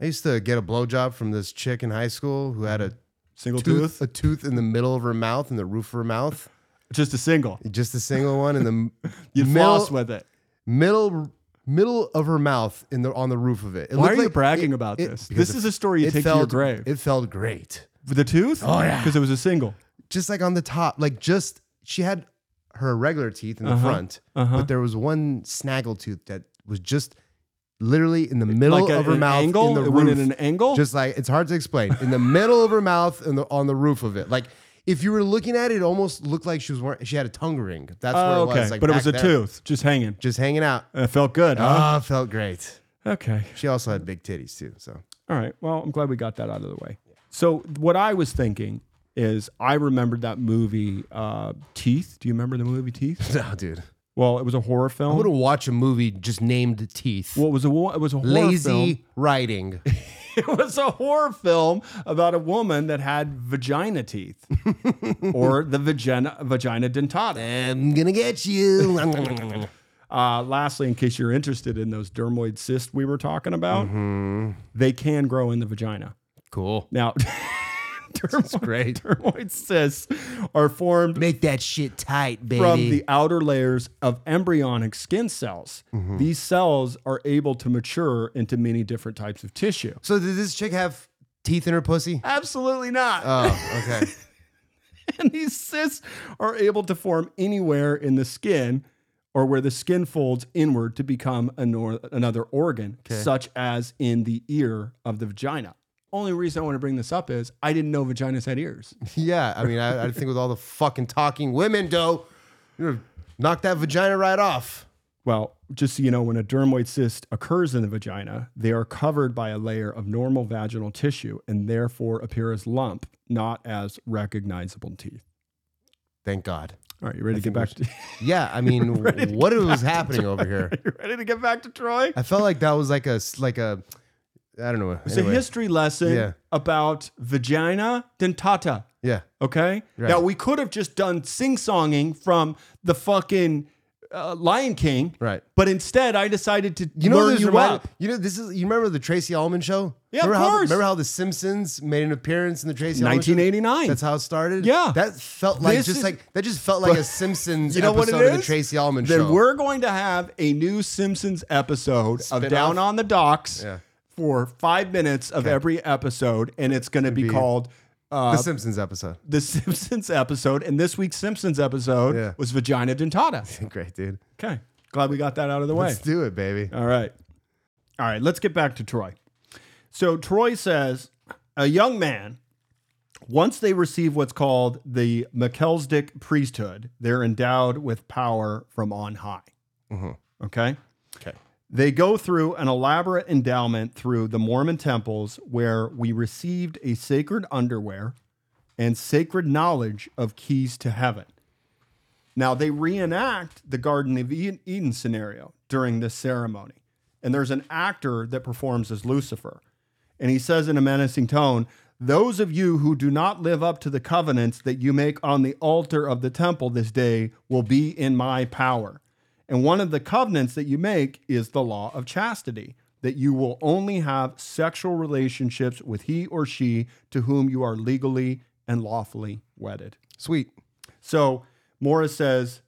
[SPEAKER 3] I used to get a blowjob from this chick in high school who had a
[SPEAKER 2] Single
[SPEAKER 3] tooth, a tooth in the middle of her mouth and the roof of her mouth,
[SPEAKER 2] just a single.
[SPEAKER 3] just a single one in the
[SPEAKER 2] You
[SPEAKER 3] Middle-
[SPEAKER 2] floss with it.
[SPEAKER 3] middle middle of her mouth in the on the roof of it. It
[SPEAKER 2] Why
[SPEAKER 3] looked
[SPEAKER 2] are you
[SPEAKER 3] like-
[SPEAKER 2] bragging
[SPEAKER 3] it-
[SPEAKER 2] about
[SPEAKER 3] it-
[SPEAKER 2] this?
[SPEAKER 3] because
[SPEAKER 2] This
[SPEAKER 3] it-
[SPEAKER 2] is a story you
[SPEAKER 3] it
[SPEAKER 2] take to your
[SPEAKER 3] felt-
[SPEAKER 2] grave.
[SPEAKER 3] It felt great,
[SPEAKER 2] With the tooth?
[SPEAKER 3] Oh, yeah.
[SPEAKER 2] Because it was a single.
[SPEAKER 3] just like on the top, like just she had her regular teeth in the front,
[SPEAKER 2] uh-huh.
[SPEAKER 3] but there was one snaggle tooth that was just literally in the middle
[SPEAKER 2] like a-
[SPEAKER 3] of her
[SPEAKER 2] an
[SPEAKER 3] mouth
[SPEAKER 2] angle?
[SPEAKER 3] in the
[SPEAKER 2] it
[SPEAKER 3] roof.
[SPEAKER 2] went in an angle?
[SPEAKER 3] just like it's hard to explain in the middle of her mouth and the, on the roof of it like if you were looking at it, it almost looked like she was wearing she had a tongue ring that's
[SPEAKER 2] Oh,
[SPEAKER 3] what it
[SPEAKER 2] okay.
[SPEAKER 3] was like
[SPEAKER 2] but it
[SPEAKER 3] back
[SPEAKER 2] was a
[SPEAKER 3] there,
[SPEAKER 2] tooth Uh-huh. just hanging.
[SPEAKER 3] just hanging out
[SPEAKER 2] It felt good, huh?
[SPEAKER 3] ah felt great
[SPEAKER 2] okay.
[SPEAKER 3] she also had big titties too so
[SPEAKER 2] All right. Well, I'm glad we got that out of the way. So, what I was thinking is I remembered that movie uh, Teeth. Do you remember the movie Teeth?
[SPEAKER 3] no dude
[SPEAKER 2] Well, it was a horror
[SPEAKER 3] i
[SPEAKER 2] film.
[SPEAKER 3] would to watch a movie just named teeth
[SPEAKER 2] Well, it was a wo- it was a horror film.
[SPEAKER 3] lazy writing
[SPEAKER 2] it was a horror film about a woman that had vagina teeth or the vagina vagina
[SPEAKER 3] Eh.
[SPEAKER 2] dentata.
[SPEAKER 3] i'm gonna get you
[SPEAKER 2] Uh, lastly, in case you're interested in those dermoid cysts we were talking about,
[SPEAKER 3] Mm-hmm.
[SPEAKER 2] they can grow in the vagina.
[SPEAKER 3] cool
[SPEAKER 2] Now, dermoid,
[SPEAKER 3] great
[SPEAKER 2] dermoid cysts are formed
[SPEAKER 3] make that shit tight baby
[SPEAKER 2] from the outer layers of embryonic skin cells. These cells are able to mature into many different types of tissue.
[SPEAKER 3] so did this chick have teeth in her pussy
[SPEAKER 2] Absolutely not.
[SPEAKER 3] oh okay
[SPEAKER 2] Uh. and these cysts are able to form anywhere in the skin or where the skin folds inward to become anor- another organ, such as in the ear of the vagina. Only reason I want to bring this up is I didn't know vaginas had ears.
[SPEAKER 3] Yeah, I mean, I, I think with all the fucking talking women, though, you know, knock that vagina right off.
[SPEAKER 2] Well, just so you know, when a dermoid cyst occurs in the vagina, they are covered by a layer of normal vaginal tissue and therefore appear as lump, not as recognizable teeth.
[SPEAKER 3] Thank God.
[SPEAKER 2] All right, you ready to get back to
[SPEAKER 3] Yeah, I mean, what was happening over here?
[SPEAKER 2] you ready to get back to Troy?
[SPEAKER 3] I felt like that was like a s- like a I don't know.
[SPEAKER 2] It's
[SPEAKER 3] Anyway,
[SPEAKER 2] a history lesson
[SPEAKER 3] Yeah.
[SPEAKER 2] about vagina dentata.
[SPEAKER 3] yeah,
[SPEAKER 2] Okay.
[SPEAKER 3] Right.
[SPEAKER 2] Now we could have just done sing songing from the fucking uh, Lion King,
[SPEAKER 3] right.
[SPEAKER 2] but instead I decided to
[SPEAKER 3] You know,
[SPEAKER 2] learn
[SPEAKER 3] this
[SPEAKER 2] you
[SPEAKER 3] reminded-
[SPEAKER 2] up.
[SPEAKER 3] you know, this is you remember the Tracy Ullman show?
[SPEAKER 2] Yeah, of
[SPEAKER 3] remember how,
[SPEAKER 2] course.
[SPEAKER 3] Remember how the Simpsons made an appearance in the Tracy Ullman show?
[SPEAKER 2] 1989.
[SPEAKER 3] That's how it started.
[SPEAKER 2] Yeah.
[SPEAKER 3] that felt like
[SPEAKER 2] This
[SPEAKER 3] just
[SPEAKER 2] is-
[SPEAKER 3] like that just felt like a Simpsons
[SPEAKER 2] You know what
[SPEAKER 3] episode
[SPEAKER 2] it
[SPEAKER 3] of the
[SPEAKER 2] is?
[SPEAKER 3] Tracy Ullman
[SPEAKER 2] then
[SPEAKER 3] show.
[SPEAKER 2] we're going to have a new Simpsons episode of
[SPEAKER 3] Spin-off?
[SPEAKER 2] Down on the Docks
[SPEAKER 3] Yeah.
[SPEAKER 2] for five minutes of every episode, and it's going to be,
[SPEAKER 3] be-
[SPEAKER 2] called uh,
[SPEAKER 3] the
[SPEAKER 2] the,
[SPEAKER 3] Simpsons episode.
[SPEAKER 2] Simpsons episode. And this week's Simpsons episode
[SPEAKER 3] Yeah.
[SPEAKER 2] was Vagina Dentata.
[SPEAKER 3] Great, dude.
[SPEAKER 2] Okay, glad we got that out of the way.
[SPEAKER 3] Let's do it, baby.
[SPEAKER 2] All right. All right, let's get back to Troy. So Troy says a young man, once they receive what's called the Mckelsdick priesthood, they're endowed with power from on high. Okay.
[SPEAKER 3] Okay.
[SPEAKER 2] They go through an elaborate endowment through the Mormon temples where we received a sacred underwear and sacred knowledge of keys to heaven. Now they reenact the Garden of Eden Eden scenario during this ceremony. And there's an actor that performs as Lucifer. And he says in a menacing tone, Those of you who do not live up to the covenants that you make on the altar of the temple this day will be in my power. And one of the covenants that you make is the law of chastity, that you will only have sexual relationships with he or she to whom you are legally and lawfully wedded.
[SPEAKER 3] Sweet.
[SPEAKER 2] So Morris says,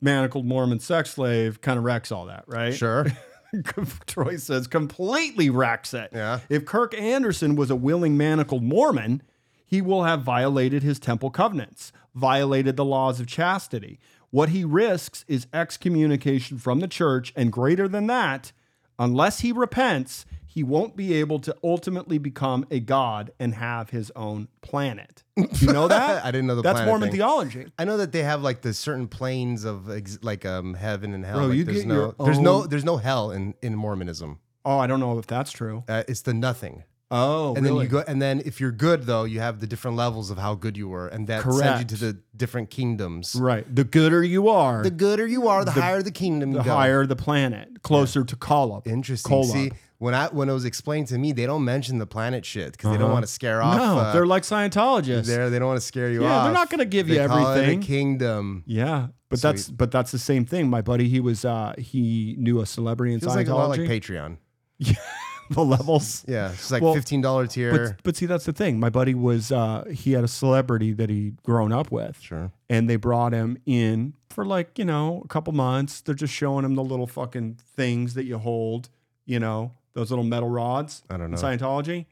[SPEAKER 2] manacled Mormon sex slave kind of wrecks all that, right?
[SPEAKER 3] Sure.
[SPEAKER 2] Troy says, completely wrecks it.
[SPEAKER 3] Yeah.
[SPEAKER 2] If Kirk Anderson was a willing manacled Mormon, he will have violated his temple covenants, violated the laws of chastity. What he risks is excommunication from the church, and greater than that, unless he repents, he won't be able to ultimately become a god and have his own planet. You know that?
[SPEAKER 3] I didn't know the
[SPEAKER 2] That's
[SPEAKER 3] planet
[SPEAKER 2] Mormon
[SPEAKER 3] thing.
[SPEAKER 2] theology.
[SPEAKER 3] I know that they have like the certain planes of ex- like um heaven and hell.
[SPEAKER 2] Bro,
[SPEAKER 3] like,
[SPEAKER 2] you
[SPEAKER 3] there's
[SPEAKER 2] get
[SPEAKER 3] no
[SPEAKER 2] your
[SPEAKER 3] there's no
[SPEAKER 2] own-
[SPEAKER 3] there's no hell in in Mormonism.
[SPEAKER 2] Oh, I don't know if that's true.
[SPEAKER 3] Uh, it's the nothing.
[SPEAKER 2] Oh,
[SPEAKER 3] And
[SPEAKER 2] really?
[SPEAKER 3] then you go and then if you're good though, you have the different levels of how good you were and that sends you
[SPEAKER 2] Correct.
[SPEAKER 3] to the different kingdoms.
[SPEAKER 2] right. The gooder you are,
[SPEAKER 3] The
[SPEAKER 2] the,
[SPEAKER 3] gooder you are, the, higher the kingdom you go.
[SPEAKER 2] higher the planet, closer to Kolob.
[SPEAKER 3] Interesting.
[SPEAKER 2] Kolob.
[SPEAKER 3] See, when I when it was explained to me, they don't mention the planet shit because they don't want to scare off.
[SPEAKER 2] Uh-huh. no,
[SPEAKER 3] uh,
[SPEAKER 2] they're like Scientologists.
[SPEAKER 3] there. They don't want to scare you
[SPEAKER 2] Yeah,
[SPEAKER 3] off.
[SPEAKER 2] they're not gonna give
[SPEAKER 3] They
[SPEAKER 2] you
[SPEAKER 3] call it a
[SPEAKER 2] everything.
[SPEAKER 3] kingdom.
[SPEAKER 2] yeah, but that's but that's the same thing. My buddy, he was uh he knew a celebrity in
[SPEAKER 3] Feels
[SPEAKER 2] Scientology.
[SPEAKER 3] like a lot like Patreon.
[SPEAKER 2] the levels.
[SPEAKER 3] Yeah, it's like
[SPEAKER 2] Well,
[SPEAKER 3] fifteen dollar tier.
[SPEAKER 2] But, but see, that's the thing. My buddy was uh he had a celebrity that he'd grown up with.
[SPEAKER 3] Sure.
[SPEAKER 2] and they brought him in for like you know a couple months they're just showing him the little fucking things that you hold you know those little metal rods
[SPEAKER 3] I don't
[SPEAKER 2] in
[SPEAKER 3] know.
[SPEAKER 2] scientology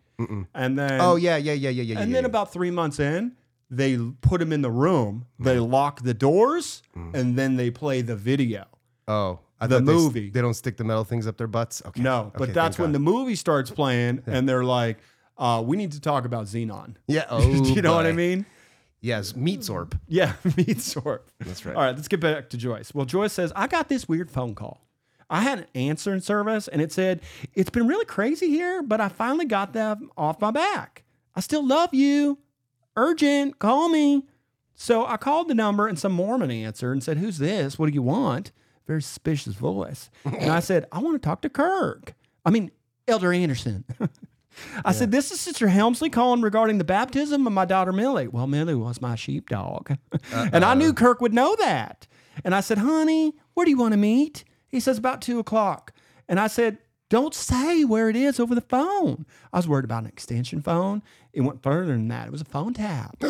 [SPEAKER 2] and then
[SPEAKER 3] Oh yeah, yeah, yeah, yeah, yeah.
[SPEAKER 2] and
[SPEAKER 3] yeah,
[SPEAKER 2] then
[SPEAKER 3] yeah.
[SPEAKER 2] about three months in they put him in the room they
[SPEAKER 3] Mm.
[SPEAKER 2] lock the doors and then they play the video
[SPEAKER 3] oh, I
[SPEAKER 2] the
[SPEAKER 3] thought they s-
[SPEAKER 2] movie.
[SPEAKER 3] They, don't stick the metal things up their butts. Okay.
[SPEAKER 2] no but
[SPEAKER 3] Okay,
[SPEAKER 2] that's
[SPEAKER 3] thank
[SPEAKER 2] when
[SPEAKER 3] God.
[SPEAKER 2] the movie starts playing and they're like uh, we need to talk about xenon
[SPEAKER 3] yeah. Oh,
[SPEAKER 2] you know what i
[SPEAKER 3] boy.
[SPEAKER 2] mean
[SPEAKER 3] Yes, meat sorb.
[SPEAKER 2] Yeah, meat sort.
[SPEAKER 3] That's right.
[SPEAKER 2] All right, let's get back to Joyce. Well, Joyce says, I got this weird phone call. I had an answering service and it said, It's been really crazy here, but I finally got them off my back. I still love you. Urgent, call me. So I called the number and some Mormon answered and said, Who's this? What do you want? Very suspicious voice. and I said, I want to talk to Kirk. I mean, Elder Anderson. I said, This is Sister Helmsley calling regarding the baptism of my daughter Millie. Well, Millie was my sheepdog. and I knew Kirk would know that. And I said, Honey, where do you want to meet? He says, About two o'clock. And I said, Don't say where it is over the phone. I was worried about an extension phone. It went further than that, it was a phone tap.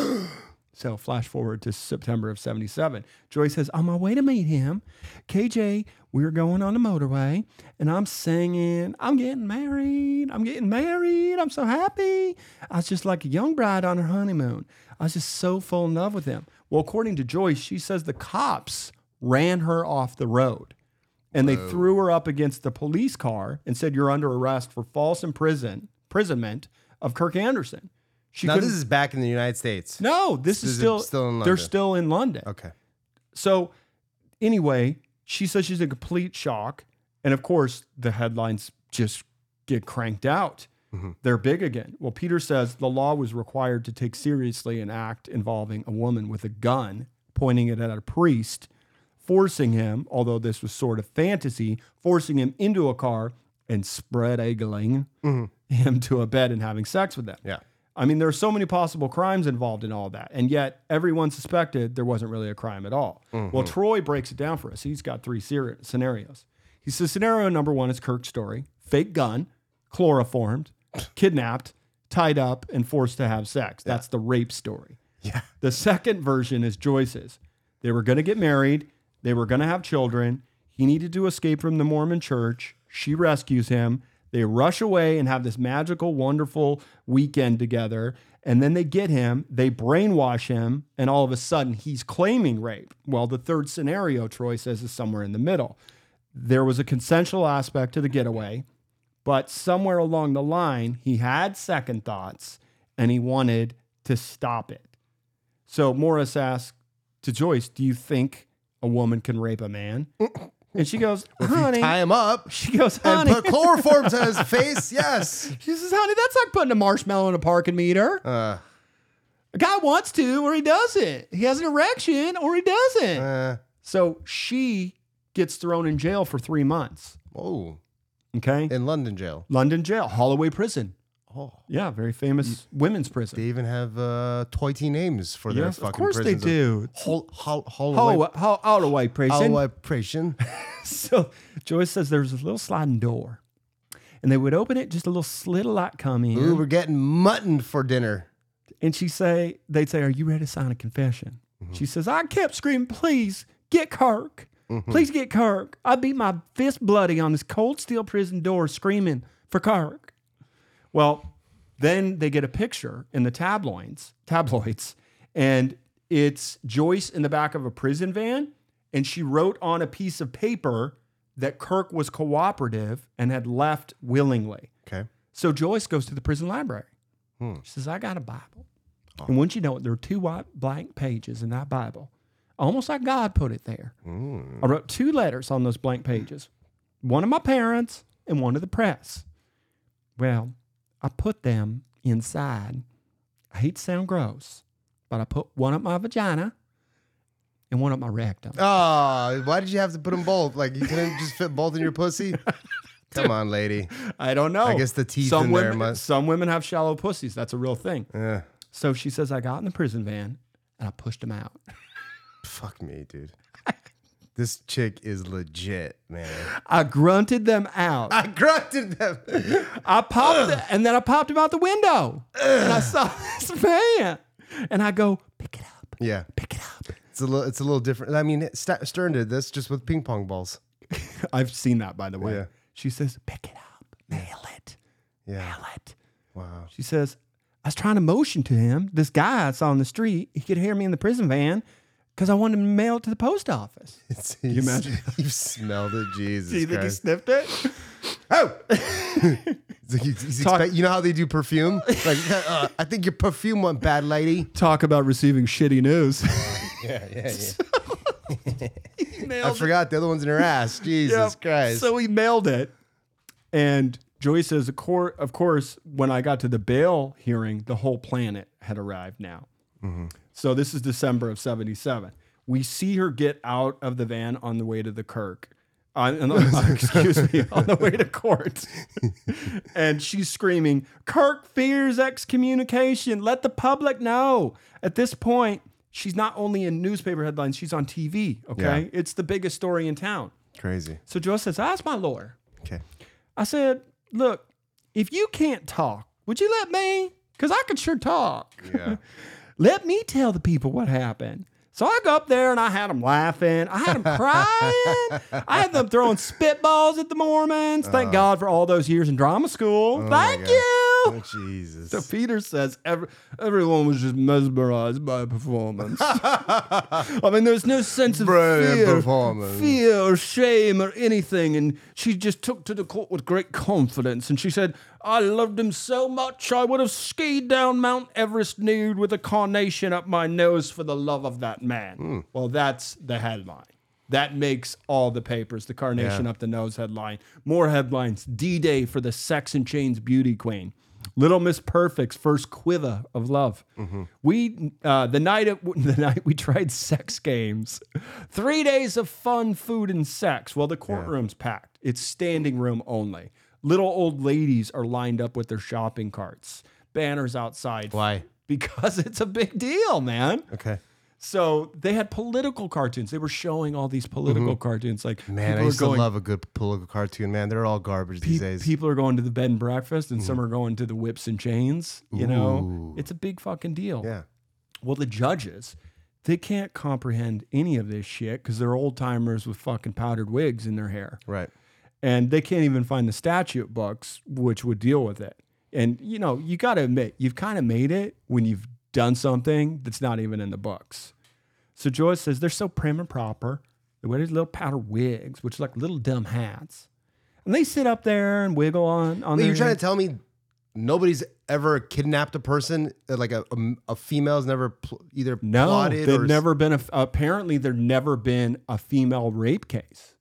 [SPEAKER 2] So flash forward to September of 77. Joy says, On my way to meet him, KJ, we were going on the motorway, and I'm singing, I'm getting married, I'm getting married, I'm so happy. I was just like a young bride on her honeymoon. I was just so full in love with him. Well, according to Joyce, she says the cops ran her off the road and they threw her up against the police car and said, You're under arrest for false imprison, imprisonment of Kirk Anderson. She
[SPEAKER 3] Now
[SPEAKER 2] couldn't-
[SPEAKER 3] this is back in the United States.
[SPEAKER 2] no, this
[SPEAKER 3] This
[SPEAKER 2] is
[SPEAKER 3] is
[SPEAKER 2] still,
[SPEAKER 3] still in
[SPEAKER 2] they're
[SPEAKER 3] London.
[SPEAKER 2] still in London.
[SPEAKER 3] Okay.
[SPEAKER 2] So anyway, she says she's in complete shock, and of course the headlines just get cranked out.
[SPEAKER 3] Mm-hmm.
[SPEAKER 2] They're big again. Well, Peter says the law was required to take seriously an act involving a woman with a gun pointing it at a priest, forcing him, although this was sort of fantasy, forcing him into a car and spread eagling
[SPEAKER 3] Mm-hmm.
[SPEAKER 2] him to a bed and having sex with them.
[SPEAKER 3] Yeah.
[SPEAKER 2] I mean, there are so many possible crimes involved in all that. And yet, everyone suspected there wasn't really a crime at all. Well, Troy breaks it down for us. He's got three ser- scenarios. He says scenario number one is Kirk's story fake gun, chloroformed, kidnapped, tied up, and forced to have sex. That's the rape story.
[SPEAKER 3] Yeah.
[SPEAKER 2] The second version is Joyce's. They were going to get married, they were going to have children. He needed to escape from the Mormon church. She rescues him. They rush away and have this magical, wonderful weekend together. And then they get him, they brainwash him, and all of a sudden he's claiming rape. Well, the third scenario, Troy says, is somewhere in the middle. There was a consensual aspect to the getaway, but somewhere along the line, he had second thoughts and he wanted to stop it. So Morris asks to Joyce, "Do you think a woman can rape a man?" And she goes, "Honey,"
[SPEAKER 3] Tie him up
[SPEAKER 2] she goes,
[SPEAKER 3] and
[SPEAKER 2] "Honey,"
[SPEAKER 3] put chloroform to his face. Yes.
[SPEAKER 2] she says, "Honey, that's like putting a marshmallow in a parking meter.
[SPEAKER 3] Uh,
[SPEAKER 2] A guy wants to, or he doesn't. He has an erection, or he doesn't."
[SPEAKER 3] uh,
[SPEAKER 2] so she gets thrown in jail for three months.
[SPEAKER 3] oh,
[SPEAKER 2] Okay,
[SPEAKER 3] in London jail.
[SPEAKER 2] London jail, Holloway Prison.
[SPEAKER 3] Oh,
[SPEAKER 2] Yeah, very famous women's prison.
[SPEAKER 3] they even have uh, toity names for their
[SPEAKER 2] Yes,
[SPEAKER 3] fucking
[SPEAKER 2] of course they
[SPEAKER 3] prisons.
[SPEAKER 2] do.
[SPEAKER 3] Hol- hol- Holloway.
[SPEAKER 2] Ho- ho- Holloway Prison.
[SPEAKER 3] Holloway prison.
[SPEAKER 2] So Joyce says there was a little sliding door, and they would open it, just a little slit of light come in,
[SPEAKER 3] Ooh, we're getting mutton for dinner.
[SPEAKER 2] and she say they'd say, "Are you ready to sign a confession?" She says, "I kept screaming, please get Kirk, please get Kirk." I beat my fist bloody on this cold steel prison door, screaming for Kirk. Well, then they get a picture in the tabloids, tabloids, and it's Joyce in the back of a prison van, and she wrote on a piece of paper that Kirk was cooperative and had left willingly.
[SPEAKER 3] Okay.
[SPEAKER 2] So Joyce goes to the prison library. She says, I got a Bible. And wouldn't you know it, there are two white blank pages in that Bible. Almost like God put it there. I wrote two letters on those blank pages one of my parents and one of the press. Well, I put them inside. I hate to sound gross, but I put one up my vagina and one up my rectum.
[SPEAKER 3] Oh, why did you have to put them both? Like you couldn't just fit both in your pussy? Come on, lady.
[SPEAKER 2] I don't know.
[SPEAKER 3] I guess the teeth
[SPEAKER 2] some
[SPEAKER 3] in there
[SPEAKER 2] women,
[SPEAKER 3] must-
[SPEAKER 2] Some women have shallow pussies. That's a real thing.
[SPEAKER 3] Eh,
[SPEAKER 2] So she says, I got in the prison van and I pushed him out.
[SPEAKER 3] fuck me, dude. This chick is legit, man.
[SPEAKER 2] I grunted them out.
[SPEAKER 3] I grunted them.
[SPEAKER 2] I popped it, and then I popped him out the window. And I saw this man. And I go, pick it up,
[SPEAKER 3] Yeah,
[SPEAKER 2] pick it up.
[SPEAKER 3] it's a little, it's a little different. I mean, St- Stern did this just with ping pong balls.
[SPEAKER 2] I've seen that, by the way.
[SPEAKER 3] Yeah.
[SPEAKER 2] She says, pick it up, nail it,
[SPEAKER 3] Yeah,
[SPEAKER 2] nail it.
[SPEAKER 3] wow.
[SPEAKER 2] She says, I was trying to motion to him, this guy I saw on the street. He could hear me in the prison van because I wanted him to mail it to the post office.
[SPEAKER 3] It's, you
[SPEAKER 2] imagine?
[SPEAKER 3] You smelled it, Jesus Christ.
[SPEAKER 2] sniffed it?
[SPEAKER 3] Oh, It's like he's- he's
[SPEAKER 2] Talk-
[SPEAKER 3] expect- you know how they do perfume? Like, uh, I think your perfume went bad, lady.
[SPEAKER 2] Talk about receiving shitty news.
[SPEAKER 3] Yeah, yeah, yeah. I forgot the other one's in her ass. Jesus
[SPEAKER 2] Yep.
[SPEAKER 3] Christ.
[SPEAKER 2] So he mailed it. And Joy says, of cour- of course, when I got to the bail hearing, the whole planet had arrived now.
[SPEAKER 3] Mm-hmm.
[SPEAKER 2] So this is December of 77. We see her get out of the van on the way to the Kirk. Uh, On, on the- excuse me, on the way to court. and she's screaming, Kirk fears excommunication. Let the public know. At this point, she's not only in newspaper headlines, she's on TV. Okay. It's the biggest story in town.
[SPEAKER 3] Crazy.
[SPEAKER 2] So Joe says, I asked my lawyer.
[SPEAKER 3] Okay.
[SPEAKER 2] I said, Look, if you can't talk, would you let me? Because I could sure talk.
[SPEAKER 3] Yeah.
[SPEAKER 2] Let me tell the people what happened. So I go up there and I had them laughing. I had them crying. I had them throwing spitballs at the Mormons. Thank God for all those years in drama school. Thank
[SPEAKER 3] Uh-huh. God.
[SPEAKER 2] you.
[SPEAKER 3] Oh, Jesus.
[SPEAKER 2] So Peter says every, everyone was just mesmerized by performance. I mean, there's no sense of
[SPEAKER 3] Brilliant
[SPEAKER 2] fear,
[SPEAKER 3] performance.
[SPEAKER 2] fear or shame or anything. And she just took to the court with great confidence. And she said, I loved him so much, I would have skied down Mount Everest nude with a carnation up my nose for the love of that man.
[SPEAKER 3] Hmm.
[SPEAKER 2] Well, that's the headline. That makes all the papers, the carnation
[SPEAKER 3] Yeah.
[SPEAKER 2] up the nose headline. More headlines D Day for the Sex and Chains Beauty Queen. Little Miss Perfect's first quiver of love.
[SPEAKER 3] Mm-hmm.
[SPEAKER 2] We uh, the night of, the night we tried sex games, three days of fun, food, and sex. Well, the courtroom's packed. It's standing room only. Little old ladies are lined up with their shopping carts. Banners outside.
[SPEAKER 3] Why?
[SPEAKER 2] Because it's a big deal, man.
[SPEAKER 3] Okay.
[SPEAKER 2] So they had political cartoons. They were showing all these political cartoons. Like
[SPEAKER 3] Mm-hmm. Man, I
[SPEAKER 2] people
[SPEAKER 3] used
[SPEAKER 2] are going
[SPEAKER 3] to love a good political cartoon, man. They're all garbage these
[SPEAKER 2] pe-
[SPEAKER 3] days.
[SPEAKER 2] people are going to the bed and breakfast and some are going to the whips and chains you know
[SPEAKER 3] Mm-hmm. Ooh.
[SPEAKER 2] it's a big fucking deal
[SPEAKER 3] yeah.
[SPEAKER 2] well the judges they can't comprehend any of this shit because they're old timers with fucking powdered wigs in their hair
[SPEAKER 3] Right.
[SPEAKER 2] and they can't even find the statute books which would deal with it and you know you got to admit you've kind of made it when you've done something that's not even in the books so joyce says they're so prim and proper they wear these little powdered wigs which are like little dumb hats and they sit up there and wiggle on on
[SPEAKER 3] Wait,
[SPEAKER 2] their
[SPEAKER 3] you're trying to tell me nobody's ever kidnapped a person? Uh, Like a, a, a female's never pl- either
[SPEAKER 2] no
[SPEAKER 3] plotted
[SPEAKER 2] there's
[SPEAKER 3] or. s-
[SPEAKER 2] never been a apparently there'd never been a female rape case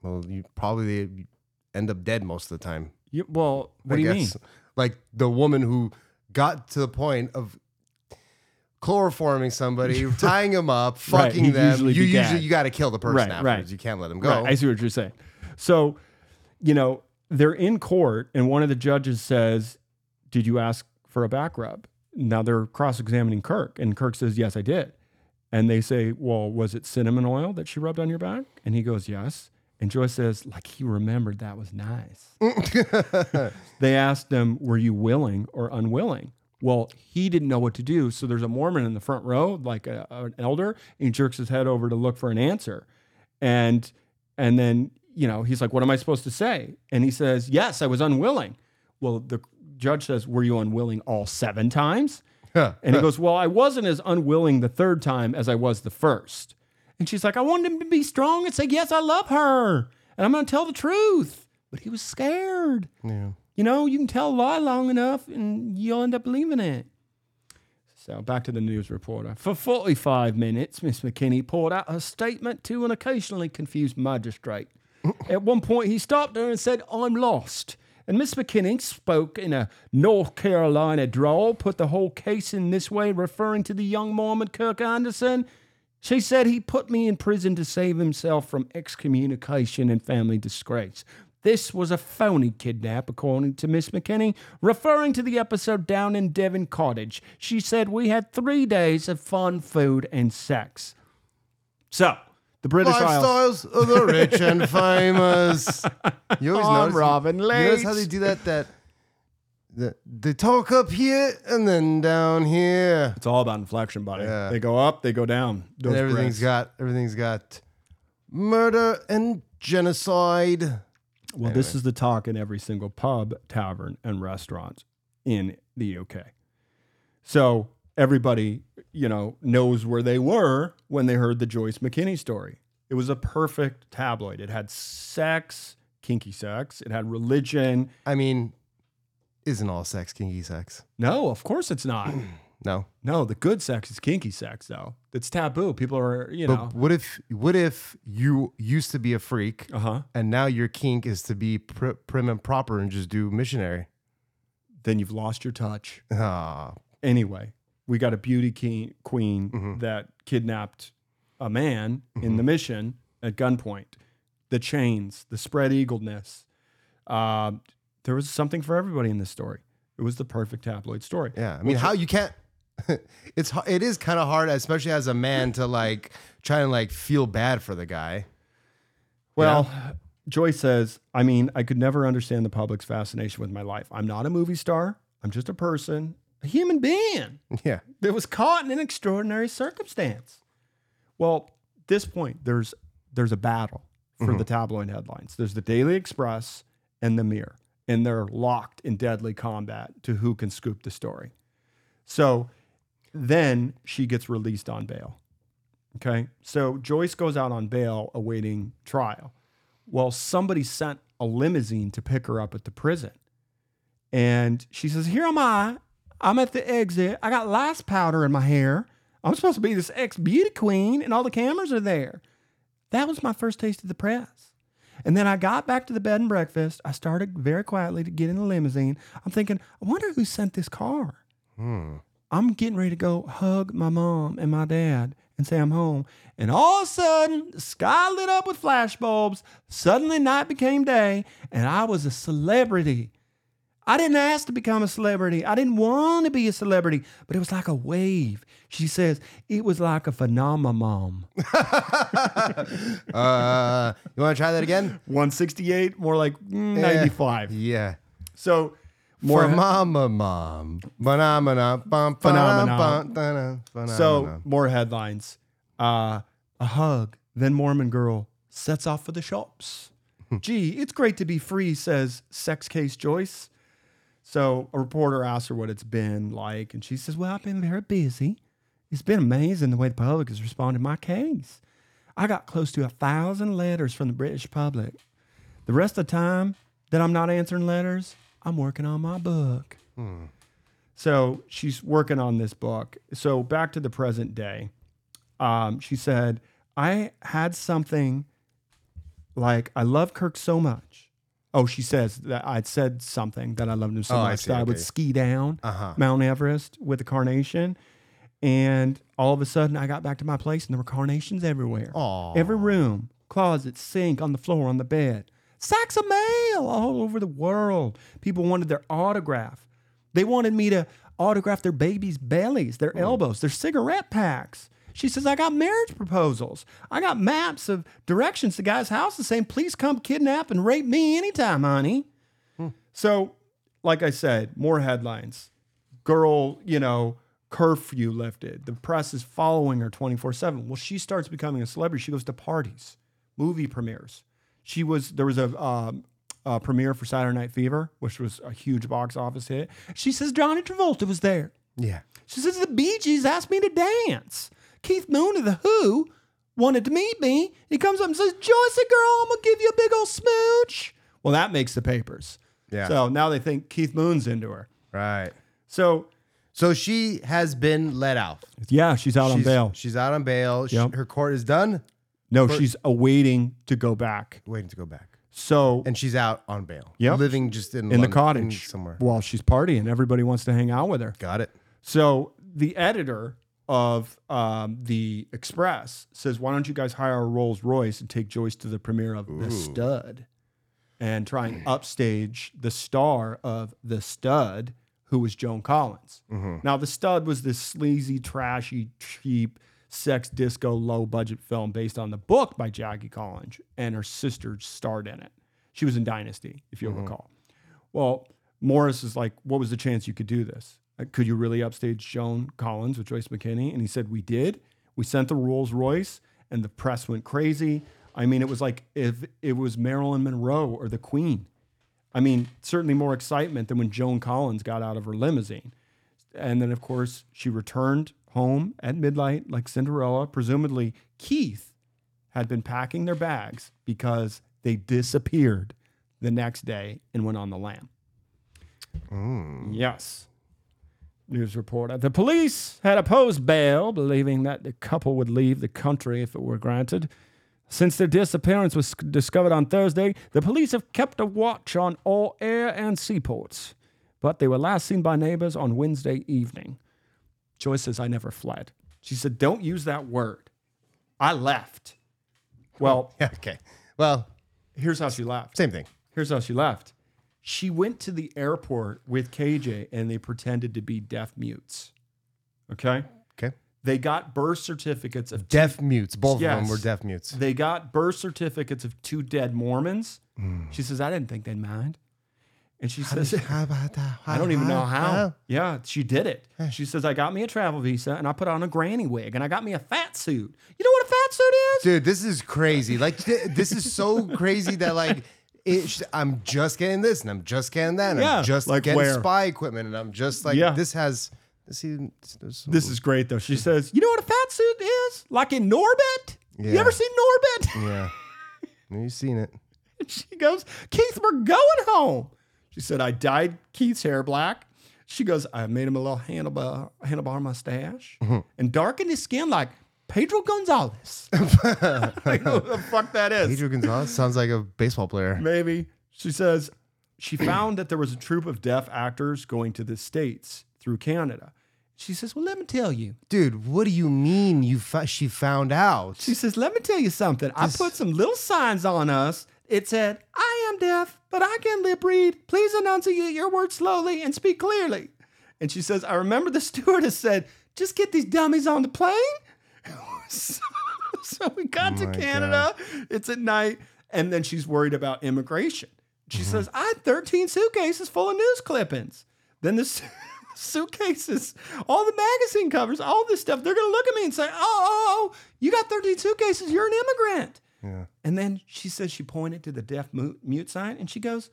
[SPEAKER 3] Well, you probably end up dead most of the time.
[SPEAKER 2] you, well what do you mean
[SPEAKER 3] Like the woman who got to the point of chloroforming somebody, tying them up, fucking
[SPEAKER 2] he'd
[SPEAKER 3] them.
[SPEAKER 2] usually
[SPEAKER 3] you
[SPEAKER 2] be
[SPEAKER 3] usually
[SPEAKER 2] dead.
[SPEAKER 3] you got to kill the person
[SPEAKER 2] Right, right.
[SPEAKER 3] afterwards. You can't let them go.
[SPEAKER 2] Right, I see what you're saying. So, you know, they're in court, and one of the judges says, Did you ask for a back rub? Now they're cross examining Kirk, and Kirk says, Yes, I did. And they say, Well, was it cinnamon oil that she rubbed on your back? And he goes, Yes. And Joyce says, Like he remembered that was nice. they asked him, Were you willing or unwilling? Well, he didn't know what to do. So there's a Mormon in the front row, like a, an elder, and he jerks his head over to look for an answer. And and then, you know, he's like, What am I supposed to say? And he says, Yes, I was unwilling. Well, the judge says, Were you unwilling all seven times? And he goes, Well, I wasn't as unwilling the third time as I was the first. And she's like, I wanted him to be strong and say, Yes, I love her. And I'm going to tell the truth. But he was scared.
[SPEAKER 3] Yeah.
[SPEAKER 2] You know, you can tell a lie long enough and you'll end up believing it. So back to the news reporter. For 45 minutes, Miss McKinney poured out her statement to an occasionally confused magistrate. At one point, he stopped her and said, I'm lost. And Miss McKinney spoke in a North Carolina drawl, put the whole case in this way, referring to the young Mormon Kirk Anderson. She said he put me in prison to save himself from excommunication and family disgrace. This was a phony kidnap, according to Miss McKinney, referring to the episode down in Devon Cottage. She said we had three days of fun, food, and sex. So, the British Isles.
[SPEAKER 3] Lifestyles of the rich and famous. You always
[SPEAKER 2] I'm
[SPEAKER 3] notice,
[SPEAKER 2] Robin
[SPEAKER 3] you notice how
[SPEAKER 2] Leach.
[SPEAKER 3] they do that? That the, they talk up here and then down here,
[SPEAKER 2] It's all about inflection, buddy.
[SPEAKER 3] Yeah.
[SPEAKER 2] They go up, they go down. Those
[SPEAKER 3] and everything's
[SPEAKER 2] breaths.
[SPEAKER 3] got everything's got murder and genocide.
[SPEAKER 2] Well, this is the talk in every single pub, tavern, and restaurant in the UK. So everybody, you know, knows where they were when they heard the Joyce McKinney story. It was a perfect tabloid. It had sex, kinky sex. It had religion.
[SPEAKER 3] I mean, isn't all sex kinky sex?
[SPEAKER 2] No, of course it's not.
[SPEAKER 3] No.
[SPEAKER 2] no, the good sex is kinky sex, though. It's taboo. People are, you know,
[SPEAKER 3] But what if what if you used to be a freak
[SPEAKER 2] uh huh.
[SPEAKER 3] and now your kink is to be pr- prim and proper and just do missionary?
[SPEAKER 2] Then you've lost your touch.
[SPEAKER 3] Ah,
[SPEAKER 2] anyway, we got a beauty keen, queen
[SPEAKER 3] Mhm.
[SPEAKER 2] that kidnapped a man in the mission at gunpoint. The chains, the spread eagleness. Uh, there was something for everybody in this story. It was the perfect tabloid story.
[SPEAKER 3] Yeah, I mean, how you can't. it's har- it is kind of hard, especially as a man, to like try and like feel bad for the guy.
[SPEAKER 2] Well, Joy says, I mean, I could never understand the public's fascination with my life. I'm not a movie star. I'm just a person, a human being.
[SPEAKER 3] Yeah,
[SPEAKER 2] that was caught in an extraordinary circumstance. Well, this point, there's there's a battle for the tabloid headlines. There's the Daily Express and the Mirror, and they're locked in deadly combat to who can scoop the story. So then she gets released on bail. Okay. So Joyce goes out on bail awaiting trial. Well, somebody sent a limousine to pick her up at the prison. And she says, Here am I. I'm at the exit. I got lice powder in my hair. I'm supposed to be this ex beauty queen, and all the cameras are there. That was my first taste of the press.
[SPEAKER 1] And then I got back to the bed and breakfast. I started very quietly to get in the limousine. I'm thinking, I wonder who sent this car. I'm getting ready to go hug my mom and my dad and say I'm home. And all of a sudden, the sky lit up with flashbulbs. Suddenly, night became day, and I was a celebrity. I didn't ask to become a celebrity. I didn't want to be a celebrity, but it was like a wave. She says it was like a phenomenon.
[SPEAKER 3] Uh, you want to try that again?
[SPEAKER 2] 168, more like
[SPEAKER 1] Eh.
[SPEAKER 2] mm, 95.
[SPEAKER 3] Yeah.
[SPEAKER 2] So
[SPEAKER 3] More
[SPEAKER 2] more
[SPEAKER 3] mama mom. Phenomena. Bum,
[SPEAKER 2] Phenomena.
[SPEAKER 3] Phenomena.
[SPEAKER 2] so more headlines. Uh, a hug, then Mormon girl sets off for the shops. Gee, it's great to be free, says sex case Joyce. So a reporter asks her what it's been like, and she says, Well, I've been very busy. It's been amazing the way the public has responded to my case. I got close to a thousand letters from the British public.
[SPEAKER 1] The rest of the time that I'm not answering letters, I'm working on my book.
[SPEAKER 3] Hmm.
[SPEAKER 2] So she's working on this book. So back to the present day. Um, she said, I had something like, I love Kirk so much. Oh, she says that I'd said something that I loved him so
[SPEAKER 3] Oh, I
[SPEAKER 2] much
[SPEAKER 3] see,
[SPEAKER 2] that I would
[SPEAKER 3] okay.
[SPEAKER 2] ski down
[SPEAKER 3] Uh-huh.
[SPEAKER 2] Mount Everest with a carnation.
[SPEAKER 1] And all of a sudden, I got back to my place and there were carnations everywhere.
[SPEAKER 3] Aw.
[SPEAKER 1] Every room, closet, sink, on the floor, on the bed. Sacks of mail all over the world. People wanted their autograph. They wanted me to autograph their babies' bellies, their
[SPEAKER 3] Hmm.
[SPEAKER 1] elbows, their cigarette packs. She says, I got marriage proposals. I got maps of directions to guys' houses saying, please come kidnap and rape me anytime, honey.
[SPEAKER 2] So, like I said, more headlines. Girl, you know, curfew lifted. The press is following her 24 7. Well, she starts becoming a celebrity. She goes to parties, movie premieres. She was, there was a, um, a premiere for Saturday Night Fever, which was a huge box office hit.
[SPEAKER 1] She says, Johnny Travolta was there.
[SPEAKER 3] Yeah.
[SPEAKER 1] She says the Bee Gees asked me to dance. Keith Moon of the Who wanted to meet me. He comes up and says, Joycey girl, I'm gonna give you a big old smooch.
[SPEAKER 2] Well, that makes the papers.
[SPEAKER 3] Yeah.
[SPEAKER 2] So now they think Keith Moon's into her.
[SPEAKER 3] Right.
[SPEAKER 2] So,
[SPEAKER 3] So she has been let out.
[SPEAKER 2] yeah, she's out on
[SPEAKER 3] She's-
[SPEAKER 2] bail.
[SPEAKER 3] She's out on bail. She-
[SPEAKER 2] Yep.
[SPEAKER 3] her court is done.
[SPEAKER 2] No, she's awaiting to go back.
[SPEAKER 3] Waiting to go back.
[SPEAKER 2] So,
[SPEAKER 3] And she's out on bail.
[SPEAKER 2] Yep.
[SPEAKER 3] Living just in
[SPEAKER 2] in the
[SPEAKER 3] London,
[SPEAKER 2] cottage
[SPEAKER 3] somewhere.
[SPEAKER 2] while she's partying. Everybody wants to hang out with her.
[SPEAKER 3] Got it.
[SPEAKER 2] So the editor of um, the Express says, "Why don't you guys hire a Rolls Royce and take Joyce to the premiere of The Stud, and try and upstage the star of The Stud, who was Joan Collins? Now, The Stud was this sleazy, trashy, cheap." Sex disco low budget film based on the book by Jackie Collins, and her sister starred in it. She was in Dynasty, if you'll recall. Well, Morris is like, what was the chance you could do this? Uh, Could you really upstage Joan Collins with Joyce McKinney? And he said, we did. We sent the Rolls Royce, and the press went crazy. I mean, it was like if it was Marilyn Monroe or the Queen. I mean, certainly more excitement than when Joan Collins got out of her limousine. And then, of course, she returned home at midnight like Cinderella. Presumably, Keith had been packing their bags because they disappeared the next day and went on the lam. Yes. News reporter. The police had opposed bail, believing that the couple would leave the country if it were granted. Since their disappearance was discovered on Thursday, the police have kept a watch on all air and seaports, but they were last seen by neighbors on Wednesday evening. Joyce says, I never fled. She said, Don't use that word. I left. Well,
[SPEAKER 3] Yeah, okay. Well,
[SPEAKER 2] here's how she left.
[SPEAKER 3] same thing.
[SPEAKER 2] Here's how she left. She went to the airport with KJ and they pretended to be deaf mutes. Okay?
[SPEAKER 3] Okay.
[SPEAKER 2] They got birth certificates of
[SPEAKER 3] Deaf mutes. Both of them
[SPEAKER 2] Yes.
[SPEAKER 3] were deaf mutes.
[SPEAKER 2] they got birth certificates of two dead Mormons. She says, I didn't think they'd mind. And she says, I don't even know how. Yeah, she did it. She says, I got me a travel visa and I put on a granny wig and I got me a fat suit. You know what a fat suit is?
[SPEAKER 3] Dude, this is crazy. Like, th- this is so crazy that, like, it sh- I'm just getting this and I'm just getting that. And
[SPEAKER 2] Yeah,
[SPEAKER 3] I'm just
[SPEAKER 2] like
[SPEAKER 3] getting
[SPEAKER 2] where?
[SPEAKER 3] spy equipment. And I'm just like,
[SPEAKER 2] Yeah.
[SPEAKER 3] this has. This, even, this, this,
[SPEAKER 2] This is great though. She says, You know what a fat suit is? Like in Norbit? You
[SPEAKER 3] Yeah.
[SPEAKER 2] ever seen Norbit?
[SPEAKER 3] Yeah. You've seen it.
[SPEAKER 2] She goes, Keith, we're going home. She said, I dyed Keith's hair black. Mm-hmm. She goes, I made him a little handlebar, handlebar mustache and darkened his skin like
[SPEAKER 1] Pedro Gonzalez.
[SPEAKER 2] like, who the fuck that is?
[SPEAKER 3] Pedro Gonzalez sounds like a baseball player.
[SPEAKER 2] Maybe. She says she found that there was a troupe of deaf actors going to the States through Canada.
[SPEAKER 1] She says, Well, let me tell you.
[SPEAKER 3] Dude, what do you mean you fo- she found out?
[SPEAKER 2] She says, Let me tell you something. I put some little signs on us. It said, I am deaf, but I can lip read. Please enunciate your words slowly and speak clearly. And she says, I remember the stewardess said, Just get these dummies on the plane. so, so we got to
[SPEAKER 3] Oh my
[SPEAKER 2] Canada. It's at night. And then she's worried about immigration. She
[SPEAKER 3] Mm-hmm.
[SPEAKER 2] says, I had 13 suitcases full of news clippings. Then the su- suitcases, all the magazine covers, all this stuff, they're going to look at me and say, oh, oh, oh, you got 13 suitcases. You're an immigrant.
[SPEAKER 3] Yeah.
[SPEAKER 2] And then she says she pointed to the deaf mute, mute sign and she goes,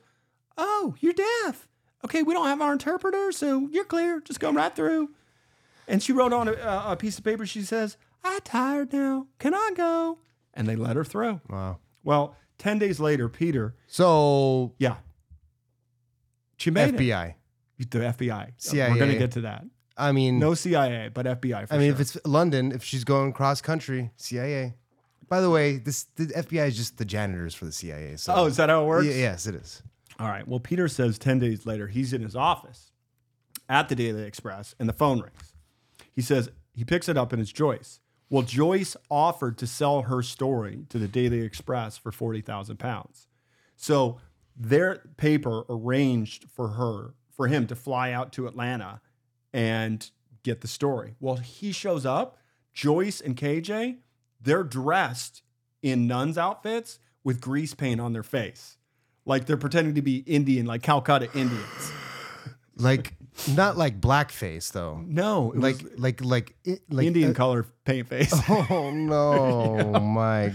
[SPEAKER 2] Oh, you're deaf. Okay, we don't have our interpreter, so you're clear. Just come right through. And she wrote on a, a- a piece of paper, she says, I'm tired now. Can I go? And they let her through.
[SPEAKER 3] Wow.
[SPEAKER 2] Well, 10 days later, Peter,
[SPEAKER 3] So
[SPEAKER 2] yeah, she made it.
[SPEAKER 3] FBI.
[SPEAKER 2] The FBI.
[SPEAKER 3] CIA.
[SPEAKER 2] We're going to get to that.
[SPEAKER 3] I mean,
[SPEAKER 2] No CIA, but FBI for
[SPEAKER 3] I mean,
[SPEAKER 2] sure.
[SPEAKER 3] if it's London, if she's going cross country, CIA. By the way, this the FBI is just the janitors for the CIA. So
[SPEAKER 2] oh, is that how it works?
[SPEAKER 3] Y- yes, it is.
[SPEAKER 2] All right. Well, Peter says 10 days later, he's in his office at the Daily Express and the phone rings. He says he picks it up and it's Joyce. Well, Joyce offered to sell her story to the Daily Express for 40,000 pounds. So their paper arranged for her, for him to fly out to Atlanta and get the story. Well, he shows up, Joyce and KJ, they're dressed in nuns outfits with grease paint on their face. Like they're pretending to be Indian, like Calcutta Indians.
[SPEAKER 3] Like not like blackface though.
[SPEAKER 2] No, it
[SPEAKER 3] Like
[SPEAKER 2] was
[SPEAKER 3] like like it, like
[SPEAKER 2] Indian
[SPEAKER 3] uh,
[SPEAKER 2] color paint face.
[SPEAKER 3] oh no, my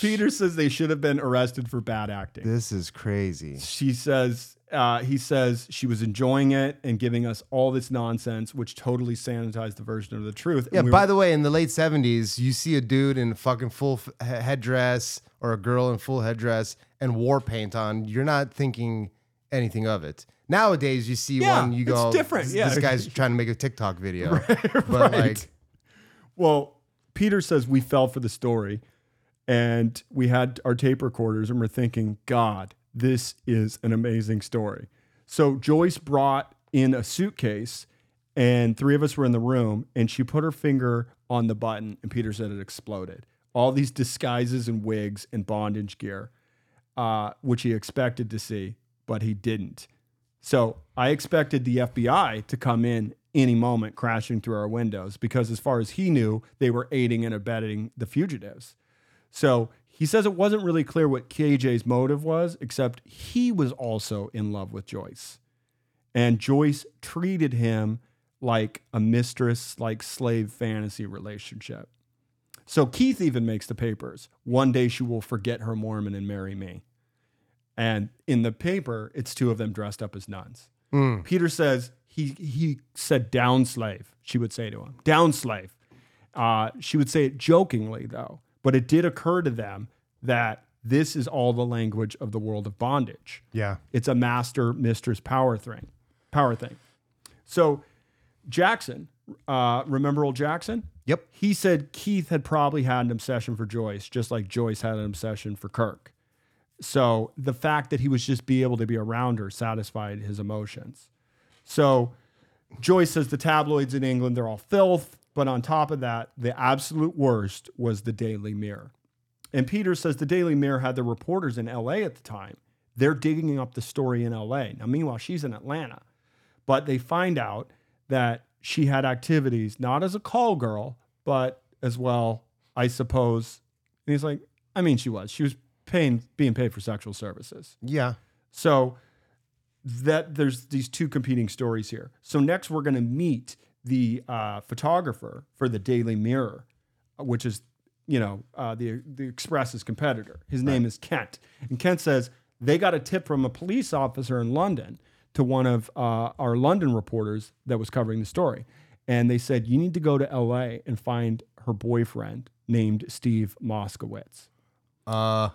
[SPEAKER 2] Peter says they should have been arrested for bad acting.
[SPEAKER 3] this is crazy.
[SPEAKER 2] she says uh, he says she was enjoying it and giving us all this nonsense which totally sanitized the version of the truth
[SPEAKER 3] Yeah. by the way, in the late seventies, you see a dude in a fucking full f- he- headdress or a girl in full headdress and war paint on. You're not thinking anything of it. Nowadays, you see
[SPEAKER 2] Yeah,
[SPEAKER 3] one, you
[SPEAKER 2] it's
[SPEAKER 3] go,
[SPEAKER 2] different,
[SPEAKER 3] This,
[SPEAKER 2] yeah."
[SPEAKER 3] this guy's trying to make a TikTok video, but like,
[SPEAKER 2] well peter says we fell for the story and we had our tape recorders and we're thinking god this is an amazing story so joyce brought in a suitcase and three of us were in the room and she put her finger on the button and peter said it exploded all these disguises and wigs and bondage gear uh, which he expected to see, but he didn't. So I expected the FBI to come in any moment, crashing through our windows, because as far as he knew, they were aiding and abetting the fugitives. So he says it wasn't really clear what KJ's motive was, except he was also in love with Joyce. And Joyce treated him like a mistress, like slave fantasy relationship. So Keith even makes the papers. One day she will forget her Mormon and marry me. And in the paper, it's two of them dressed up as nuns.
[SPEAKER 3] mm,
[SPEAKER 2] Peter says he he said down slave. She would say to him down slave. Uh, she would say it jokingly though, but it did occur to them that this is all the language of the world of bondage
[SPEAKER 3] yeah.
[SPEAKER 2] it's a master mistress power thing power thing so jackson uh, remember old jackson
[SPEAKER 3] Yep.
[SPEAKER 2] he said keith had probably had an obsession for joyce just like joyce had an obsession for kirk so the fact that he was just be able to be around her satisfied his emotions so joyce says the tabloids in england they're all filth but on top of that the absolute worst was the daily mirror and Peter says the Daily Mirror had the reporters in LA at the time. They're digging up the story in LA. Now, meanwhile, she's in Atlanta, but they find out that she had activities not as a call girl, but as well, I suppose. And he's like, I mean, she was. She was paying, being paid for sexual services.
[SPEAKER 3] Yeah.
[SPEAKER 2] So that there's these two competing stories here. So next we're going to meet the uh, photographer for the Daily Mirror, uh, which is you know uh, the the Express's competitor. His name is Kent, and Kent says they got a tip from a police officer in London to one of uh, our London reporters that was covering the story, and they said you need to go to L.A. and find her boyfriend named Steve Moskowitz.
[SPEAKER 3] Uh,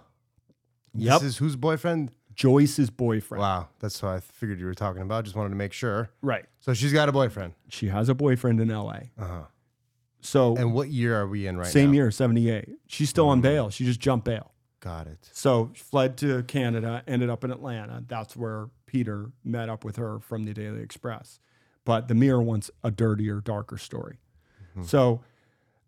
[SPEAKER 2] Yep.
[SPEAKER 3] This is whose boyfriend?
[SPEAKER 2] Joyce's boyfriend.
[SPEAKER 3] Wow, that's what I figured you were talking about. Just wanted to make sure.
[SPEAKER 2] Right.
[SPEAKER 3] So she's got a boyfriend.
[SPEAKER 2] She has a boyfriend in L.A.
[SPEAKER 3] Uh huh.
[SPEAKER 2] So
[SPEAKER 3] And what year are we in right now? Mm-hmm.
[SPEAKER 2] same year, 78. She's still on bail. She just jumped bail.
[SPEAKER 3] Got it.
[SPEAKER 2] So she fled to Canada, ended up in Atlanta. That's where Peter met up with her from the Daily Express. But the mirror wants a dirtier, darker story. So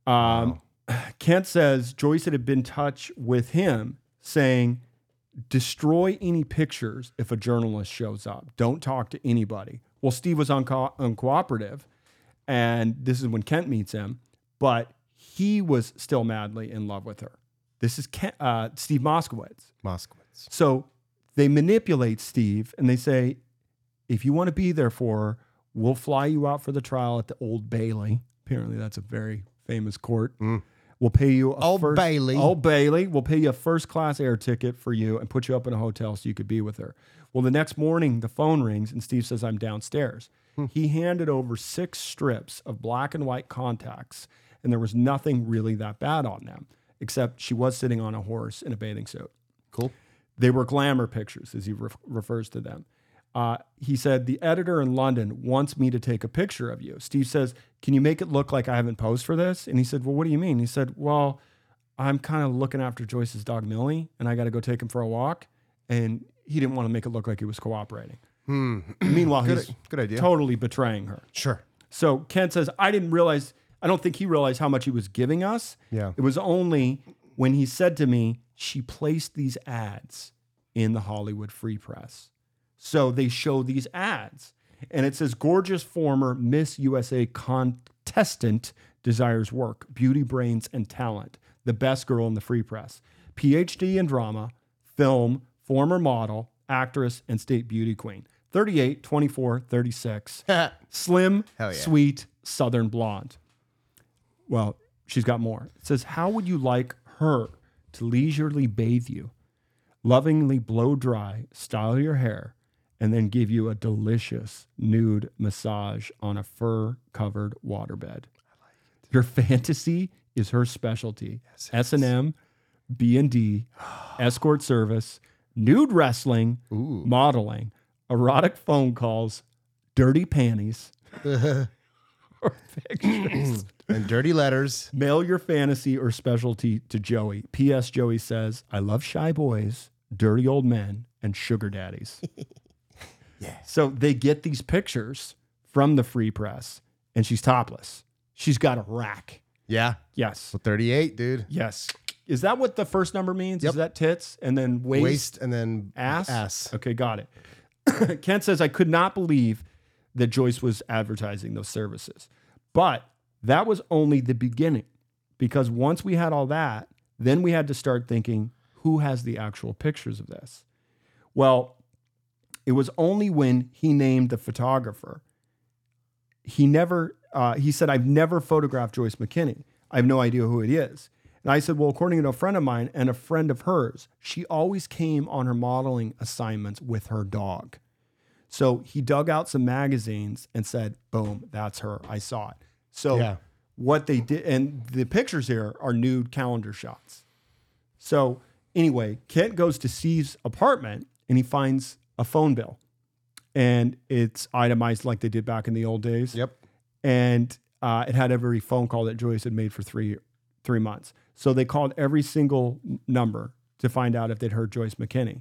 [SPEAKER 2] um, Kent says Joyce had been in touch with him saying, destroy any pictures if a journalist shows up. Don't talk to anybody. Well, Steve was unco- uncooperative, and this is when Kent meets him, but he was still madly in love with her. This is Ken, uh, Steve Moskowitz.
[SPEAKER 3] Moskowitz.
[SPEAKER 2] So they manipulate Steve and they say, if you want to be there for her, we'll fly you out for the trial at the Old Bailey. Apparently, that's a very famous court. We'll pay you a
[SPEAKER 3] Old
[SPEAKER 2] first-
[SPEAKER 3] Bailey.
[SPEAKER 2] Old Oh, Bailey. We'll pay you a first class air ticket for you and put you up in a hotel so you could be with her. Well, the next morning, the phone rings and Steve says, I'm downstairs. He handed over six strips of black and white contacts, and there was nothing really that bad on them, except she was sitting on a horse in a bathing suit.
[SPEAKER 3] Cool.
[SPEAKER 2] They were glamour pictures, as he ref- refers to them. Uh, he said, The editor in London wants me to take a picture of you. Steve says, Can you make it look like I haven't posed for this? And he said, Well, what do you mean? He said, Well, I'm kind of looking after Joyce's dog, Millie, and I got to go take him for a walk. And he didn't want to make it look like he was cooperating. Meanwhile, he's
[SPEAKER 3] Hmm. Good idea.
[SPEAKER 2] totally betraying her.
[SPEAKER 3] Sure.
[SPEAKER 2] So Kent says, I didn't realize, I don't think he realized how much he was giving us.
[SPEAKER 3] Yeah.
[SPEAKER 2] It was only when he said to me, she placed these ads in the Hollywood Free Press. So they show these ads. And it says, gorgeous former Miss USA contestant desires work, beauty, brains, and talent. The best girl in the Free Press. PhD in drama, film, former model, actress, and state beauty queen. 38, 24, 36 slim,
[SPEAKER 3] Hell yeah.
[SPEAKER 2] sweet Southern blonde. Well, she's got more. It says, How would you like her to leisurely bathe you, lovingly blow dry, style your hair, and then give you a delicious nude massage on a fur covered waterbed? Your fantasy is her specialty. S&M, B&D, escort service, nude wrestling,
[SPEAKER 3] Ooh.
[SPEAKER 2] modeling, erotic phone calls, dirty panties, or pictures.
[SPEAKER 3] and dirty letters.
[SPEAKER 2] Mail your fantasy or specialty to Joey. P.S. Joey says, I love shy boys, dirty old men, and sugar daddies. yeah. So they get these pictures from the free press, and she's topless. She's got a rack.
[SPEAKER 3] Yeah.
[SPEAKER 2] Yes.
[SPEAKER 3] Well, 38, dude.
[SPEAKER 2] Yes. Is that what the first number means?
[SPEAKER 3] Yep.
[SPEAKER 2] Is that tits and then waist?
[SPEAKER 3] Waist and then
[SPEAKER 2] Ass?
[SPEAKER 3] Ass.
[SPEAKER 2] Okay, got it. Kent says, I could not believe that Joyce was advertising those services. But that was only the beginning because once we had all that, then we had to start thinking who has the actual pictures of this? Well, it was only when he named the photographer. He never, uh, he said, I've never photographed Joyce McKinney. I have no idea who it is. And I said, Well, according to a friend of mine and a friend of hers, she always came on her modeling assignments with her dog. So he dug out some magazines and said, Boom, that's her. I saw it. So
[SPEAKER 3] Yeah.
[SPEAKER 2] what they did, and the pictures here are nude calendar shots. So anyway, Kent goes to Steve's apartment and he finds a phone bill. And it's itemized like they did back in the old days.
[SPEAKER 3] Yep.
[SPEAKER 2] And uh, it had every phone call that Joyce had made for three three months. So they called every single n- number to find out if they'd heard Joyce McKinney.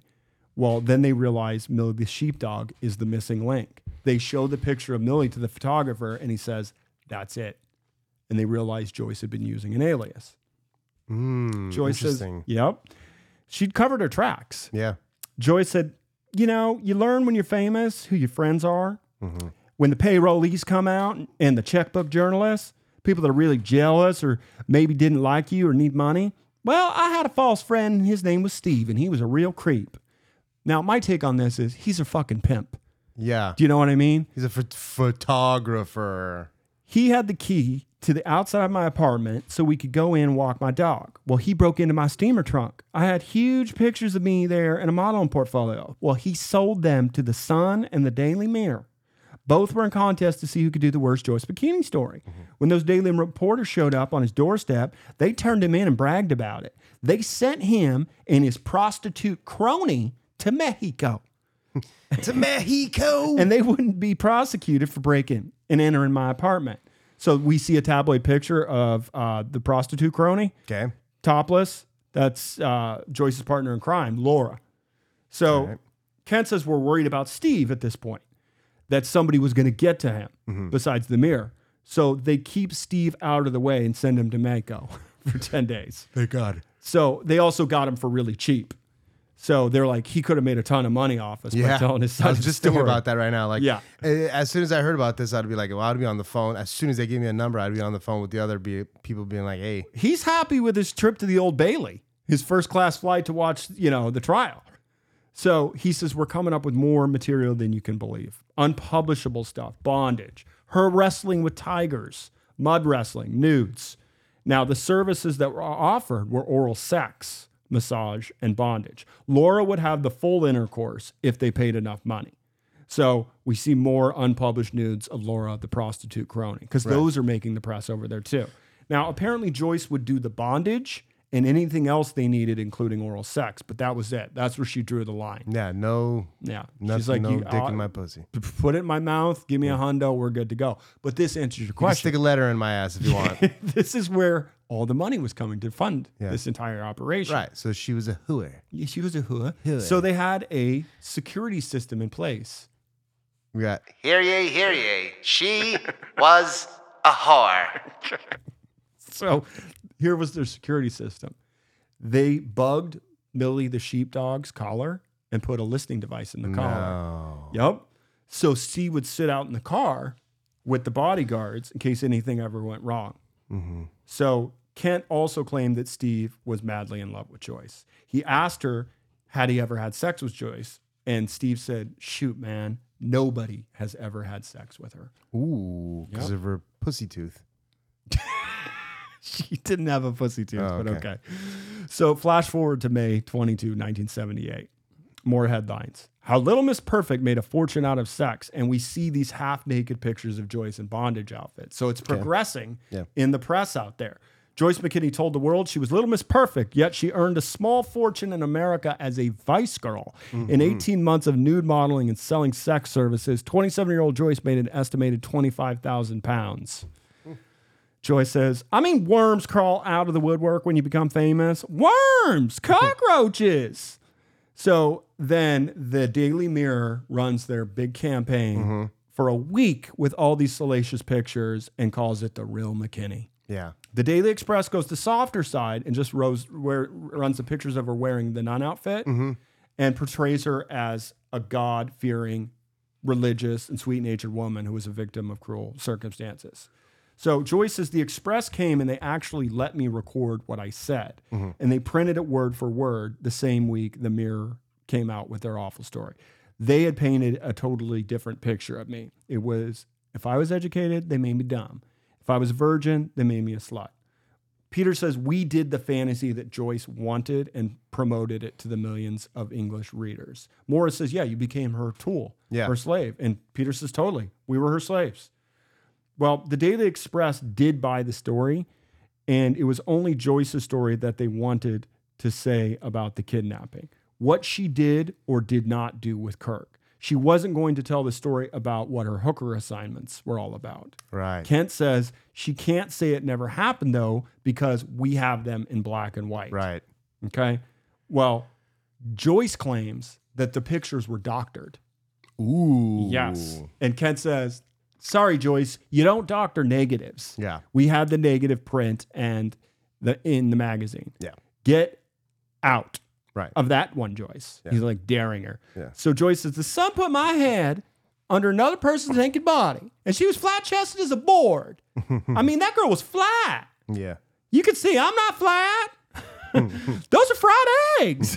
[SPEAKER 2] Well, then they realized Millie the sheepdog is the missing link. They show the picture of Millie to the photographer and he says, That's it. And they realized Joyce had been using an alias.
[SPEAKER 3] Mm,
[SPEAKER 2] Joyce says,
[SPEAKER 3] interesting.
[SPEAKER 2] Yep. She'd covered her tracks.
[SPEAKER 3] yeah.
[SPEAKER 2] Joyce said, You know, you learn when you're famous who your friends are.
[SPEAKER 3] Mm-hmm.
[SPEAKER 2] When the payrollees come out and the checkbook journalists, people that are really jealous or maybe didn't like you or need money. Well, I had a false friend. His name was Steve, and he was a real creep. Now, my take on this is he's a fucking pimp.
[SPEAKER 3] Yeah.
[SPEAKER 2] Do you know what I mean?
[SPEAKER 3] He's a phot- photographer.
[SPEAKER 2] He had the key to the outside of my apartment so we could go in and walk my dog. Well, he broke into my steamer trunk. I had huge pictures of me there and a modeling portfolio. Well, he sold them to the Sun and the Daily Mirror. Both were in contest to see who could do the worst Joyce Bikini story. When those Daily reporters showed up on his doorstep, they turned him in and bragged about it. They sent him and his prostitute crony to Mexico
[SPEAKER 3] to Mexico.
[SPEAKER 2] and they wouldn't be prosecuted for breaking and entering my apartment. So we see a tabloid picture of uh, the prostitute crony
[SPEAKER 3] Okay.
[SPEAKER 2] topless. That's uh, Joyce's partner in crime, Laura. So Kent says we're worried about Steve at this point, that somebody was going to get to him
[SPEAKER 3] Mm-hmm.
[SPEAKER 2] besides the mirror. So they keep Steve out of the way and send him to Manco for 10 days.
[SPEAKER 3] Thank God.
[SPEAKER 2] So they also got him for really cheap. So they're like, he could have made a ton of money off us by
[SPEAKER 3] Yeah.
[SPEAKER 2] telling his son.
[SPEAKER 3] I was
[SPEAKER 2] his
[SPEAKER 3] just
[SPEAKER 2] story.
[SPEAKER 3] thinking about that right now. Like,
[SPEAKER 2] Yeah.
[SPEAKER 3] eh, As soon as I heard about this, I'd be like, well, I'd be on the phone. As soon as they give me a number, I'd be on the phone with the other be- people being like, hey,
[SPEAKER 2] he's happy with his trip to the old Bailey, his first class flight to watch, you know, the trial. So he says, We're coming up with more material than you can believe. Unpublishable stuff, bondage, her wrestling with tigers, mud wrestling, nudes. Now, the services that were offered were oral sex, massage, and bondage. Laura would have the full intercourse if they paid enough money. So we see more unpublished nudes of Laura, the prostitute crony, because those are making the press over there too. Now, apparently, Joyce would do the bondage and anything else they needed, including oral sex, but that was it. That's where she drew the line.
[SPEAKER 3] yeah, no,
[SPEAKER 2] Yeah.
[SPEAKER 3] nothing,
[SPEAKER 2] She's like,
[SPEAKER 3] no
[SPEAKER 2] you,
[SPEAKER 3] dick
[SPEAKER 2] uh,
[SPEAKER 3] in my pussy.
[SPEAKER 2] p- p- put it in my mouth, give me a hundo, we're good to go. But this answers your
[SPEAKER 3] You can
[SPEAKER 2] question.
[SPEAKER 3] stick a letter in my ass if you want.
[SPEAKER 2] this is where all the money was coming to fund
[SPEAKER 3] Yeah.
[SPEAKER 2] this entire operation.
[SPEAKER 3] right. So she was a hooer.
[SPEAKER 2] Yeah, She was a hua. So they had a security system in place.
[SPEAKER 3] We got
[SPEAKER 4] Hear ye, hear ye. She was a whore.
[SPEAKER 2] So here was their security system. They bugged Millie the sheepdog's collar and put a listening device in the collar.
[SPEAKER 3] no.
[SPEAKER 2] Yep. So C would sit out in the car with the bodyguards in case anything ever went wrong. So Kent also claimed that Steve was madly in love with Joyce. He asked her, had he ever had sex with Joyce? And Steve said, shoot, man, nobody has ever had sex with her.
[SPEAKER 3] Ooh, because
[SPEAKER 2] Yep.
[SPEAKER 3] of her pussy tooth.
[SPEAKER 2] she didn't have a pussy tooth,
[SPEAKER 3] Oh,
[SPEAKER 2] but
[SPEAKER 3] okay.
[SPEAKER 2] okay. So flash forward to May 22, 1978. More headlines. How Little Miss Perfect made a fortune out of sex, and we see these half naked pictures of Joyce in bondage outfits. So it's progressing
[SPEAKER 3] Yeah.
[SPEAKER 2] in the press out there. Joyce McKinney told the world she was Little Miss Perfect, yet she earned a small fortune in America as a vice girl.
[SPEAKER 3] Mm-hmm.
[SPEAKER 2] In 18 months of nude modeling and selling sex services, 27 year old Joyce made an estimated 25,000 pounds. Joy says, I mean, worms crawl out of the woodwork when you become famous. Worms, cockroaches. so then the Daily Mirror runs their big campaign for a week with all these salacious pictures and calls it the real McKinney.
[SPEAKER 3] Yeah.
[SPEAKER 2] The Daily Express goes the softer side and just rows, where, runs the pictures of her wearing the nun outfit and portrays her as a God fearing, religious, and sweet natured woman who was a victim of cruel circumstances. So Joyce says the Express came and they actually let me record what I said. And they printed it word for word the same week the Mirror came out with their awful story. They had painted a totally different picture of me. It was if I was educated, they made me dumb. If I was a virgin, they made me a slut. Peter says we did the fantasy that Joyce wanted and promoted it to the millions of English readers. Morris says, yeah, you became her tool,
[SPEAKER 3] Yeah.
[SPEAKER 2] her slave. And Peter says, totally. We were her slaves. Well, the Daily Express did buy the story, and it was only Joyce's story that they wanted to say about the kidnapping. What she did or did not do with Kirk. She wasn't going to tell the story about what her hooker assignments were all about.
[SPEAKER 3] Right.
[SPEAKER 2] Kent says she can't say it never happened though because we have them in black and white.
[SPEAKER 3] Right.
[SPEAKER 2] Okay. Well, Joyce claims that the pictures were doctored.
[SPEAKER 3] Ooh.
[SPEAKER 2] And Kent says, "Sorry, Joyce, you don't doctor negatives.
[SPEAKER 3] Yeah.
[SPEAKER 2] We had the negative print and the in the magazine.
[SPEAKER 3] Yeah.
[SPEAKER 2] Get out
[SPEAKER 3] Right.
[SPEAKER 2] of that one, Joyce." He's like daring her.
[SPEAKER 3] Yeah.
[SPEAKER 2] So Joyce says, "The sun put my head." Under another person's naked body, and she was flat chested as a board. I mean, that girl was flat.
[SPEAKER 3] Yeah.
[SPEAKER 2] You can see I'm not flat. Those are fried eggs.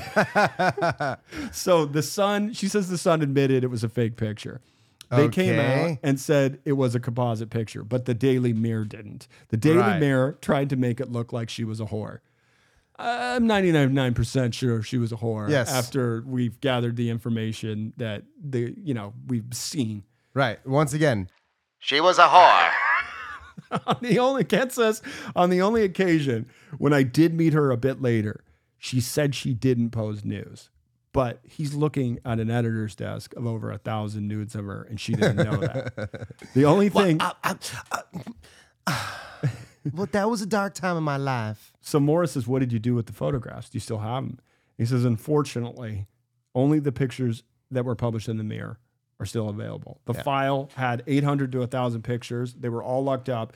[SPEAKER 2] so the son, she says the son admitted it was a fake picture. They came
[SPEAKER 3] Okay.
[SPEAKER 2] out and said it was a composite picture, but the Daily Mirror didn't. The Daily
[SPEAKER 3] Right.
[SPEAKER 2] Mirror tried to make it look like she was a whore. I'm 99.9% sure she was a whore
[SPEAKER 3] Yes.
[SPEAKER 2] after we've gathered the information that the you know we've seen.
[SPEAKER 3] Right. Once again.
[SPEAKER 4] She was a whore.
[SPEAKER 2] on the only Kent says on the only occasion when I did meet her a bit later, she said she didn't post news, but he's looking at an editor's desk of over a thousand nudes of her, and she didn't know that. The only thing,
[SPEAKER 3] I, I, well, that was a dark time in my life.
[SPEAKER 2] So Morris says, What did you do with the photographs? Do you still have them? He says, Unfortunately, only the pictures that were published in the mirror are still available. The file had 800 to 1,000 pictures. They were all locked up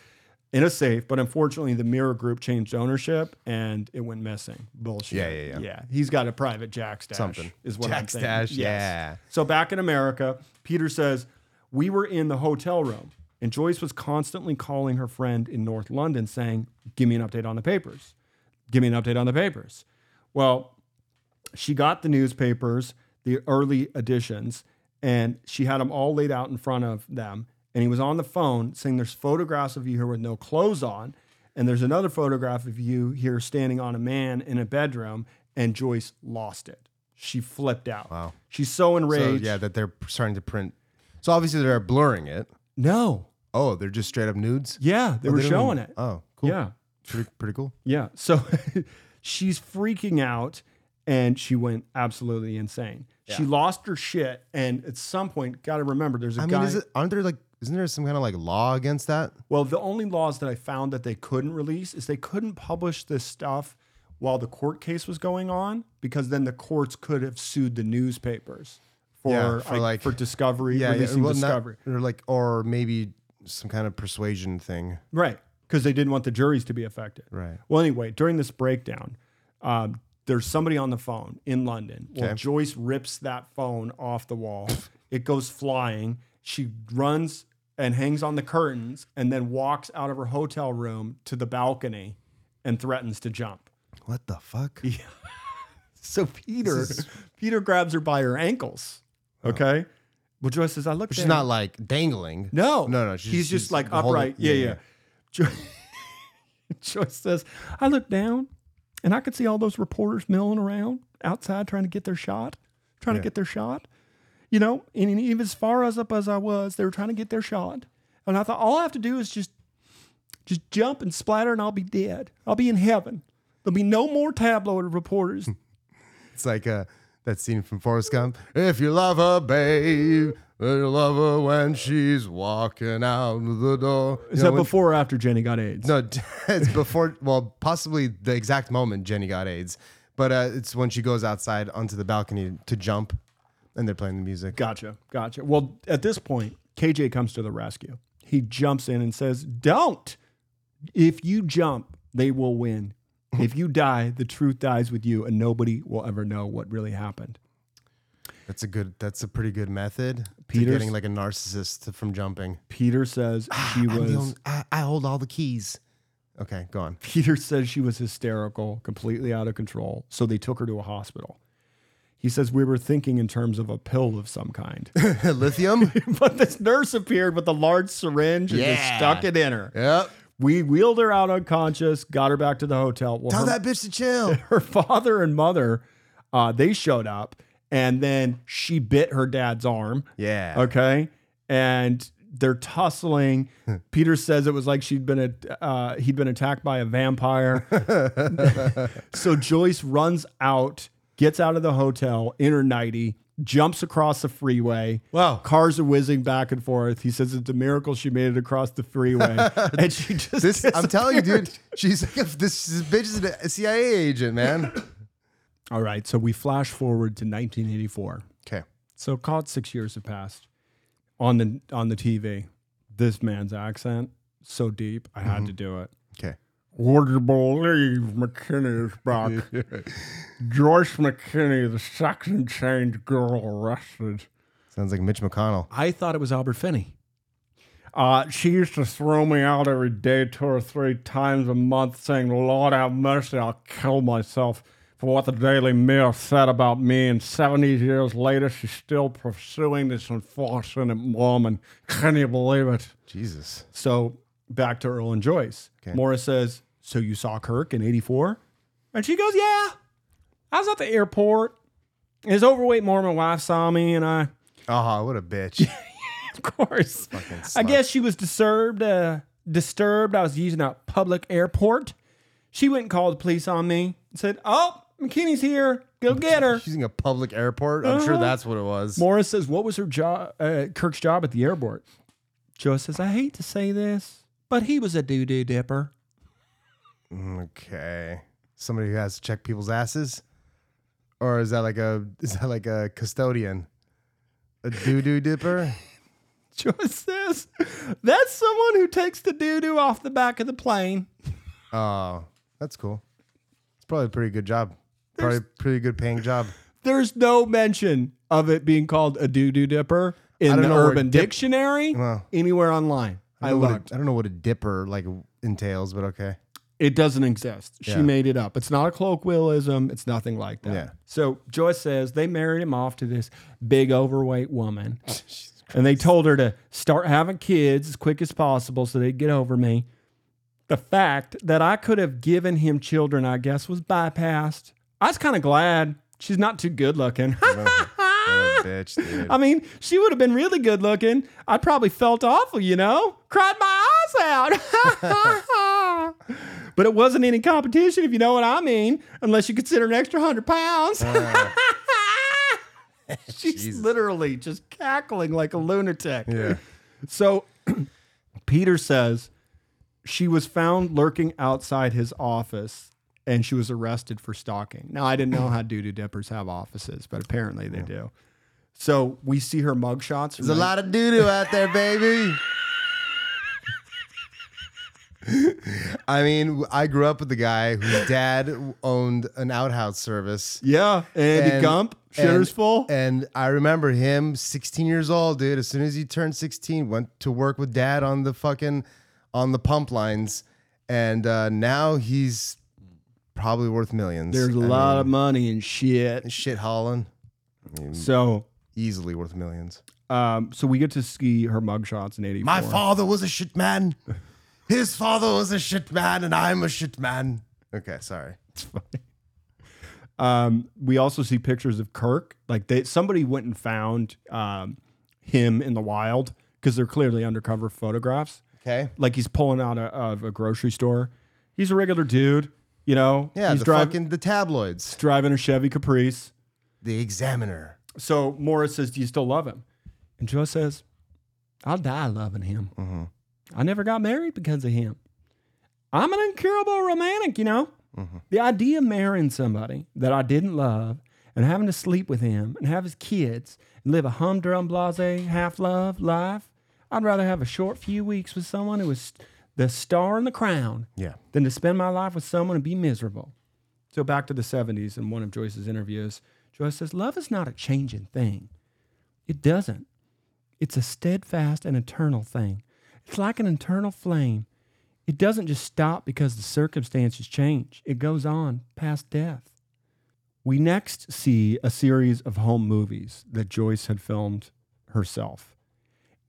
[SPEAKER 2] in a safe, but unfortunately, the mirror group changed ownership and it went missing. Bullshit.
[SPEAKER 3] Yeah, yeah, yeah.
[SPEAKER 2] Yeah. He's got a private Jack Stash.
[SPEAKER 3] Something.
[SPEAKER 2] Is what I'm
[SPEAKER 3] Jack
[SPEAKER 2] saying.
[SPEAKER 3] Stash,
[SPEAKER 2] Yes.
[SPEAKER 3] yeah.
[SPEAKER 2] So back in America, Peter says, We were in the hotel room, and Joyce was constantly calling her friend in North London saying, Give me an update on the papers. Give me an update on the papers. Well, she got the newspapers, the early editions, and she had them all laid out in front of them. And he was on the phone saying, There's photographs of you here with no clothes on. And there's another photograph of you here standing on a man in a bedroom. And Joyce lost it. She flipped out.
[SPEAKER 3] Wow.
[SPEAKER 2] She's so
[SPEAKER 3] So,
[SPEAKER 2] enraged.
[SPEAKER 3] yeah, that they're starting to print. So obviously they're blurring it.
[SPEAKER 2] No.
[SPEAKER 3] Oh, they're just straight up nudes.
[SPEAKER 2] Yeah. They
[SPEAKER 3] Oh,
[SPEAKER 2] were
[SPEAKER 3] don't
[SPEAKER 2] showing
[SPEAKER 3] even-
[SPEAKER 2] it.
[SPEAKER 3] Oh, cool.
[SPEAKER 2] Yeah.
[SPEAKER 3] pretty, pretty cool.
[SPEAKER 2] Yeah. So she's freaking out and she went absolutely insane. She lost her shit. And at some point, got to remember there's a
[SPEAKER 3] I
[SPEAKER 2] guy.
[SPEAKER 3] mean, is it, aren't there like, isn't there some kind of like law against that?
[SPEAKER 2] Well, the only laws that I found that they couldn't release is they couldn't publish this stuff while the court case was going on because then the courts could have sued the newspapers for,
[SPEAKER 3] Yeah, for
[SPEAKER 2] like,
[SPEAKER 3] like-
[SPEAKER 2] for discovery, releasing
[SPEAKER 3] well, not-
[SPEAKER 2] discovery.
[SPEAKER 3] or like, or maybe some kind of persuasion thing.
[SPEAKER 2] Right. Because they didn't want the juries to be affected.
[SPEAKER 3] Right.
[SPEAKER 2] Well, anyway, during this breakdown, um, there's somebody on the phone in London. Well,
[SPEAKER 3] Okay.
[SPEAKER 2] Joyce rips that phone off the wall. it goes flying. She runs and hangs on the curtains and then walks out of her hotel room to the balcony and threatens to jump.
[SPEAKER 3] What the fuck?
[SPEAKER 2] So Peter, Peter grabs her by her ankles. Okay. Well, Joyce says, I look
[SPEAKER 3] Oh. She's
[SPEAKER 2] down."
[SPEAKER 3] not like dangling.
[SPEAKER 2] No,
[SPEAKER 3] No, no, she's-
[SPEAKER 2] he's
[SPEAKER 3] she's
[SPEAKER 2] just like
[SPEAKER 3] holding-
[SPEAKER 2] upright.
[SPEAKER 3] yeah,
[SPEAKER 2] yeah,
[SPEAKER 3] yeah.
[SPEAKER 2] yeah. Jo- Joyce says, "I looked down, and I could see all those reporters milling around outside, trying to get their shot, trying to get their shot. You know, and even as far as up as I was, they were trying to get their shot. And I thought, all I have to do is just, just jump and splatter, and I'll be dead. I'll be in heaven. There'll be no more tabloid reporters.
[SPEAKER 3] It's like uh, that scene from Forrest Gump. If you love her, babe, then you love her when she's walking out the door. You
[SPEAKER 2] Is
[SPEAKER 3] know,
[SPEAKER 2] that
[SPEAKER 3] when-
[SPEAKER 2] before or after Jenny got AIDS?
[SPEAKER 3] No, it's before. Well, possibly the exact moment Jenny got AIDS, but uh, it's when she goes outside onto the balcony to jump, and they're playing the music.
[SPEAKER 2] Gotcha. Gotcha. Well, at this point, KJ comes to the rescue. He jumps in and says, Don't. If you jump, they will win. If you die, the truth dies with you, and nobody will ever know what really happened.
[SPEAKER 3] That's a good. That's a pretty good method. to
[SPEAKER 2] Peter's-
[SPEAKER 3] getting like a narcissist to- from jumping.
[SPEAKER 2] Peter says she
[SPEAKER 3] I'm the
[SPEAKER 2] was
[SPEAKER 3] only- I, I hold all the keys. Okay, go on.
[SPEAKER 2] Peter says she was hysterical, completely out of control, so they took her to a hospital. He says we were thinking in terms of a pill of some kind.
[SPEAKER 3] Lithium.
[SPEAKER 2] but this nurse appeared with a large syringe and just
[SPEAKER 3] Yeah.
[SPEAKER 2] stuck it in her.
[SPEAKER 3] yep.
[SPEAKER 2] We wheeled her out unconscious, got her back to the hotel. Well,
[SPEAKER 3] Tell
[SPEAKER 2] her,
[SPEAKER 3] that bitch to chill.
[SPEAKER 2] her father and mother, uh, they showed up, and then she bit her dad's arm.
[SPEAKER 3] Yeah.
[SPEAKER 2] Okay, and they're tussling.
[SPEAKER 3] Hmm.
[SPEAKER 2] Peter says it was like she'd been a, uh, he'd been attacked by a vampire. so Joyce runs out, gets out of the hotel in her nighty, jumps across the freeway.
[SPEAKER 3] Wow.
[SPEAKER 2] Cars are whizzing back and forth. He says it's a miracle she made it across the freeway, and she just
[SPEAKER 3] This, I'm telling you,
[SPEAKER 2] disappeared.
[SPEAKER 3] dude. She's like, if this, this bitch is a CIA agent, man.
[SPEAKER 2] All right, so we flash forward to 1984.
[SPEAKER 3] Okay.
[SPEAKER 2] So call it six years have passed. On the on the TV, this man's accent so deep, I had to do it.
[SPEAKER 3] Okay.
[SPEAKER 2] Mm-hmm. Would you believe McKinney is back? Joyce McKinney, the sex and change girl, arrested.
[SPEAKER 3] Sounds like Mitch McConnell.
[SPEAKER 1] I thought it was Albert Finney.
[SPEAKER 2] Uh, she used to throw me out every day, two or three times a month, saying, Lord have mercy, I'll kill myself for what the Daily Mail said about me. And 70 years later, she's still pursuing this unfortunate woman. Can you believe it?
[SPEAKER 3] Jesus.
[SPEAKER 2] So back to Earl and Joyce. Morris says, So you saw Kirk in 84? And she goes, Yeah. I was at the airport. His overweight Mormon wife saw me, and I
[SPEAKER 3] Oh, what a bitch.
[SPEAKER 2] of course. I
[SPEAKER 3] slut.
[SPEAKER 2] guess she was disturbed. Uh, disturbed. I was using a public airport. She went and called the police on me and said, "Oh, McKinney's here. Go get her."
[SPEAKER 3] She's in a public airport. I'm sure that's what it was.
[SPEAKER 2] Morris says, "What was her job? Uh, Kirk's job at the airport?" Joe says, "I hate to say this, but he was a doo doo dipper.
[SPEAKER 3] Okay. Somebody who has to check people's asses? Or is that like a is that like a custodian? A doo doo dipper?
[SPEAKER 2] Joyce says, that's someone who takes the doo doo off the back of the plane.
[SPEAKER 3] Oh, that's cool. It's probably a pretty good job. Probably a pretty good paying job.
[SPEAKER 2] There's no mention of it being called a doo doo dipper in
[SPEAKER 3] don't
[SPEAKER 2] the
[SPEAKER 3] know where
[SPEAKER 2] Urban
[SPEAKER 3] dip-
[SPEAKER 2] Dictionary
[SPEAKER 3] Well.
[SPEAKER 2] anywhere online. I,
[SPEAKER 3] don't know what a-
[SPEAKER 2] looked.
[SPEAKER 3] I don't know what a dipper like entails, but okay.
[SPEAKER 2] It doesn't exist. She
[SPEAKER 3] Yeah.
[SPEAKER 2] made it up. It's not a colloquialism. It's nothing like that.
[SPEAKER 3] Yeah.
[SPEAKER 2] So Joyce says they married him off to this big overweight woman. and they told her to start having kids as quick as possible so they'd get over me. The fact that I could have given him children, I guess, was bypassed. I was kind of glad she's not too good looking.
[SPEAKER 3] What a bitch, dude.
[SPEAKER 2] I mean, she would have been really good looking. I probably felt awful, you know? Cried my eyes out. but it wasn't any competition, if you know what I mean, unless you consider an extra 100 pounds. She's literally just cackling like a lunatic.
[SPEAKER 3] Yeah.
[SPEAKER 2] So Peter says she was found lurking outside his office and she was arrested for stalking. Now, I didn't know how doo doo dippers have offices, but apparently they do. So we see her mugshots.
[SPEAKER 3] There's a lot of doo doo out there, baby. I mean, I grew up with a guy whose dad owned an outhouse service.
[SPEAKER 2] Yeah. Andy
[SPEAKER 3] And-
[SPEAKER 2] Gump, shitters
[SPEAKER 3] and-
[SPEAKER 2] full.
[SPEAKER 3] And I remember him, 16 years old, dude. As soon as he turned 16, went to work with dad on the fucking on the pump lines, and uh, now he's probably worth millions.
[SPEAKER 2] There's a
[SPEAKER 3] I
[SPEAKER 2] lot of
[SPEAKER 3] mean,
[SPEAKER 2] money and shit.
[SPEAKER 3] shit hauling,
[SPEAKER 2] So,
[SPEAKER 3] easily worth millions.
[SPEAKER 2] um, so we get to see her mugshots in 84.
[SPEAKER 3] My father was a shit man. His father was a shit man, and I'm a shit man. Okay, sorry.
[SPEAKER 2] Um, we also see pictures of Kirk. Like they, somebody went and found um, him in the wild because they're clearly undercover photographs.
[SPEAKER 3] Okay.
[SPEAKER 2] Like he's pulling out a, of a grocery store. He's a regular dude, you know.
[SPEAKER 3] Yeah,
[SPEAKER 2] he's
[SPEAKER 3] the
[SPEAKER 2] driv-
[SPEAKER 3] fucking the tabloids,
[SPEAKER 2] driving a Chevy Caprice.
[SPEAKER 3] the Examiner.
[SPEAKER 2] So Morris says, "Do you still love him?" And Joe says, "I'll die loving him. I never got married because of him. I'm an incurable romantic, you know. The idea of marrying somebody that I didn't love and having to sleep with him and have his kids and live a humdrum, blase, half love life. I'd rather have a short few weeks with someone who was the star and the crown
[SPEAKER 3] Yeah.
[SPEAKER 2] than to spend my life with someone and be miserable. So back to the 70s in one of Joyce's interviews, Joyce says, Love is not a changing thing. It doesn't. It's a steadfast and eternal thing. It's like an eternal flame. It doesn't just stop because the circumstances change, it goes on past death. We next see a series of home movies that Joyce had filmed herself.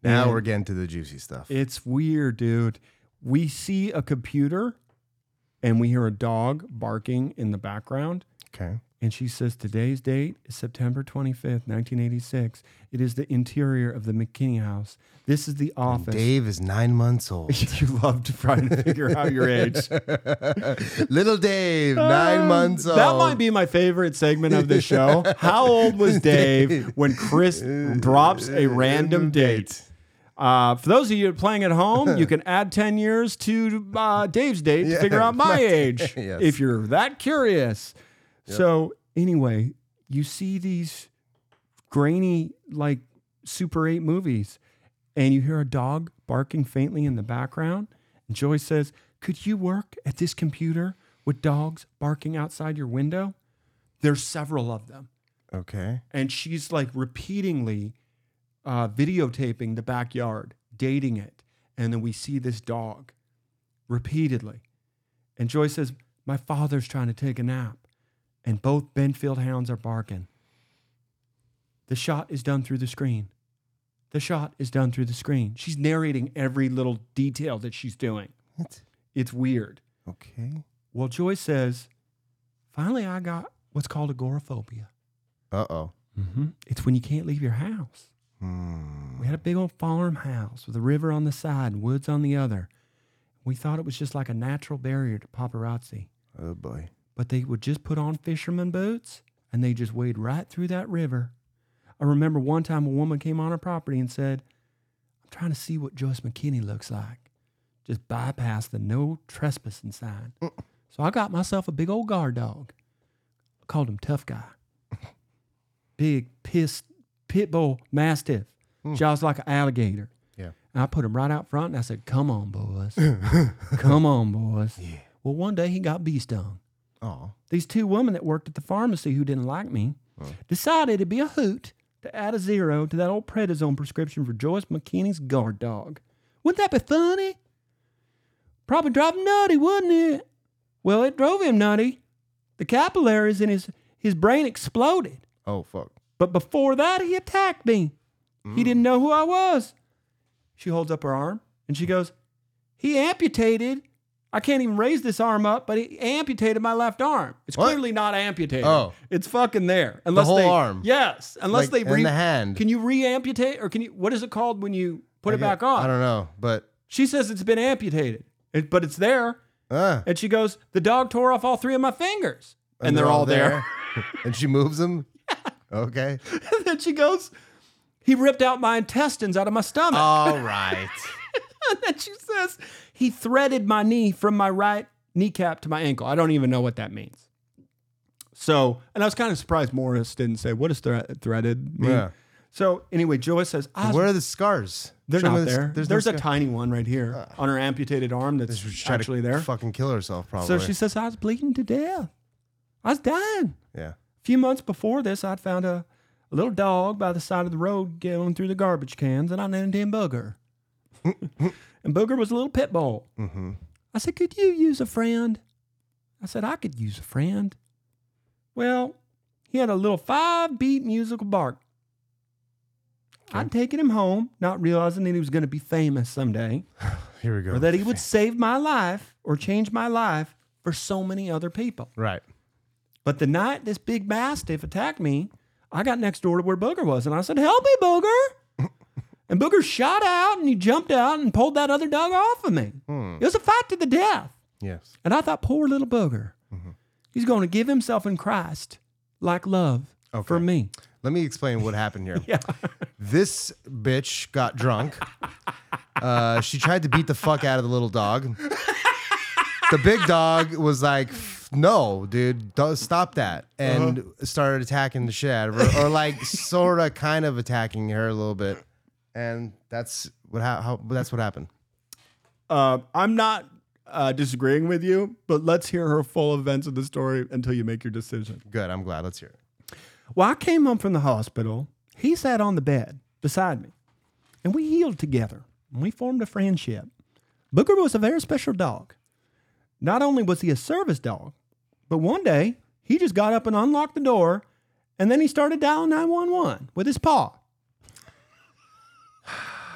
[SPEAKER 3] Now
[SPEAKER 2] And-
[SPEAKER 3] we're getting to the juicy stuff.
[SPEAKER 2] it's weird, dude. We see a computer and we hear a dog barking in the background.
[SPEAKER 3] Okay.
[SPEAKER 2] And she says, Today's date is September 25th, 1986. It is the interior of the McKinney house. This is the office.
[SPEAKER 3] Dave is nine months old.
[SPEAKER 2] you love to try to figure out your age. Um,
[SPEAKER 3] Little Dave, nine months old.
[SPEAKER 2] That might be my favorite segment of the show. How old was Dave when Chris drops a random date? Uh, for those of you playing at home, you can add 10 years to uh, Dave's date to figure out my age
[SPEAKER 3] Yes.
[SPEAKER 2] if you're that curious. So, anyway, you see these grainy, like Super 8 movies, and you hear a dog barking faintly in the background. And Joyce says, Could you work at this computer with dogs barking outside your window? There's several of them
[SPEAKER 3] Okay.
[SPEAKER 2] and she's like repeatedly uh, videotaping the backyard, dating it, and then we see this dog repeatedly. And Joy says, "My father's trying to take a nap, and both Benfield hounds are barking." The shot is done through the screen. The shot is done through the screen. She's narrating every little detail that she's doing.
[SPEAKER 3] What?
[SPEAKER 2] It's weird.
[SPEAKER 3] Okay.
[SPEAKER 2] Well, Joy says, "Finally, I got what's called agoraphobia."
[SPEAKER 3] Uh oh.
[SPEAKER 2] Mm-hmm. It's when you can't leave your house.
[SPEAKER 3] Hmm.
[SPEAKER 2] We had a big old farmhouse with a river on the side and woods on the other. We thought it was just like a natural barrier to paparazzi,
[SPEAKER 3] Oh boy.
[SPEAKER 2] but they would just put on fisherman boots and they just wade right through that river. I remember one time a woman came on our property and said, I'm trying to see what Joyce McKinney looks like. just bypassed the no trespassing sign. So I got myself a big old guard dog. I called him Tough Guy. Big piss pit bull mastiff. Jaws like an alligator.
[SPEAKER 3] Yeah.
[SPEAKER 2] And I put him right out front and I said, Come on, boys. Come on, boys. Well, one day he got bee stung.
[SPEAKER 3] Oh.
[SPEAKER 2] These two women that worked at the pharmacy who didn't like me decided it'd be a hoot to add a zero to that old prednisone prescription for Joyce McKinney's guard dog. Wouldn't that be funny? Probably drive him nutty, wouldn't it? Well, it drove him nutty. The capillaries in his, his brain exploded.
[SPEAKER 3] Oh fuck.
[SPEAKER 2] But before that, he attacked me.
[SPEAKER 3] Mm.
[SPEAKER 2] He didn't know who I was. She holds up her arm and she goes, He amputated. I can't even raise this arm up, but he amputated my left arm. It's
[SPEAKER 3] What?
[SPEAKER 2] clearly not amputated.
[SPEAKER 3] Oh.
[SPEAKER 2] It's fucking there. Unless
[SPEAKER 3] whole
[SPEAKER 2] they,
[SPEAKER 3] arm.
[SPEAKER 2] Yes. Unless
[SPEAKER 3] Like,
[SPEAKER 2] they re-
[SPEAKER 3] and the hand.
[SPEAKER 2] Can you re-amputate or can you what is it called when you put
[SPEAKER 3] I
[SPEAKER 2] it
[SPEAKER 3] get-
[SPEAKER 2] back on?
[SPEAKER 3] I don't know, but
[SPEAKER 2] She says it's been amputated. It- but it's there.
[SPEAKER 3] uh,
[SPEAKER 2] And she goes, The dog tore off all three of my fingers. And, they're, all there.
[SPEAKER 3] and she moves them. Okay.
[SPEAKER 2] and then she goes, He ripped out my intestines out of my stomach.
[SPEAKER 3] All right.
[SPEAKER 2] And then she says, he threaded my knee from my right kneecap to my ankle. I don't even know what that means. So, and I was kind of surprised Morris didn't say, what is thre- threaded? mean?"
[SPEAKER 3] Yeah.
[SPEAKER 2] So anyway, Joyce says, I
[SPEAKER 3] Where are the scars?
[SPEAKER 2] they're
[SPEAKER 3] Show me
[SPEAKER 2] not
[SPEAKER 3] the-
[SPEAKER 2] there. There's,
[SPEAKER 3] no
[SPEAKER 2] a
[SPEAKER 3] scar- Ah.
[SPEAKER 2] tiny one right here on her amputated arm that's
[SPEAKER 3] She tried to
[SPEAKER 2] actually there.
[SPEAKER 3] Fucking kill herself probably.
[SPEAKER 2] So she says, I was bleeding to death. I was dying.
[SPEAKER 3] yeah.
[SPEAKER 2] A few months before this, I'd found a, a little dog by the side of the road going through the garbage cans, and I named him Booger. and Booger was a little pit bull.
[SPEAKER 3] Mm-hmm.
[SPEAKER 2] I said, Could you use a friend? I said, I could use a friend. Well, he had a little five beat musical bark. I'd taken him home, not realizing that he was going to be famous someday,
[SPEAKER 3] Here we go.
[SPEAKER 2] or that he would save my life or change my life for so many other people.
[SPEAKER 3] right.
[SPEAKER 2] But the night this big mastiff attacked me, I got next door to where Booger was, and I said, "Help me, Booger!" and Booger shot out, and he jumped out and pulled that other dog off of me. It was a fight to the death,
[SPEAKER 3] Hmm. Yes.
[SPEAKER 2] and I thought, "Poor little Booger,
[SPEAKER 5] Mm-hmm.
[SPEAKER 2] he's going to give himself in Christ like love for me."
[SPEAKER 3] Let me explain what happened here.
[SPEAKER 2] Yeah,
[SPEAKER 3] This bitch got drunk. Uh, she tried to beat the fuck out of the little dog. The big dog was like, "F- "No, dude, do stop that!"
[SPEAKER 2] Uh-huh.
[SPEAKER 3] and started attacking the shit out of her, or like sort of, kind of attacking her a little bit. And that's what how, how that's what happened.
[SPEAKER 5] Uh, I'm not uh, disagreeing with you, but let's hear her full events of the story until you make your decision.
[SPEAKER 3] Good. I'm glad. Let's hear it.
[SPEAKER 2] Well, I came home from the hospital. He sat on the bed beside me, and we healed together. And we formed a friendship. Booker was a very special dog. Not only was he a service dog, but one day he just got up and unlocked the door, and then he started dialing 911 with his paw.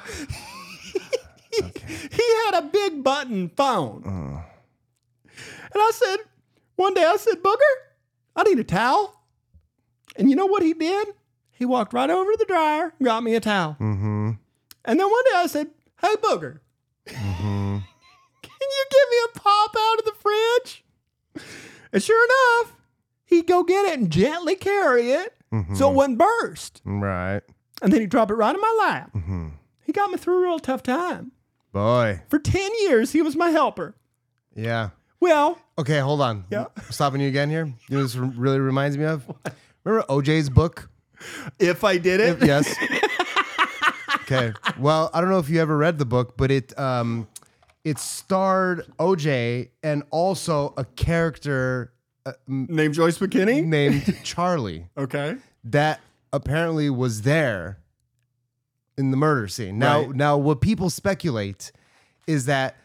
[SPEAKER 2] He had a big button phone. And I said, one day I said, Booker, I need a towel. And you know what he did? He walked right over to the dryer, got me a towel. Mm-hmm. And then one day I said, Hey, Booger,
[SPEAKER 5] Mm-hmm.
[SPEAKER 2] can you give me a pop out of the fridge? And sure enough, he'd go get it and gently carry it
[SPEAKER 5] Mm-hmm.
[SPEAKER 2] so it wouldn't burst.
[SPEAKER 3] Right,
[SPEAKER 2] And then he'd drop it right in my lap.
[SPEAKER 5] Mm-hmm.
[SPEAKER 2] He got me through a real tough time.
[SPEAKER 3] boy.
[SPEAKER 2] For 10 years, he was my helper.
[SPEAKER 3] Yeah.
[SPEAKER 2] Well,
[SPEAKER 3] Okay, hold on.
[SPEAKER 2] Yeah.
[SPEAKER 3] Stopping you again here. You know, this really reminds me of. Remember OJ's book?
[SPEAKER 5] If I did it,
[SPEAKER 3] Yes. okay. Well, I don't know if you ever read the book, but it um, it starred OJ and also a character
[SPEAKER 5] name Joyce McKinney.
[SPEAKER 3] named Charlie
[SPEAKER 5] Okay.
[SPEAKER 3] that apparently was there in the murder scene. Now,
[SPEAKER 5] Right.
[SPEAKER 3] now what people speculate is that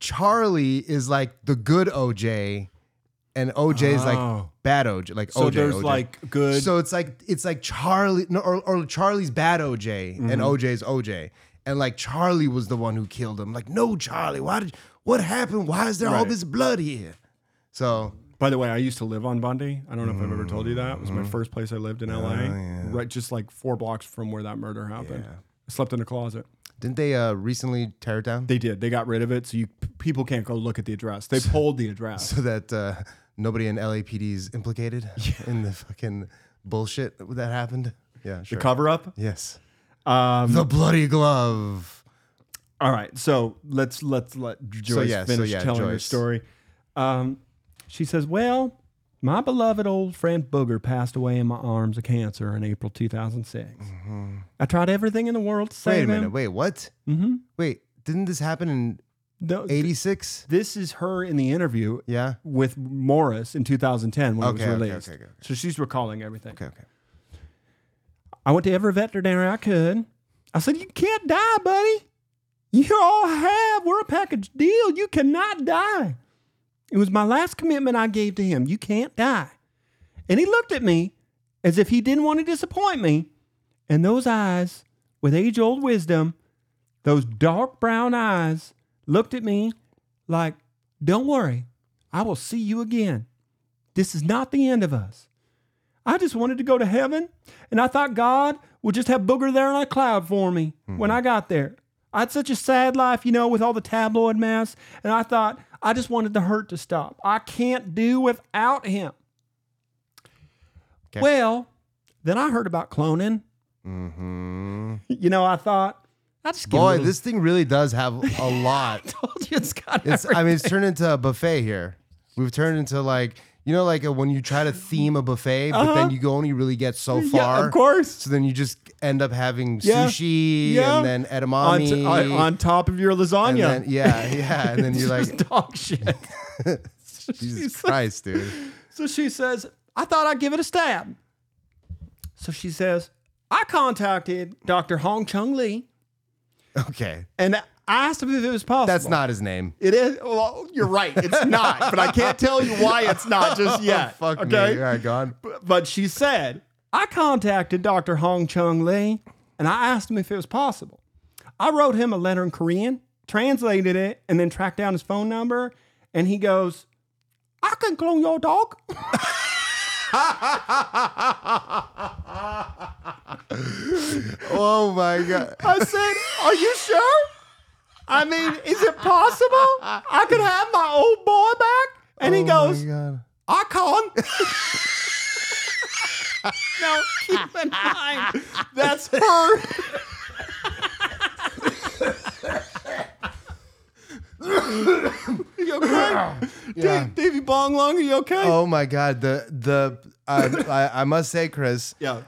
[SPEAKER 3] Charlie is like the good OJ, and OJ is like
[SPEAKER 5] Oh.
[SPEAKER 3] bad OJ. Like
[SPEAKER 5] So
[SPEAKER 3] OJ,
[SPEAKER 5] there's
[SPEAKER 3] OJ.
[SPEAKER 5] like good.
[SPEAKER 3] So it's like it's like Charlie no, or, or Charlie's bad OJ
[SPEAKER 5] Mm-hmm.
[SPEAKER 3] and OJ's OJ. And like Charlie was the one who killed him. Like, no, Charlie, why did what happened? Why is there all
[SPEAKER 5] Right.
[SPEAKER 3] this blood here? So
[SPEAKER 5] By the way, I used to live on Bundy. I don't know if I've ever told you that. It was my
[SPEAKER 3] Mm-hmm.
[SPEAKER 5] first place I lived
[SPEAKER 3] Oh,
[SPEAKER 5] in LA, right just like four blocks from where that murder happened. I slept in a closet.
[SPEAKER 3] didn't they uh recently tear it down?
[SPEAKER 5] They did. They got rid of it, so you people can't go look at the address. They pulled the address.
[SPEAKER 3] so that uh, nobody in LAPD is implicated in the fucking bullshit that happened. Yeah, sure.
[SPEAKER 5] Cover up.
[SPEAKER 3] yes. the bloody glove.
[SPEAKER 2] All right, so let's let's let Joyce
[SPEAKER 3] yeah, so
[SPEAKER 2] finish
[SPEAKER 3] yeah,
[SPEAKER 2] telling her
[SPEAKER 3] Joyce.
[SPEAKER 2] story. Um, she says, "Well, my beloved old friend Booger passed away in my arms of cancer in April 2006. I tried everything in the world to
[SPEAKER 3] Mm-hmm. Wait
[SPEAKER 2] save
[SPEAKER 3] a minute.
[SPEAKER 2] him.
[SPEAKER 3] Wait, what?
[SPEAKER 2] Mm-hmm.
[SPEAKER 3] Wait, didn't this happen in '86?
[SPEAKER 2] This is her in the interview
[SPEAKER 3] Yeah.
[SPEAKER 2] with Morris in 2010 when
[SPEAKER 3] Okay,
[SPEAKER 2] it was
[SPEAKER 3] okay,
[SPEAKER 2] released.
[SPEAKER 3] okay, okay, okay.
[SPEAKER 2] So she's recalling everything.
[SPEAKER 3] Okay. Okay.
[SPEAKER 2] I went to every veterinary I could. I said, You can't die, buddy. You all have. We're a package deal. You cannot die. It was my last commitment I gave to him. You can't die. And he looked at me as if he didn't want to disappoint me. And those eyes, with age old wisdom, those dark brown eyes, looked at me like, Don't worry, I will see you again. This is not the end of us. I just wanted to go to heaven, and I thought God would just have Booger there on a cloud for me
[SPEAKER 3] Mm-hmm.
[SPEAKER 2] when I got there. I had such a sad life, you know, with all the tabloid mess, and I thought I just wanted the hurt to stop. I can't do without him.
[SPEAKER 3] Okay.
[SPEAKER 2] Well, then I heard about cloning.
[SPEAKER 3] Mm-hmm.
[SPEAKER 2] You know, I thought I just give a
[SPEAKER 3] Boy,
[SPEAKER 2] little-
[SPEAKER 3] this thing really does have a lot.
[SPEAKER 2] told you it's got
[SPEAKER 3] It's I mean, it's turned into a buffet here. We've turned into like you know, like uh when you try to theme a buffet, but
[SPEAKER 2] Uh-huh.
[SPEAKER 3] then you go only really get so
[SPEAKER 2] everything.
[SPEAKER 3] far.
[SPEAKER 2] Yeah, of course.
[SPEAKER 3] So then you just end up having
[SPEAKER 2] Yeah.
[SPEAKER 3] sushi
[SPEAKER 2] Yeah. uh,
[SPEAKER 3] and then
[SPEAKER 2] On,
[SPEAKER 3] edamame.
[SPEAKER 2] t- on, on top of your lasagna.
[SPEAKER 3] and then, yeah, yeah, and then you're like,
[SPEAKER 2] Just dog shit.
[SPEAKER 3] Jesus Christ, dude.
[SPEAKER 2] So she says, I thought I'd give it a stab. So she says, I contacted Dr. Hong Chung Lee
[SPEAKER 3] Okay,
[SPEAKER 2] and I asked him if it was possible.
[SPEAKER 3] that's not his name.
[SPEAKER 2] It is. Well, you're right. It's not. but I can't tell you why it's not just yet.
[SPEAKER 3] Oh, Fuck
[SPEAKER 2] okay?
[SPEAKER 3] me. All right, gone.
[SPEAKER 2] B- But she said, I contacted Dr. Hong Chung Lee and I asked him if it was possible. I wrote him a letter in Korean, translated it, and then tracked down his phone number. And he goes, I can clone your dog.
[SPEAKER 3] Oh my god.
[SPEAKER 2] I said, Are you sure? I mean, is it possible I could have my old boy back? And he
[SPEAKER 3] Oh my
[SPEAKER 2] goes,
[SPEAKER 3] God.
[SPEAKER 2] I can't. now, keep in mind, that's her. you okay?
[SPEAKER 3] Yeah.
[SPEAKER 2] Dave, Davey Bong Long, are you okay?
[SPEAKER 3] Oh my god. The the um, I, I must say, Chris,
[SPEAKER 2] Yeah.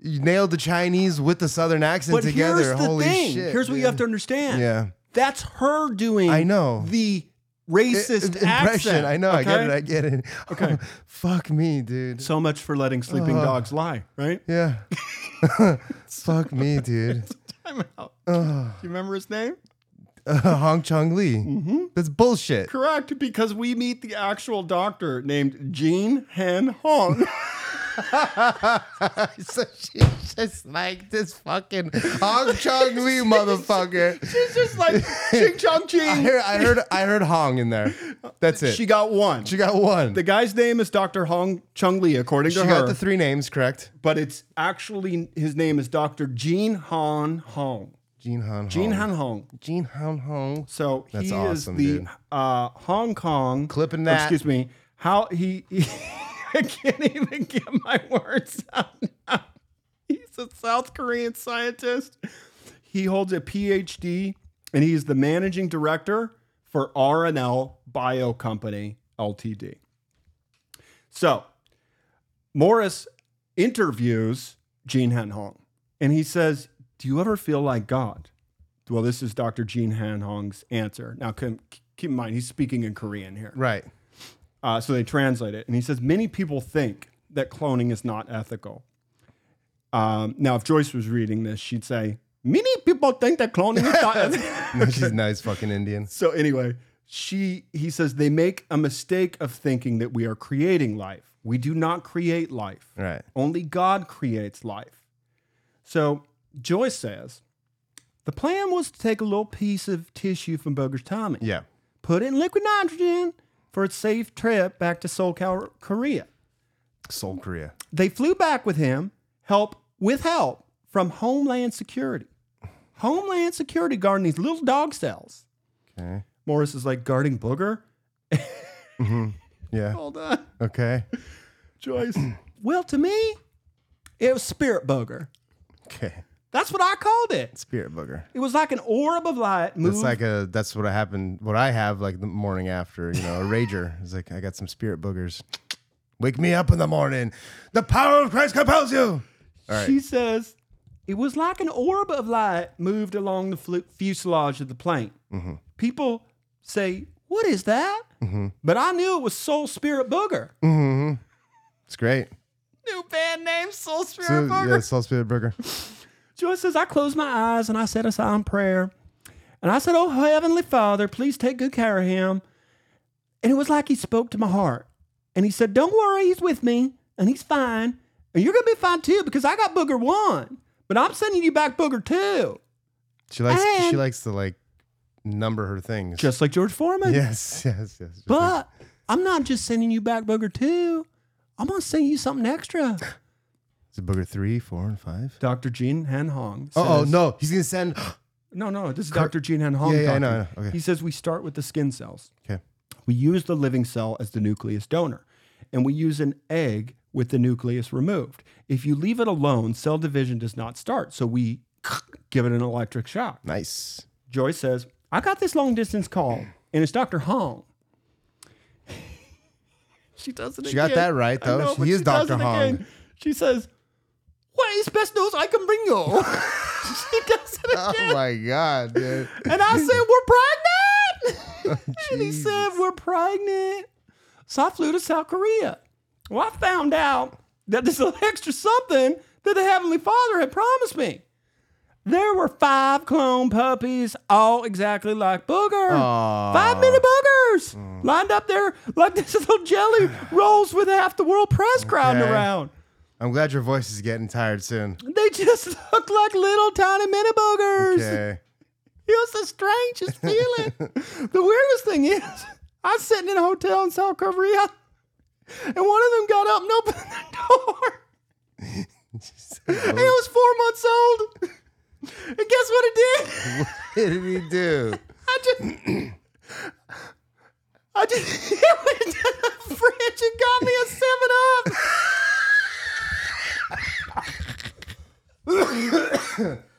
[SPEAKER 3] you nailed the Chinese with the Southern accent
[SPEAKER 2] But
[SPEAKER 3] together.
[SPEAKER 2] here's the
[SPEAKER 3] Holy
[SPEAKER 2] thing.
[SPEAKER 3] shit.
[SPEAKER 2] here's what you
[SPEAKER 3] dude.
[SPEAKER 2] have to understand.
[SPEAKER 3] Yeah.
[SPEAKER 2] That's her doing.
[SPEAKER 3] I know.
[SPEAKER 2] the racist
[SPEAKER 3] I- impression.
[SPEAKER 2] accent.
[SPEAKER 3] I know. I get it.
[SPEAKER 2] okay?
[SPEAKER 3] I get it.
[SPEAKER 2] Okay.
[SPEAKER 3] Fuck me, dude.
[SPEAKER 2] So much for letting sleeping
[SPEAKER 3] Ugh.
[SPEAKER 2] dogs lie, right?
[SPEAKER 3] yeah. Fuck me, dude.
[SPEAKER 2] Time out. Do you remember his name?
[SPEAKER 3] Uh, Hong Chong Lee. That's bullshit.
[SPEAKER 2] Correct, because we meet the actual doctor named Jean Han Hong.
[SPEAKER 3] so she's just like this fucking Hong Chong Lee motherfucker.
[SPEAKER 2] She's just like ching chong
[SPEAKER 3] I
[SPEAKER 2] ching.
[SPEAKER 3] heard, I heard, I heard Hong in there. That's it.
[SPEAKER 2] She
[SPEAKER 3] She,
[SPEAKER 2] got one.
[SPEAKER 3] got one.
[SPEAKER 2] the guy's name is Dr. Hong Chung Lee, according
[SPEAKER 3] she
[SPEAKER 2] to her.
[SPEAKER 3] got the three names correct.
[SPEAKER 2] but it's actually his name is Dr. Jean Han Hong.
[SPEAKER 3] Jean Han.
[SPEAKER 2] Jean
[SPEAKER 3] Hong.
[SPEAKER 2] Han Hong.
[SPEAKER 3] Jean Han Hong.
[SPEAKER 2] So
[SPEAKER 3] That's
[SPEAKER 2] he
[SPEAKER 3] awesome,
[SPEAKER 2] is
[SPEAKER 3] dude.
[SPEAKER 2] the uh, Hong Kong
[SPEAKER 3] Clipping that.
[SPEAKER 2] Excuse me. How he, I can't even get my words out. Now. He's a South Korean scientist. He holds a PhD and he's the managing director for RNL Bio Company Ltd. So Morris interviews Gene Han Hong and he says, "Do you ever feel like God?" Well, this is Dr. Gene Han Hong's answer. Now, keep keep in mind, he's speaking in Korean here.
[SPEAKER 3] Right.
[SPEAKER 2] Uh, so they translate it. And he says, Many people think that cloning is not ethical. Um, now, if Joyce was reading this, she'd say, Many people think that cloning is not ethical.
[SPEAKER 3] No, she's nice fucking Indian.
[SPEAKER 2] so anyway, she he says they make a mistake of thinking that we are creating life. We do not create life.
[SPEAKER 3] Right.
[SPEAKER 2] Only God creates life. So Joyce says, the plan was to take a little piece of tissue from Booger's tummy
[SPEAKER 3] Yeah.
[SPEAKER 2] put it in liquid nitrogen for its safe trip back to Seoul, Cal- Korea.
[SPEAKER 3] Seoul, Korea.
[SPEAKER 2] They flew back with him, help with help from Homeland Security. Homeland Security guarding these little dog cells.
[SPEAKER 3] Okay.
[SPEAKER 2] Morris is like guarding Booger.
[SPEAKER 3] Yeah.
[SPEAKER 2] Hold on,
[SPEAKER 3] Okay.
[SPEAKER 2] Joyce. well, to me, it was Spirit Booger.
[SPEAKER 3] Okay.
[SPEAKER 2] That's what I called it.
[SPEAKER 3] Spirit booger.
[SPEAKER 2] It was like an orb of light moved.
[SPEAKER 3] That's like a. That's what happened. What I have like the morning after. You know, a rager. It's like I got some spirit boogers. Wake me up in the morning. The power of Christ compels you. All right.
[SPEAKER 2] She says, it was like an orb of light moved along the flu- fuselage of the plane.
[SPEAKER 3] Mm-hmm.
[SPEAKER 2] People say, what is that? But I knew it was Soul Spirit Booger.
[SPEAKER 3] Mm-hmm. It's great.
[SPEAKER 2] New band name, Soul Spirit
[SPEAKER 3] So,
[SPEAKER 2] Booger.
[SPEAKER 3] yeah, Soul Spirit Burger.
[SPEAKER 2] Joyce says, I closed my eyes and I said a silent prayer. And I said, Oh, Heavenly Father, please take good care of him. And it was like he spoke to my heart. And he said, Don't worry, he's with me and he's fine. And you're going to be fine too because I got Booger 1, but I'm sending you back Booger 2.
[SPEAKER 3] She likes. she
[SPEAKER 2] And-
[SPEAKER 3] likes to like number her things.
[SPEAKER 2] Just like George Foreman.
[SPEAKER 3] yes, yes, yes.
[SPEAKER 2] But I'm not just sending you back Booger 2, I'm going to send you something extra.
[SPEAKER 3] Is it Booger three, four, and five?
[SPEAKER 2] Dr. Jean Han Hong.
[SPEAKER 3] Oh, oh
[SPEAKER 2] says-
[SPEAKER 3] no, he's gonna send.
[SPEAKER 2] No, no, this is Dr. Jean Han Hong.
[SPEAKER 3] Yeah, yeah, I
[SPEAKER 2] talking.
[SPEAKER 3] know, I know. Okay.
[SPEAKER 2] He says we start with the skin cells.
[SPEAKER 3] Okay.
[SPEAKER 2] We use the living cell as the nucleus donor, and we use an egg with the nucleus removed. If you leave it alone, cell division does not start. So we give it an electric shock.
[SPEAKER 3] Nice.
[SPEAKER 2] Joy says, I got this long distance call, and it's Dr. Hong. she does it
[SPEAKER 3] She got
[SPEAKER 2] again.
[SPEAKER 3] that right,
[SPEAKER 2] I
[SPEAKER 3] though.
[SPEAKER 2] know,
[SPEAKER 3] He
[SPEAKER 2] but
[SPEAKER 3] is
[SPEAKER 2] she does
[SPEAKER 3] Dr.
[SPEAKER 2] it
[SPEAKER 3] Hong.
[SPEAKER 2] again. She says, What is best news I can bring you? she does it again.
[SPEAKER 3] Oh my god, dude.
[SPEAKER 2] And I said, We're pregnant. and he
[SPEAKER 3] Oh, Jesus.
[SPEAKER 2] said, We're pregnant. So I flew to South Korea. Well, I found out that this little extra something that the Heavenly Father had promised me. There were five clone puppies, all exactly like Booger.
[SPEAKER 3] Aw. Mm.
[SPEAKER 2] Five mini boogers lined up there like this little jelly rolls with half the world press crowding
[SPEAKER 3] Okay.
[SPEAKER 2] around.
[SPEAKER 3] I'm glad your voice is getting tired soon.
[SPEAKER 2] They just look like little tiny mini boogers.
[SPEAKER 3] Okay.
[SPEAKER 2] It was the strangest feeling. the weirdest thing is, I was sitting in a hotel in South Korea, and one of them got up and opened the door. And it was four months old. And guess what it did?
[SPEAKER 3] What did he do?
[SPEAKER 2] I just. I just it went to the fridge and got me a seven up.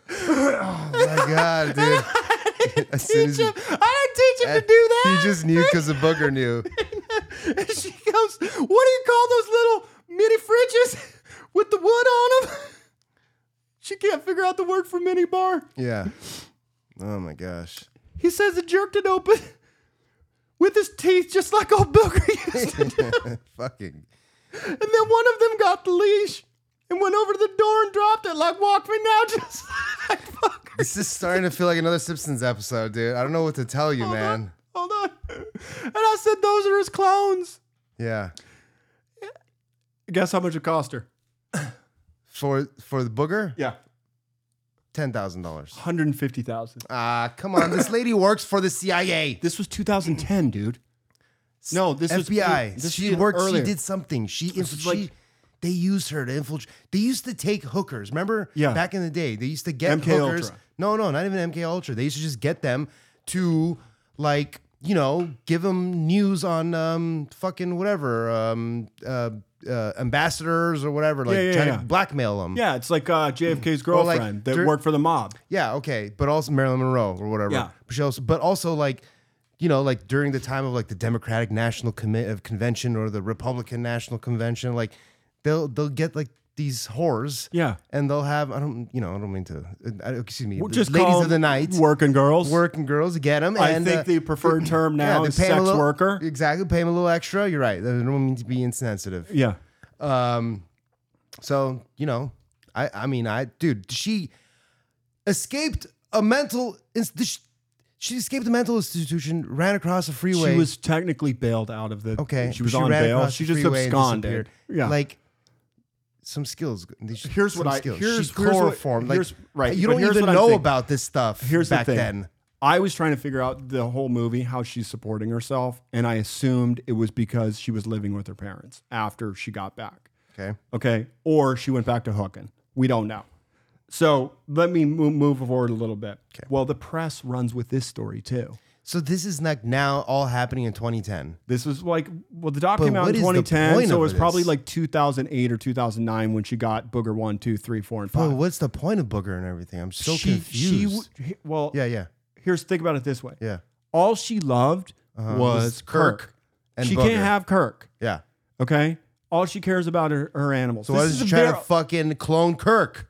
[SPEAKER 3] Oh my god, dude. As soon as
[SPEAKER 2] Teach him. I didn't teach him to do that.
[SPEAKER 3] He just knew because the booger knew.
[SPEAKER 2] And she goes, What do you call those little mini fridges with the wood on them? She can't figure out the word for mini bar.
[SPEAKER 3] Yeah. Oh my gosh.
[SPEAKER 2] He says it jerked it open with his teeth, just like old Booger used to do.
[SPEAKER 3] Fucking.
[SPEAKER 2] And then one of them got the leash and went over to the door and dropped it, like, Walk me now, just like Booger.
[SPEAKER 3] This is starting to feel like another Simpsons episode, dude. I don't know what to tell you,
[SPEAKER 2] Hold
[SPEAKER 3] man.
[SPEAKER 2] on, hold on. And I said, Those are his clones.
[SPEAKER 3] Yeah.
[SPEAKER 2] Guess how much it cost her?
[SPEAKER 3] For for the booger,
[SPEAKER 2] Yeah,
[SPEAKER 3] ten thousand dollars.
[SPEAKER 2] 150000
[SPEAKER 3] Ah, come on. This lady works for the CIA.
[SPEAKER 2] This was 2010, dude. No, this was
[SPEAKER 3] FBI.
[SPEAKER 2] pre- this
[SPEAKER 3] she
[SPEAKER 2] was
[SPEAKER 3] worked.
[SPEAKER 2] earlier.
[SPEAKER 3] She did something. She,
[SPEAKER 2] This
[SPEAKER 3] inf-
[SPEAKER 2] is
[SPEAKER 3] she
[SPEAKER 2] like-
[SPEAKER 3] they used her to infiltrate. They used to take hookers. Remember?
[SPEAKER 2] Yeah.
[SPEAKER 3] Back in the day, they used to get
[SPEAKER 2] MK
[SPEAKER 3] hookers.
[SPEAKER 2] Ultra.
[SPEAKER 3] No, no, not even MK Ultra. They used to just get them to like you know give them news on um fucking whatever um uh, uh ambassadors or whatever like
[SPEAKER 2] Yeah, yeah,
[SPEAKER 3] trying
[SPEAKER 2] yeah.
[SPEAKER 3] to blackmail them.
[SPEAKER 2] Yeah, it's like uh, JFK's
[SPEAKER 3] Well, like,
[SPEAKER 2] girlfriend that
[SPEAKER 3] dur-
[SPEAKER 2] worked for the mob.
[SPEAKER 3] Yeah, okay, but also Marilyn Monroe or whatever.
[SPEAKER 2] Yeah.
[SPEAKER 3] But she also, but also like, you know, like during the time of like the Democratic National Commi- of Convention or the Republican National Convention, like they'll they'll get like these whores.
[SPEAKER 2] Yeah.
[SPEAKER 3] And they'll have I don't you know I don't mean to uh, I, excuse me
[SPEAKER 2] We'll
[SPEAKER 3] the
[SPEAKER 2] just
[SPEAKER 3] ladies
[SPEAKER 2] call
[SPEAKER 3] of the night
[SPEAKER 2] working girls.
[SPEAKER 3] working girls get them
[SPEAKER 2] I
[SPEAKER 3] and
[SPEAKER 2] think
[SPEAKER 3] uh,
[SPEAKER 2] the preferred term now
[SPEAKER 3] they
[SPEAKER 2] is
[SPEAKER 3] pay 'em
[SPEAKER 2] sex
[SPEAKER 3] a little-
[SPEAKER 2] worker.
[SPEAKER 3] exactly pay them a little extra you're right I don't mean to be insensitive
[SPEAKER 2] yeah,
[SPEAKER 3] um, so you know, I I mean, I dude, she escaped a mental. inst- She, she escaped a mental institution, ran across a freeway.
[SPEAKER 2] she was technically bailed out of the.
[SPEAKER 3] okay.
[SPEAKER 2] she was
[SPEAKER 3] but
[SPEAKER 2] on
[SPEAKER 3] ran
[SPEAKER 2] bail.
[SPEAKER 3] across
[SPEAKER 2] She
[SPEAKER 3] the
[SPEAKER 2] just
[SPEAKER 3] freeway and
[SPEAKER 2] absconded.
[SPEAKER 3] disappeared.
[SPEAKER 2] Yeah,
[SPEAKER 3] like some skills. They should-
[SPEAKER 6] Here's
[SPEAKER 3] some
[SPEAKER 6] what I-
[SPEAKER 3] skills.
[SPEAKER 6] here's-
[SPEAKER 3] she
[SPEAKER 6] here's what-
[SPEAKER 3] chloroformed.
[SPEAKER 6] here's-
[SPEAKER 3] like,
[SPEAKER 6] right,
[SPEAKER 3] You
[SPEAKER 6] but
[SPEAKER 3] don't
[SPEAKER 6] here's
[SPEAKER 3] even
[SPEAKER 6] what I'm
[SPEAKER 3] know
[SPEAKER 6] thinking.
[SPEAKER 3] about this stuff.
[SPEAKER 2] here's
[SPEAKER 3] back
[SPEAKER 2] the thing.
[SPEAKER 3] then.
[SPEAKER 2] I was trying to figure out the whole movie how she's supporting herself, and I assumed it was because she was living with her parents after she got back.
[SPEAKER 3] Okay.
[SPEAKER 2] Okay. Or she went back to hooking. We don't know. So let me mo- move forward a little bit. Well, the press runs with this story too.
[SPEAKER 3] So this is like now all happening in 2010.
[SPEAKER 2] This was like well, the doc came out
[SPEAKER 3] what
[SPEAKER 2] in
[SPEAKER 3] is the
[SPEAKER 2] 2010,
[SPEAKER 3] point
[SPEAKER 2] so it
[SPEAKER 3] of
[SPEAKER 2] was probably
[SPEAKER 3] this?
[SPEAKER 2] like 2008 or 2009 when she got Booger one, two, three, four, and
[SPEAKER 3] Bro,
[SPEAKER 2] five.
[SPEAKER 3] Oh, what's the point of Booger and everything? I'm so
[SPEAKER 2] she,
[SPEAKER 3] confused.
[SPEAKER 2] she w- he- well,
[SPEAKER 3] yeah, yeah,
[SPEAKER 2] here's think about it this way:
[SPEAKER 3] yeah.
[SPEAKER 2] all she loved
[SPEAKER 3] Uh-huh.
[SPEAKER 2] was
[SPEAKER 3] Was Kirk
[SPEAKER 2] Kirk.
[SPEAKER 3] And
[SPEAKER 2] she
[SPEAKER 3] Booger.
[SPEAKER 2] can't have Kirk.
[SPEAKER 3] Yeah.
[SPEAKER 2] Okay, all she cares about are her animals.
[SPEAKER 3] So why
[SPEAKER 2] This
[SPEAKER 3] is
[SPEAKER 2] is
[SPEAKER 3] she
[SPEAKER 2] a
[SPEAKER 3] trying to
[SPEAKER 2] very-
[SPEAKER 3] fucking clone Kirk?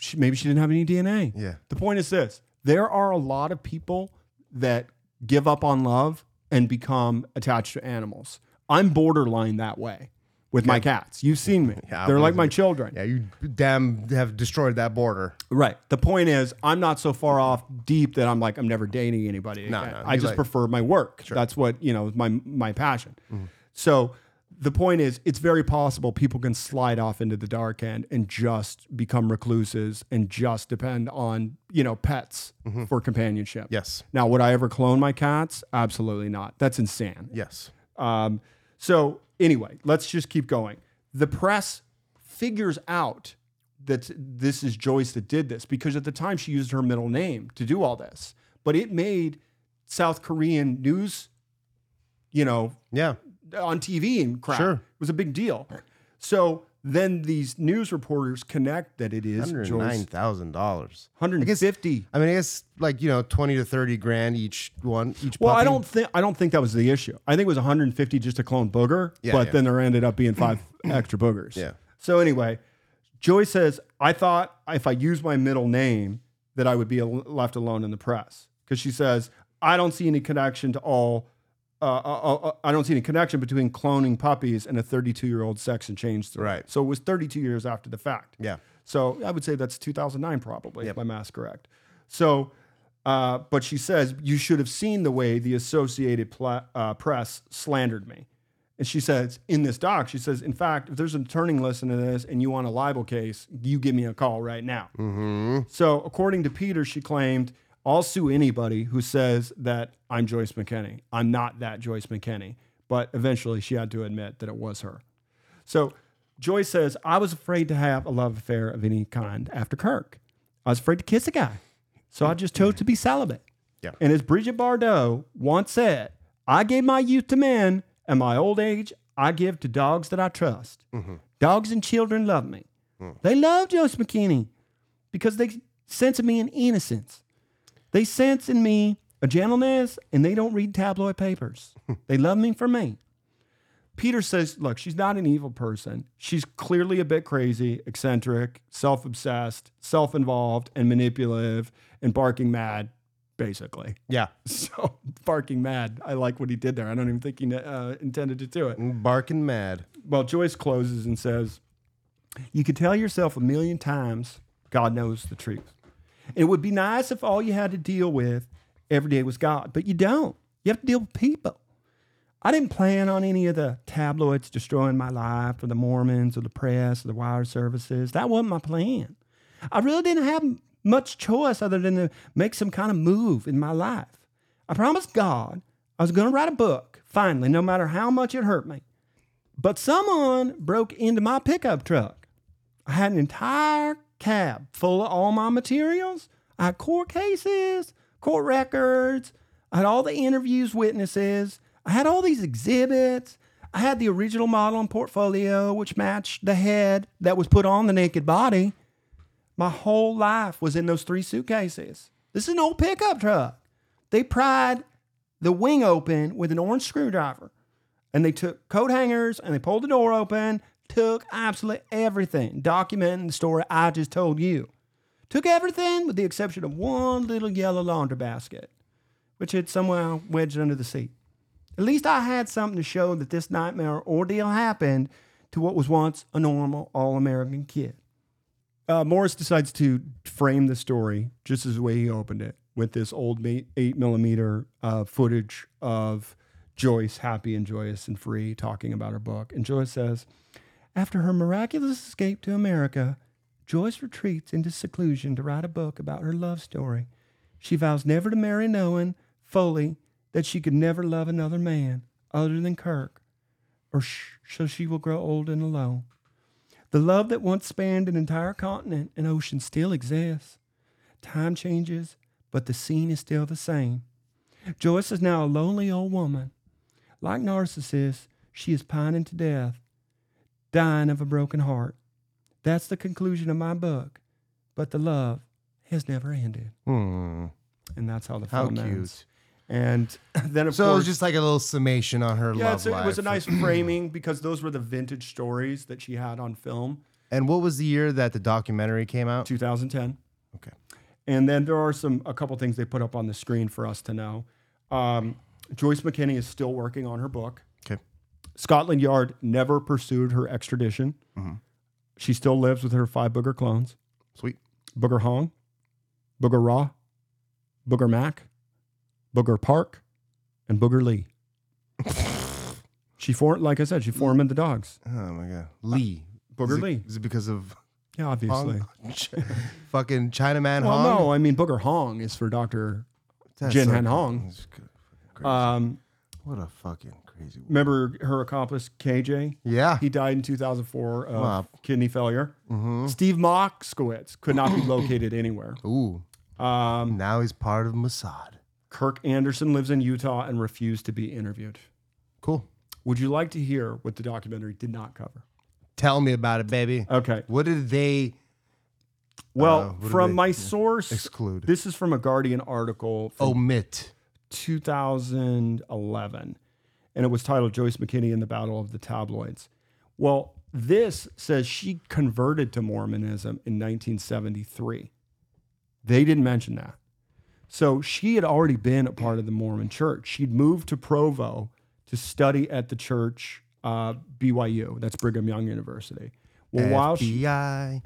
[SPEAKER 2] she, maybe she didn't have any DNA.
[SPEAKER 3] Yeah.
[SPEAKER 2] The point is this there are a lot of people that give up on love and become attached to animals. I'm borderline that way with my cats. You've seen me.
[SPEAKER 3] Yeah,
[SPEAKER 2] They're
[SPEAKER 3] I
[SPEAKER 2] like
[SPEAKER 3] was-
[SPEAKER 2] my children.
[SPEAKER 3] Yeah, you damn have destroyed that border.
[SPEAKER 2] Right. The point is, I'm not so far off deep that I'm like I'm never dating anybody.
[SPEAKER 3] No,
[SPEAKER 2] again.
[SPEAKER 3] no,
[SPEAKER 2] I
[SPEAKER 3] you
[SPEAKER 2] just
[SPEAKER 3] like-
[SPEAKER 2] prefer my work. That's what you know, my my passion.
[SPEAKER 3] Mm-hmm.
[SPEAKER 2] So the point is, it's very possible people can slide off into the dark end and just become recluses and just depend on you know pets for companionship.
[SPEAKER 3] Mm-hmm. Yes.
[SPEAKER 2] Now, would I ever clone my cats? Absolutely not. That's insane.
[SPEAKER 3] Yes.
[SPEAKER 2] Um, so anyway, let's just keep going. The press figures out that this is Joyce that did this because at the time she used her middle name to do all this, but it made South Korean news, you know,
[SPEAKER 3] Yeah.
[SPEAKER 2] on TV and crap.
[SPEAKER 3] Sure.
[SPEAKER 2] It was a big deal. So then these news reporters connect that it is
[SPEAKER 3] Hundred
[SPEAKER 2] Joyce.
[SPEAKER 3] nine thousand dollars.
[SPEAKER 2] 150.
[SPEAKER 3] I mean, I guess like you know, twenty to thirty grand each one. Each.
[SPEAKER 2] Well, I
[SPEAKER 3] puppy.
[SPEAKER 2] don't think I don't think that was the issue. I think it was 150 just to clone booger,
[SPEAKER 3] Yeah,
[SPEAKER 2] but
[SPEAKER 3] yeah.
[SPEAKER 2] then there ended up being five extra boogers.
[SPEAKER 3] Yeah.
[SPEAKER 2] So anyway, Joy says, "I thought if I used my middle name that I would be al- left alone in the press." Cuz she says, "I don't see any connection to all uh, uh, uh, I don't see any connection between cloning puppies and a 32-year-old sex and change threat."
[SPEAKER 3] Right.
[SPEAKER 2] So it was 32 years after the fact.
[SPEAKER 3] Yeah.
[SPEAKER 2] So I would say that's 2009, probably, if my math's correct. So, uh, but she says, You should have seen the way the Associated Pla- uh, Press slandered me. And she says, In this doc, she says, In fact, if there's an attorney listening to this and you want a libel case, you give me a call right now. So, according to Peter, she claimed, I'll sue anybody who says that I'm Joyce McKinney. I'm not that Joyce McKinney. But eventually she had to admit that it was her. So Joy says, I was afraid to have a love affair of any kind after Kirk. I was afraid to kiss a guy. So I just chose to be celibate.
[SPEAKER 3] Yeah.
[SPEAKER 2] And as Bridget Bardot once said, I gave my youth to men and my old age I give to dogs that I trust. Dogs and children love me. They love Joyce McKinney because they sense in me an innocence. They sense in me a gentleness and they don't read tabloid papers. they love me for me. Peter says, look, she's not an evil person. She's clearly a bit crazy, eccentric, self obsessed, self involved, and manipulative and barking mad, basically.
[SPEAKER 3] Yeah.
[SPEAKER 2] So, barking mad. I like what he did there. I don't even think he uh, intended to do it.
[SPEAKER 3] Barking mad.
[SPEAKER 2] Well, Joyce closes and says, You could tell yourself a million times, God knows the truth. It would be nice if all you had to deal with every day was God, but you don't. You have to deal with people. I didn't plan on any of the tabloids destroying my life or the Mormons or the press or the wire services. That wasn't my plan. I really didn't have m- much choice other than to make some kind of move in my life. I promised God I was going to write a book, finally, no matter how much it hurt me. But someone broke into my pickup truck. I had an entire cab full of all my materials. I had court cases, court records. I had all the interviews, witnesses. I had all these exhibits. I had the original model and portfolio, which matched the head that was put on the naked body. My whole life was in those three suitcases. This is an old pickup truck. They pried the wing open with an orange screwdriver and they took coat hangers and they pulled the door open, took absolutely everything, documenting the story I just told you. Took everything with the exception of one little yellow laundry basket, which had somehow wedged under the seat. At least I had something to show that this nightmare ordeal happened to what was once a normal all American kid. Uh, Morris decides to frame the story just as the way he opened it with this old ma- eight millimeter uh, footage of Joyce, happy and joyous and free, talking about her book. And Joyce says, After her miraculous escape to America, Joyce retreats into seclusion to write a book about her love story. She vows never to marry knowing fully that she could never love another man other than Kirk, or sh- so she will grow old and alone. The love that once spanned an entire continent and ocean still exists. Time changes, but the scene is still the same.
[SPEAKER 1] Joyce is now a lonely old woman. Like narcissists, she is pining to death, dying of a broken heart. That's the conclusion of my book. But the love has never ended.
[SPEAKER 2] Hmm.
[SPEAKER 1] And that's how the
[SPEAKER 3] How
[SPEAKER 1] film ends.
[SPEAKER 3] cute.
[SPEAKER 2] And then of
[SPEAKER 3] So it
[SPEAKER 2] course,
[SPEAKER 3] was just like a little summation on her
[SPEAKER 2] yeah,
[SPEAKER 3] love
[SPEAKER 2] it's a-
[SPEAKER 3] life.
[SPEAKER 2] it was a nice framing because those were the vintage stories that she had on film.
[SPEAKER 3] And what was the year that the documentary came out?
[SPEAKER 2] 2010.
[SPEAKER 3] Okay.
[SPEAKER 2] And then there are some a couple things they put up on the screen for us to know. Um, Joyce McKinney is still working on her book.
[SPEAKER 3] Okay.
[SPEAKER 2] Scotland Yard never pursued her extradition.
[SPEAKER 3] Mhm.
[SPEAKER 2] She still lives with her five booger clones:
[SPEAKER 3] Sweet.
[SPEAKER 2] Booger Hong, Booger Raw, Booger Mac, Booger Park, and Booger Lee. she formed, like I said, she formed the dogs.
[SPEAKER 3] Oh my god. Lee.
[SPEAKER 2] Booger
[SPEAKER 3] is it,
[SPEAKER 2] Lee.
[SPEAKER 3] Is it because of
[SPEAKER 2] Yeah, obviously.
[SPEAKER 3] Hong? fucking Chinaman
[SPEAKER 2] Well,
[SPEAKER 3] Hong?
[SPEAKER 2] no, I mean Booger Hong is for Doctor.
[SPEAKER 3] That's
[SPEAKER 2] Jin
[SPEAKER 3] so
[SPEAKER 2] Han Hong.
[SPEAKER 3] that's good. Fucking crazy.
[SPEAKER 2] Um,
[SPEAKER 3] what a fucking crazy. World.
[SPEAKER 2] remember her accomplice KJ?
[SPEAKER 3] Yeah.
[SPEAKER 2] He died in 2004 of
[SPEAKER 3] Wow.
[SPEAKER 2] kidney failure.
[SPEAKER 3] hmm
[SPEAKER 2] Steve Moskowitz could not be located anywhere.
[SPEAKER 3] Ooh.
[SPEAKER 2] Um,
[SPEAKER 3] Now he's part of Mossad.
[SPEAKER 2] Kirk Anderson lives in Utah and refused to be interviewed.
[SPEAKER 3] Cool.
[SPEAKER 2] Would you like to hear what the documentary did not cover?
[SPEAKER 3] Tell me about it, baby.
[SPEAKER 2] Okay.
[SPEAKER 3] What did they Uh,
[SPEAKER 2] Well,
[SPEAKER 3] what did
[SPEAKER 2] from
[SPEAKER 3] they-
[SPEAKER 2] my source,
[SPEAKER 3] exclude?
[SPEAKER 2] this is from a Guardian article from
[SPEAKER 3] Omit.
[SPEAKER 2] 2011, and it was titled Joyce McKinney and the Battle of the Tabloids. Well, this says she converted to Mormonism in 1973. They didn't mention that. So she had already been a part of the Mormon church. She'd moved to Provo to study at the church, uh, BYU, that's Brigham Young University. Well, while she,
[SPEAKER 3] FBI,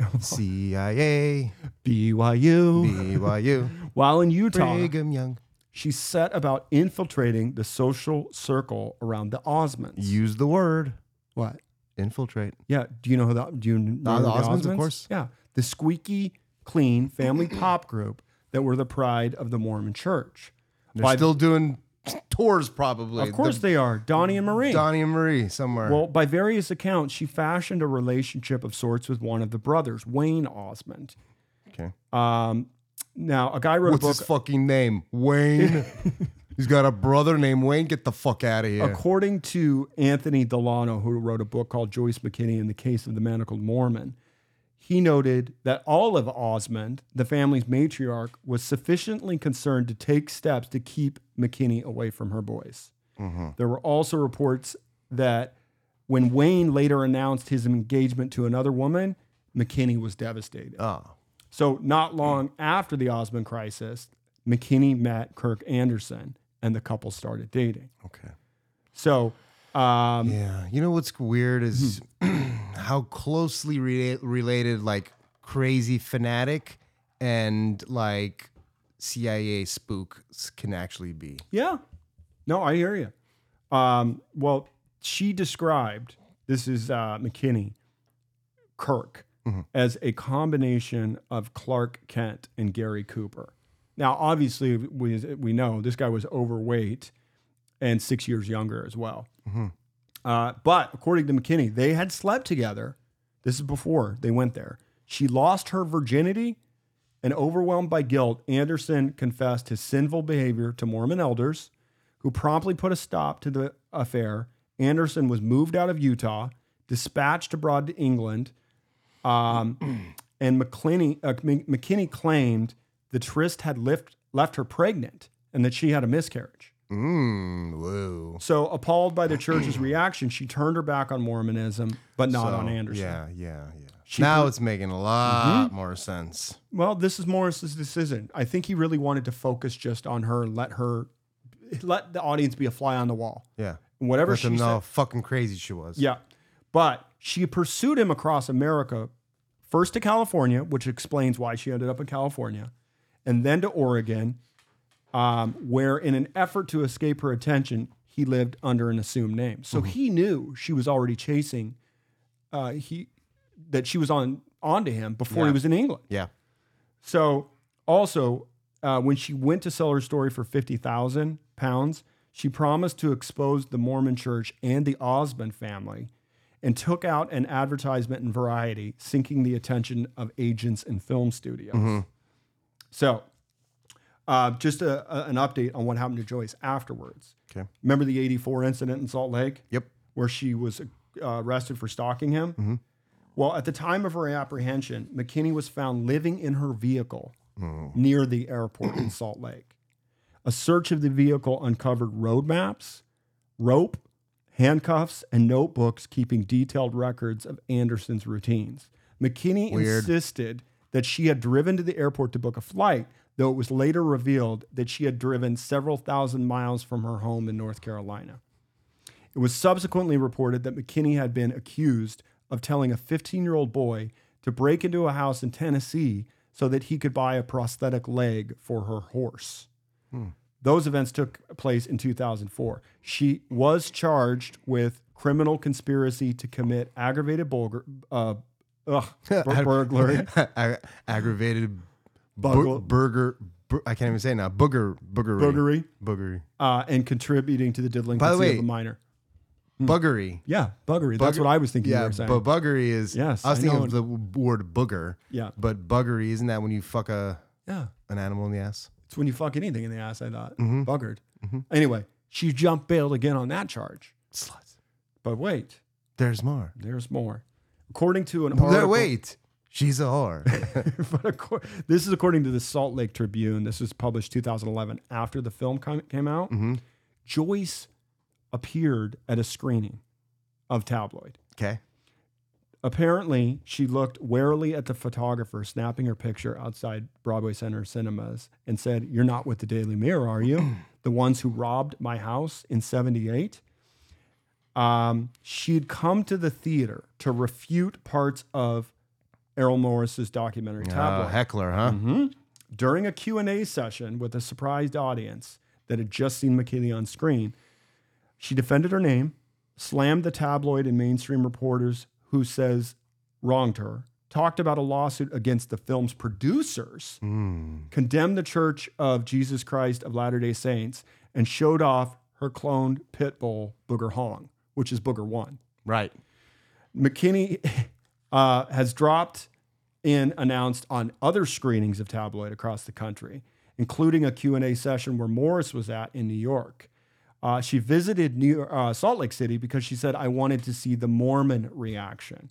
[SPEAKER 3] CIA,
[SPEAKER 2] BYU,
[SPEAKER 3] BYU,
[SPEAKER 2] while in Utah,
[SPEAKER 3] Brigham Young.
[SPEAKER 2] she set about infiltrating the social circle around the Osmonds.
[SPEAKER 3] Use the word
[SPEAKER 2] what?
[SPEAKER 3] infiltrate.
[SPEAKER 2] Yeah. Do you know who the do you know
[SPEAKER 3] the
[SPEAKER 2] the
[SPEAKER 3] Osmonds, of course.
[SPEAKER 2] Yeah, the squeaky clean family pop group that were the pride of the Mormon Church.
[SPEAKER 3] They're
[SPEAKER 2] By-
[SPEAKER 3] still doing tours, probably.
[SPEAKER 2] Of course they are. Donnie and Marie.
[SPEAKER 3] Donnie and Marie somewhere.
[SPEAKER 2] Well, by various accounts, she fashioned a relationship of sorts with one of the brothers, Wayne Osmond.
[SPEAKER 3] okay.
[SPEAKER 2] Um, now, a guy wrote
[SPEAKER 3] What's
[SPEAKER 2] a book.
[SPEAKER 3] his fucking name? Wayne. He's got a brother named Wayne. Get the fuck out of here.
[SPEAKER 2] According to Anthony Delano, who wrote a book called Joyce McKinney and the Case of the Manacled Mormon, he noted that Olive Osmond, the family's matriarch, was sufficiently concerned to take steps to keep McKinney away from her boys. There were also reports that when Wayne later announced his engagement to another woman, McKinney was devastated.
[SPEAKER 3] Oh.
[SPEAKER 2] So, not long after the Osmond crisis, McKinney met Kirk Anderson and the couple started dating.
[SPEAKER 3] Okay.
[SPEAKER 2] So, um,
[SPEAKER 3] Yeah. You know what's weird is how closely rela- related, like crazy fanatic and like CIA spooks can actually be.
[SPEAKER 2] yeah, no, I hear you. Um, well, she described this is uh, McKinney Kirk as a combination of Clark Kent and Gary Cooper. Now, obviously, we, we know this guy was overweight and six years younger as well. Uh, but according to McKinney, they had slept together. This is before they went there. She lost her virginity and overwhelmed by guilt, Anderson confessed his sinful behavior to Mormon elders, who promptly put a stop to the affair. Anderson was moved out of Utah, dispatched abroad to England, um, and McClinney, uh, M- McKinney claimed the tryst had left, left her pregnant and that she had a miscarriage.
[SPEAKER 3] Mmm. Whoa.
[SPEAKER 2] So, appalled by the church's reaction, she turned her back on Mormonism, but not on
[SPEAKER 3] So,
[SPEAKER 2] Anderson.
[SPEAKER 3] Yeah, yeah, yeah.
[SPEAKER 2] She Mm-hmm.
[SPEAKER 3] now it's making a lot more sense.
[SPEAKER 2] Well, this is Morris's decision. I think he really wanted to focus just on her, and let her, let the audience be a fly on the wall.
[SPEAKER 3] Yeah.
[SPEAKER 2] Whatever
[SPEAKER 3] Let
[SPEAKER 2] she
[SPEAKER 3] them know
[SPEAKER 2] said.
[SPEAKER 3] how fucking crazy she was.
[SPEAKER 2] Yeah, but she pursued him across America, first to California, which explains why she ended up in California, and then to Oregon, um, where in an effort to escape her attention, he lived under an assumed name.
[SPEAKER 3] Mm-hmm.
[SPEAKER 2] So he knew she was already chasing. Uh, he that she was on onto him before he
[SPEAKER 3] Yeah.
[SPEAKER 2] was in England.
[SPEAKER 3] Yeah.
[SPEAKER 2] So also, uh, when she went to sell her story for fifty thousand pounds, she promised to expose the Mormon Church and the Osmond family, and took out an advertisement in Variety, sinking the attention of agents and film studios. So, Uh, just a, a- an update on what happened to Joyce afterwards.
[SPEAKER 3] Okay.
[SPEAKER 2] Remember the 84 incident in Salt Lake?
[SPEAKER 3] Yep.
[SPEAKER 2] Where she was uh, arrested for stalking him? Well, at the time of her apprehension, McKinney was found living in her vehicle near the airport in Salt Lake. A search of the vehicle uncovered road maps, rope, handcuffs, and notebooks keeping detailed records of Anderson's routines. McKinney
[SPEAKER 3] Weird.
[SPEAKER 2] insisted that she had driven to the airport to book a flight, though it was later revealed that she had driven several thousand miles from her home in North Carolina. It was subsequently reported that McKinney had been accused of telling a 15 year old boy to break into a house in Tennessee so that he could buy a prosthetic leg for her horse. Those events took place in 2004. She was charged with criminal conspiracy to commit aggravated bulgar, uh, ugh, bur- burglary.
[SPEAKER 3] Ag- aggravated bu-
[SPEAKER 2] Buggle-
[SPEAKER 3] burger. bur- I can't even say it now. Booger. Boogery.
[SPEAKER 2] Boogery
[SPEAKER 3] Boogery.
[SPEAKER 2] uh, and contributing to the delinquency
[SPEAKER 3] way-
[SPEAKER 2] of a minor. Hmm.
[SPEAKER 3] Buggery.
[SPEAKER 2] Yeah, buggery. That's
[SPEAKER 3] Bugger-
[SPEAKER 2] what I was thinking. you
[SPEAKER 3] Yeah,
[SPEAKER 2] were saying.
[SPEAKER 3] but buggery is.
[SPEAKER 2] Yes,
[SPEAKER 3] I was
[SPEAKER 2] I
[SPEAKER 3] thinking
[SPEAKER 2] know.
[SPEAKER 3] of the w- word booger.
[SPEAKER 2] Yeah.
[SPEAKER 3] But buggery isn't that when you fuck a
[SPEAKER 2] yeah,
[SPEAKER 3] an animal in the ass?
[SPEAKER 2] it's when you fuck anything in the ass. I thought
[SPEAKER 3] Mm-hmm.
[SPEAKER 2] buggered. Anyway, she jumped bail again on that charge.
[SPEAKER 3] Slut.
[SPEAKER 2] But wait,
[SPEAKER 3] There's more.
[SPEAKER 2] there's more. According to an
[SPEAKER 3] There,
[SPEAKER 2] article,
[SPEAKER 3] wait. She's a whore.
[SPEAKER 2] but accor- this is according to the Salt Lake Tribune. This was published 2011 after the film com- came out. Joyce appeared at a screening of Tabloid.
[SPEAKER 3] okay.
[SPEAKER 2] Apparently, she looked warily at the photographer snapping her picture outside Broadway Center Cinemas and said, You're not with the Daily Mirror, are you? the ones who robbed my house in 78. Um, she'd come to the theater to refute parts of Errol Morris's documentary
[SPEAKER 3] Uh,
[SPEAKER 2] Tabloid
[SPEAKER 3] heckler, huh?
[SPEAKER 2] Mm-hmm. during a Q&A session with a surprised audience that had just seen McKinley on screen, she defended her name, slammed the tabloid and mainstream reporters who says wronged her, talked about a lawsuit against the film's producers,
[SPEAKER 3] Hmm.
[SPEAKER 2] condemned the Church of Jesus Christ of Latter-day Saints, and showed off her cloned pit bull, Booger Hong, which is Booger 1.
[SPEAKER 3] Right.
[SPEAKER 2] McKinney uh, has dropped in announced on other screenings of Tabloid across the country, including a Q&A session where Morris was at in New York. Uh, she visited New, uh, Salt Lake City because she said, I wanted to see the Mormon reaction.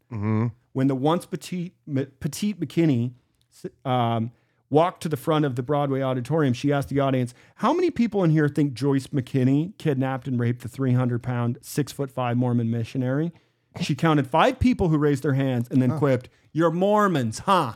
[SPEAKER 2] When the once petite, m- petite McKinney um, walked to the front of the Broadway auditorium, she asked the audience, How many people in here think Joyce McKinney kidnapped and raped the 300 pound, six foot five Mormon missionary? She counted five people who raised their hands and then quipped, You're Mormons, huh?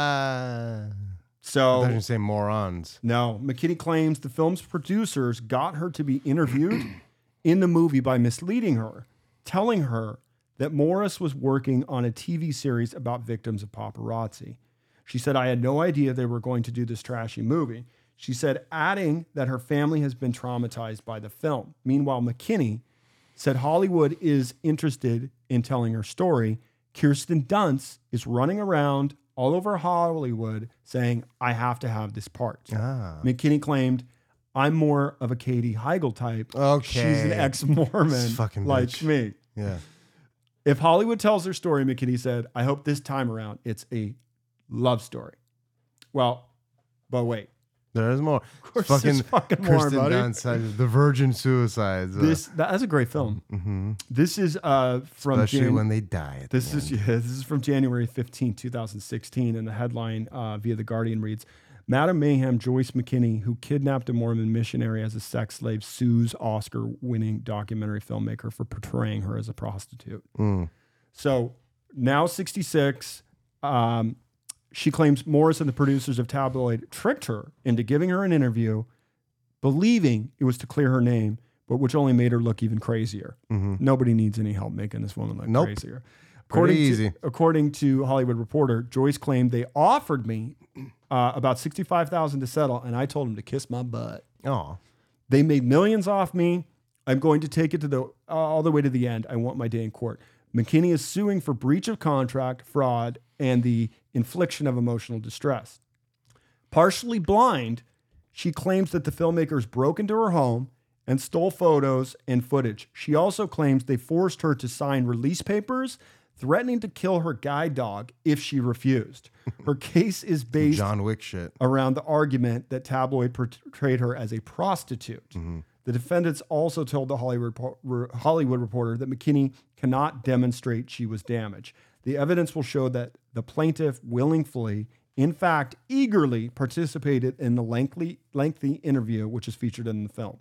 [SPEAKER 3] Uh, I
[SPEAKER 2] So,
[SPEAKER 3] didn't say morons.
[SPEAKER 2] no, McKinney claims the film's producers got her to be interviewed in the movie by misleading her, telling her that Morris was working on a TV series about victims of paparazzi. She said, I had no idea they were going to do this trashy movie. She said, adding that her family has been traumatized by the film. Meanwhile, McKinney said Hollywood is interested in telling her story. Kirsten Dunst is running around all over Hollywood saying, I have to have this part.
[SPEAKER 3] Ah.
[SPEAKER 2] McKinney claimed, I'm more of a Katie Heigl type. Oh, She's an
[SPEAKER 3] Okay.
[SPEAKER 2] ex Mormon
[SPEAKER 3] This fucking
[SPEAKER 2] like
[SPEAKER 3] bitch.
[SPEAKER 2] me.
[SPEAKER 3] Yeah.
[SPEAKER 2] If Hollywood tells her story, McKinney said, I hope this time around it's a love story. Well, but wait.
[SPEAKER 3] There's more. Of
[SPEAKER 2] course there's fucking more, buddy.
[SPEAKER 3] the Virgin Suicides. uh,
[SPEAKER 2] This that- that's a great film.
[SPEAKER 3] mhm.
[SPEAKER 2] This is uh from
[SPEAKER 3] especially
[SPEAKER 2] Jan-
[SPEAKER 3] when they die. At
[SPEAKER 2] This
[SPEAKER 3] the
[SPEAKER 2] is
[SPEAKER 3] end.
[SPEAKER 2] yeah, this is from January 15, 2016, and the headline uh, via The Guardian reads Madam Mayhem Joyce McKinney, who kidnapped a Mormon missionary as a sex slave, sues Oscar winning documentary filmmaker for portraying her as a prostitute.
[SPEAKER 3] Mm.
[SPEAKER 2] So now 66, um, she claims Morris and the producers of Tabloid tricked her into giving her an interview, believing it was to clear her name, but which only made her look even crazier. Nobody needs any help making this woman look
[SPEAKER 3] Mm-hmm. Nope.
[SPEAKER 2] crazier. According
[SPEAKER 3] Pretty
[SPEAKER 2] to,
[SPEAKER 3] easy.
[SPEAKER 2] according to Hollywood Reporter, Joyce claimed they offered me uh, about sixty-five thousand to settle, and I told them to kiss my butt.
[SPEAKER 3] Aw.
[SPEAKER 2] They made millions off me. I'm going to take it to the all the way to the end. I want my day in court. McKinney is suing for breach of contract, fraud, and the infliction of emotional distress. Partially blind, she claims that the filmmakers broke into her home and stole photos and footage. She also claims they forced her to sign release papers, threatening to kill her guide dog if she refused. Her case is based
[SPEAKER 7] John Wick shit.
[SPEAKER 2] around the argument that tabloid portrayed her as a prostitute. The defendants also told the Hollywood, Repo- Re- Hollywood reporter that McKinney cannot demonstrate she was damaged. The evidence will show that the plaintiff willingly, in fact, eagerly participated in the lengthy, lengthy interview which is featured in the film.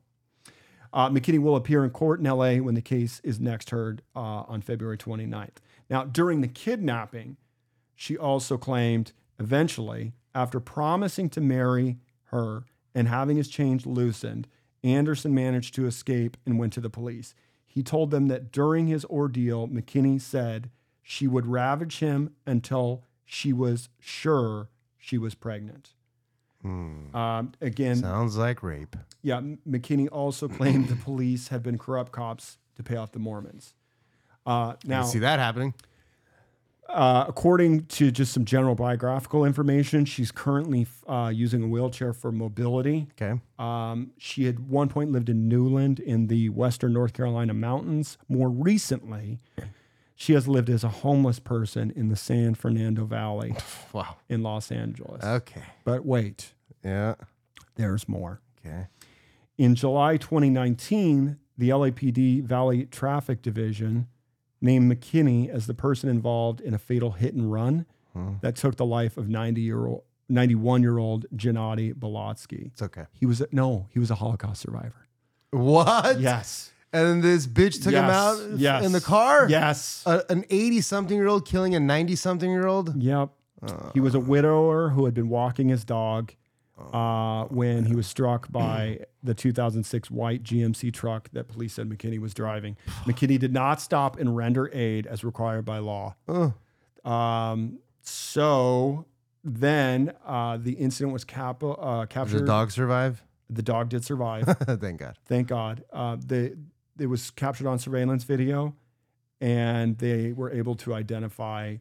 [SPEAKER 2] Uh, McKinney will appear in court in LA when the case is next heard uh, on February 29th. Now, during the kidnapping, she also claimed eventually, after promising to marry her and having his chains loosened, Anderson managed to escape and went to the police. He told them that during his ordeal, McKinney said she would ravage him until she was sure she was pregnant. Um, again,
[SPEAKER 7] Sounds like rape.
[SPEAKER 2] yeah, M- McKinney also claimed the police had been corrupt cops to pay off the Mormons. Uh,
[SPEAKER 7] I
[SPEAKER 2] now,
[SPEAKER 7] see that happening.
[SPEAKER 2] uh, according to just some general biographical information, she's currently uh, using a wheelchair for mobility.
[SPEAKER 7] Okay.
[SPEAKER 2] Um, she had one point lived in Newland in the western North Carolina mountains. More recently, she has lived as a homeless person in the San Fernando Valley
[SPEAKER 7] Wow.
[SPEAKER 2] in Los Angeles.
[SPEAKER 7] Okay.
[SPEAKER 2] But wait,
[SPEAKER 7] Yeah.
[SPEAKER 2] there's more.
[SPEAKER 7] Okay.
[SPEAKER 2] In July 2019, the LAPD Valley Traffic Division named McKinney as the person involved in a fatal hit and run that took the life of 90 year old, 91 year old Gennady Bolotsky.
[SPEAKER 7] It's okay.
[SPEAKER 2] He was a, no, he was a Holocaust survivor.
[SPEAKER 7] What?
[SPEAKER 2] Yes,
[SPEAKER 7] And then this bitch took him
[SPEAKER 2] Yes.
[SPEAKER 7] out f-
[SPEAKER 2] Yes.
[SPEAKER 7] in the car? Uh,
[SPEAKER 2] yes,
[SPEAKER 7] A, an 80 something year old killing a Uh, 90 something year old?
[SPEAKER 2] yep. he was a widower who had been walking his dog uh, when he was struck by the 2006 white GMC truck that police said McKinney was driving. McKinney did not stop and render aid as required by law.
[SPEAKER 7] Ugh.
[SPEAKER 2] Um, so then uh, the incident was cap- uh,
[SPEAKER 7] Did
[SPEAKER 2] captured.
[SPEAKER 7] the dog survive?
[SPEAKER 2] The dog did survive.
[SPEAKER 7] Thank God.
[SPEAKER 2] Thank God. Uh, they, it was captured on surveillance video, and they were able to identify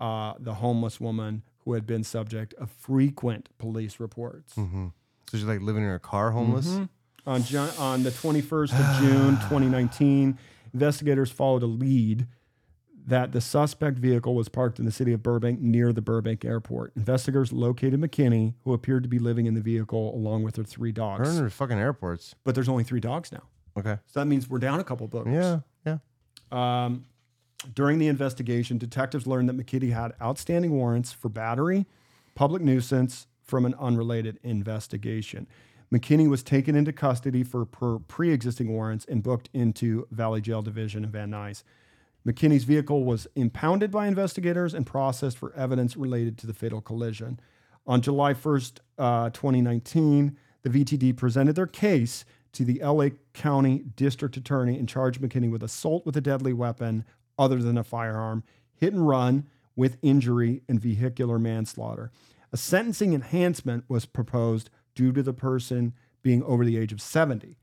[SPEAKER 2] uh, the homeless woman who had been subject of frequent police reports.
[SPEAKER 7] hmm So she's like living in her car homeless?
[SPEAKER 2] Mhm. On, Ju- on the 21st of June 2019, investigators followed a lead that the suspect vehicle was parked in the city of Burbank near the Burbank airport. Investigators located McKinney, who appeared to be living in the vehicle along with her three
[SPEAKER 7] Her
[SPEAKER 2] dogs.
[SPEAKER 7] and her fucking airports.
[SPEAKER 2] But there's only three dogs now.
[SPEAKER 7] Okay.
[SPEAKER 2] So that means we're down a couple boats.
[SPEAKER 7] Yeah. Yeah.
[SPEAKER 2] Um, during the investigation, detectives learned that McKitty had outstanding warrants for battery, public nuisance from an unrelated investigation. McKinney was taken into custody for per- pre-existing warrants and booked into Valley Jail Division in Van Nuys. McKinney's vehicle was impounded by investigators and processed for evidence related to the fatal collision. On July 1st, uh, 2019, the VTD presented their case to the LA County District Attorney and charged McKinney with assault with a deadly weapon other than a firearm, hit and run with injury, and vehicular manslaughter. A sentencing enhancement was proposed due to the person being over the age of 70.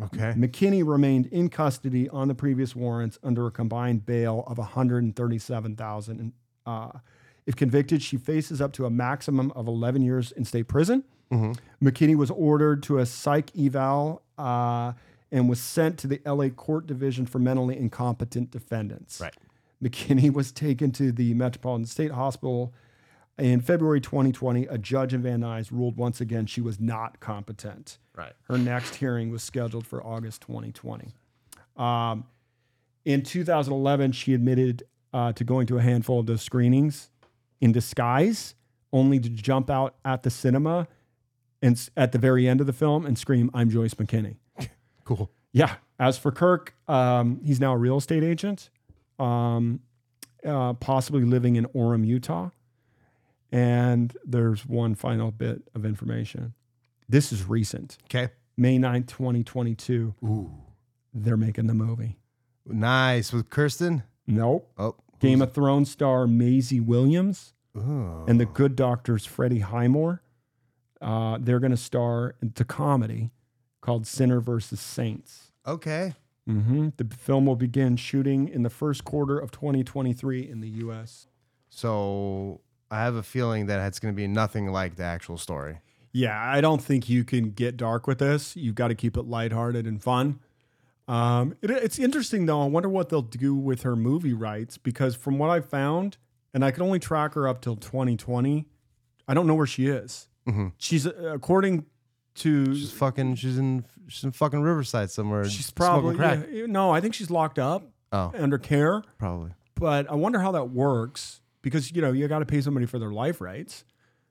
[SPEAKER 7] Okay.
[SPEAKER 2] McKinney remained in custody on the previous warrants under a combined bail of 137,000. And, Uh, if convicted, she faces up to a maximum of 11 years in state prison.
[SPEAKER 7] Mm-hmm.
[SPEAKER 2] McKinney was ordered to a psych eval uh, and was sent to the LA Court Division for mentally incompetent defendants.
[SPEAKER 7] Right.
[SPEAKER 2] McKinney was taken to the Metropolitan State Hospital in February 2020. A judge in Van Nuys ruled once again she was not competent.
[SPEAKER 7] Right.
[SPEAKER 2] Her next hearing was scheduled for August 2020. Um, in 2011, she admitted uh, to going to a handful of those screenings in disguise, only to jump out at the cinema and s- at the very end of the film and scream, "I'm Joyce McKinney."
[SPEAKER 7] Cool.
[SPEAKER 2] Yeah. As for Kirk, um, he's now a real estate agent, um, uh, possibly living in Orem, Utah. And there's one final bit of information. This is recent.
[SPEAKER 7] Okay.
[SPEAKER 2] May 9th, 2022.
[SPEAKER 7] Ooh.
[SPEAKER 2] They're making the movie.
[SPEAKER 7] Nice. With Kirsten?
[SPEAKER 2] Nope.
[SPEAKER 7] Oh.
[SPEAKER 2] Game of Thrones star Maisie Williams
[SPEAKER 7] Ooh.
[SPEAKER 2] and The Good Doctor's Freddie Highmore. Uh, they're going to star in a comedy called Sinner versus Saints.
[SPEAKER 7] Okay.
[SPEAKER 2] hmm The film will begin shooting in the first quarter of 2023 in the U.S.
[SPEAKER 7] So I have a feeling that it's going to be nothing like the actual story.
[SPEAKER 1] Yeah, I don't think you can get dark with this. You've got to keep it lighthearted and fun.
[SPEAKER 2] Um, it- it's interesting though. I wonder what they'll do with her movie rights because from what I found, and I could only track her up till 2020. I don't know where she is.
[SPEAKER 3] Mhm.
[SPEAKER 2] She's uh, according to
[SPEAKER 3] She's fucking. She's in. She's in fucking Riverside somewhere.
[SPEAKER 2] she's probably
[SPEAKER 3] smoking crack.
[SPEAKER 2] yeah, no. I think she's locked up
[SPEAKER 3] Oh,
[SPEAKER 2] under care.
[SPEAKER 3] probably.
[SPEAKER 2] but I wonder how that works because you know you got to pay somebody for their life rights.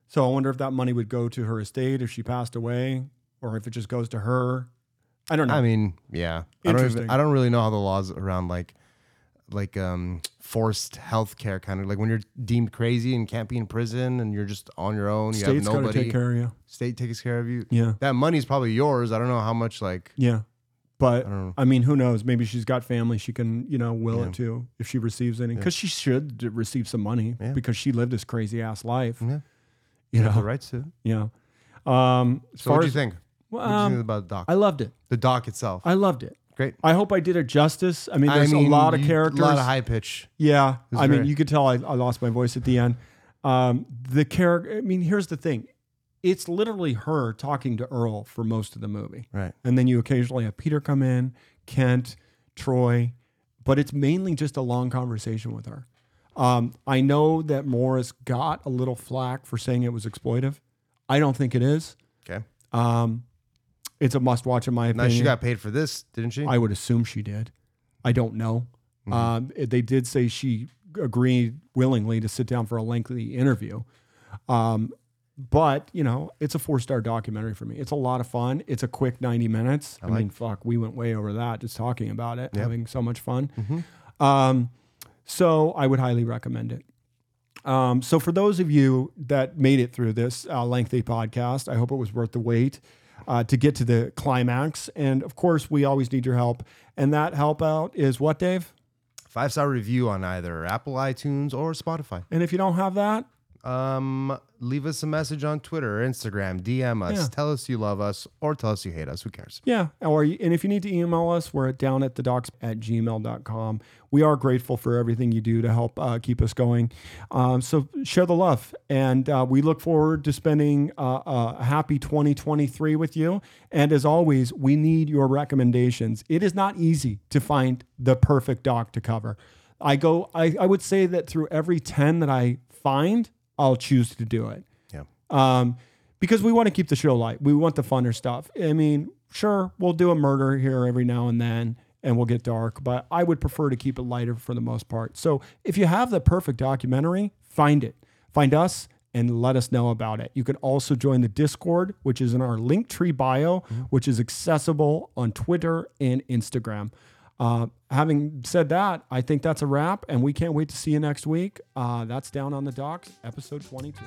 [SPEAKER 2] So I wonder if that money would go to her estate if she passed away, or if it just goes to her. I don't know.
[SPEAKER 3] I mean, yeah. I don't,
[SPEAKER 2] Interesting.
[SPEAKER 3] even, I don't really know how the laws around like like um forced healthcare kind of like when you're deemed crazy and can't be in prison and you're just on your own, you
[SPEAKER 2] State's got
[SPEAKER 3] have
[SPEAKER 2] to
[SPEAKER 3] nobody.
[SPEAKER 2] take care of you.
[SPEAKER 3] State takes care of you.
[SPEAKER 2] Yeah,
[SPEAKER 3] That money's probably yours. I don't know how much like
[SPEAKER 2] yeah. But
[SPEAKER 3] I
[SPEAKER 2] I,
[SPEAKER 3] don't know.
[SPEAKER 2] mean, who knows? Maybe she's got family she can you know will
[SPEAKER 3] Yeah.
[SPEAKER 2] it to if she receives any because she should d- receive some money
[SPEAKER 3] Yeah.
[SPEAKER 2] because she lived this crazy ass life.
[SPEAKER 3] Yeah.
[SPEAKER 2] You
[SPEAKER 3] the
[SPEAKER 2] know.
[SPEAKER 3] rights to.
[SPEAKER 2] Yeah. Um, as Oh.
[SPEAKER 3] So
[SPEAKER 2] far
[SPEAKER 3] what do you
[SPEAKER 2] as
[SPEAKER 3] think? What do you
[SPEAKER 2] um,
[SPEAKER 3] think about the doc?
[SPEAKER 2] I loved it.
[SPEAKER 3] the doc itself.
[SPEAKER 2] I loved it.
[SPEAKER 3] Great.
[SPEAKER 2] I hope I did it justice. I mean, there's a lot of
[SPEAKER 3] you-
[SPEAKER 2] characters.
[SPEAKER 3] a lot of high pitch.
[SPEAKER 2] Yeah,
[SPEAKER 3] was
[SPEAKER 2] I mean,
[SPEAKER 3] very-
[SPEAKER 2] you could tell I, I lost my voice at the end. Um, the character. I mean, here's the thing: it's literally her talking to Earl for most of the movie,
[SPEAKER 3] Right.
[SPEAKER 2] and then you occasionally have Peter come in, Kent, Troy, but it's mainly just a long conversation with her. Um, I know that Morris got a little flack for saying it was exploitive. I don't think it is.
[SPEAKER 3] Okay.
[SPEAKER 2] Um, it's a must-watch in my
[SPEAKER 3] Now
[SPEAKER 2] opinion.
[SPEAKER 3] she got paid for this, didn't she?
[SPEAKER 2] I would assume she did. I don't know. Um, it- they did say she agreed willingly to sit down for a lengthy interview. Um, but you know, it's a four-star documentary for me. It's a lot of fun. It's a quick ninety minutes. I, mean, fuck, we went way over that just talking about it, having so much fun. Um, so I would highly recommend it. Um, so for those of you that made it through this uh, lengthy podcast, I hope it was worth the wait uh, to get to the climax. And of course, we always need your help. And that help out is what, Dave?
[SPEAKER 3] Five star review on either Apple iTunes or Spotify.
[SPEAKER 2] And if you don't have that,
[SPEAKER 3] Um, leave us a message on Twitter or Instagram. DM us.
[SPEAKER 2] Yeah.
[SPEAKER 3] Tell us you love us or tell us you hate us. Who cares?
[SPEAKER 2] Yeah. Or and if you need to email us, we're at down at the docs at gmail.com. We are grateful for everything you do to help uh, keep us going. Um, so share the love. And uh, we look forward to spending uh, a happy 2023 with you. And as always, we need your recommendations. It is not easy to find the perfect doc to cover. I go, I, I would say that through every 10 that I find, I'll choose to do it um, because we want to keep the show light. We want the funner stuff. I mean, sure, we'll do a murder here every now and then and we'll get dark, but I would prefer to keep it lighter for the most part. So if you have the perfect documentary, find it. Find us and let us know about it. You can also join the Discord, which is in our Linktree bio, which is accessible on Twitter and Instagram. Uh, having said that, I think that's a wrap, and we can't wait to see you next week. Uh, that's Down on the Docks, episode 22.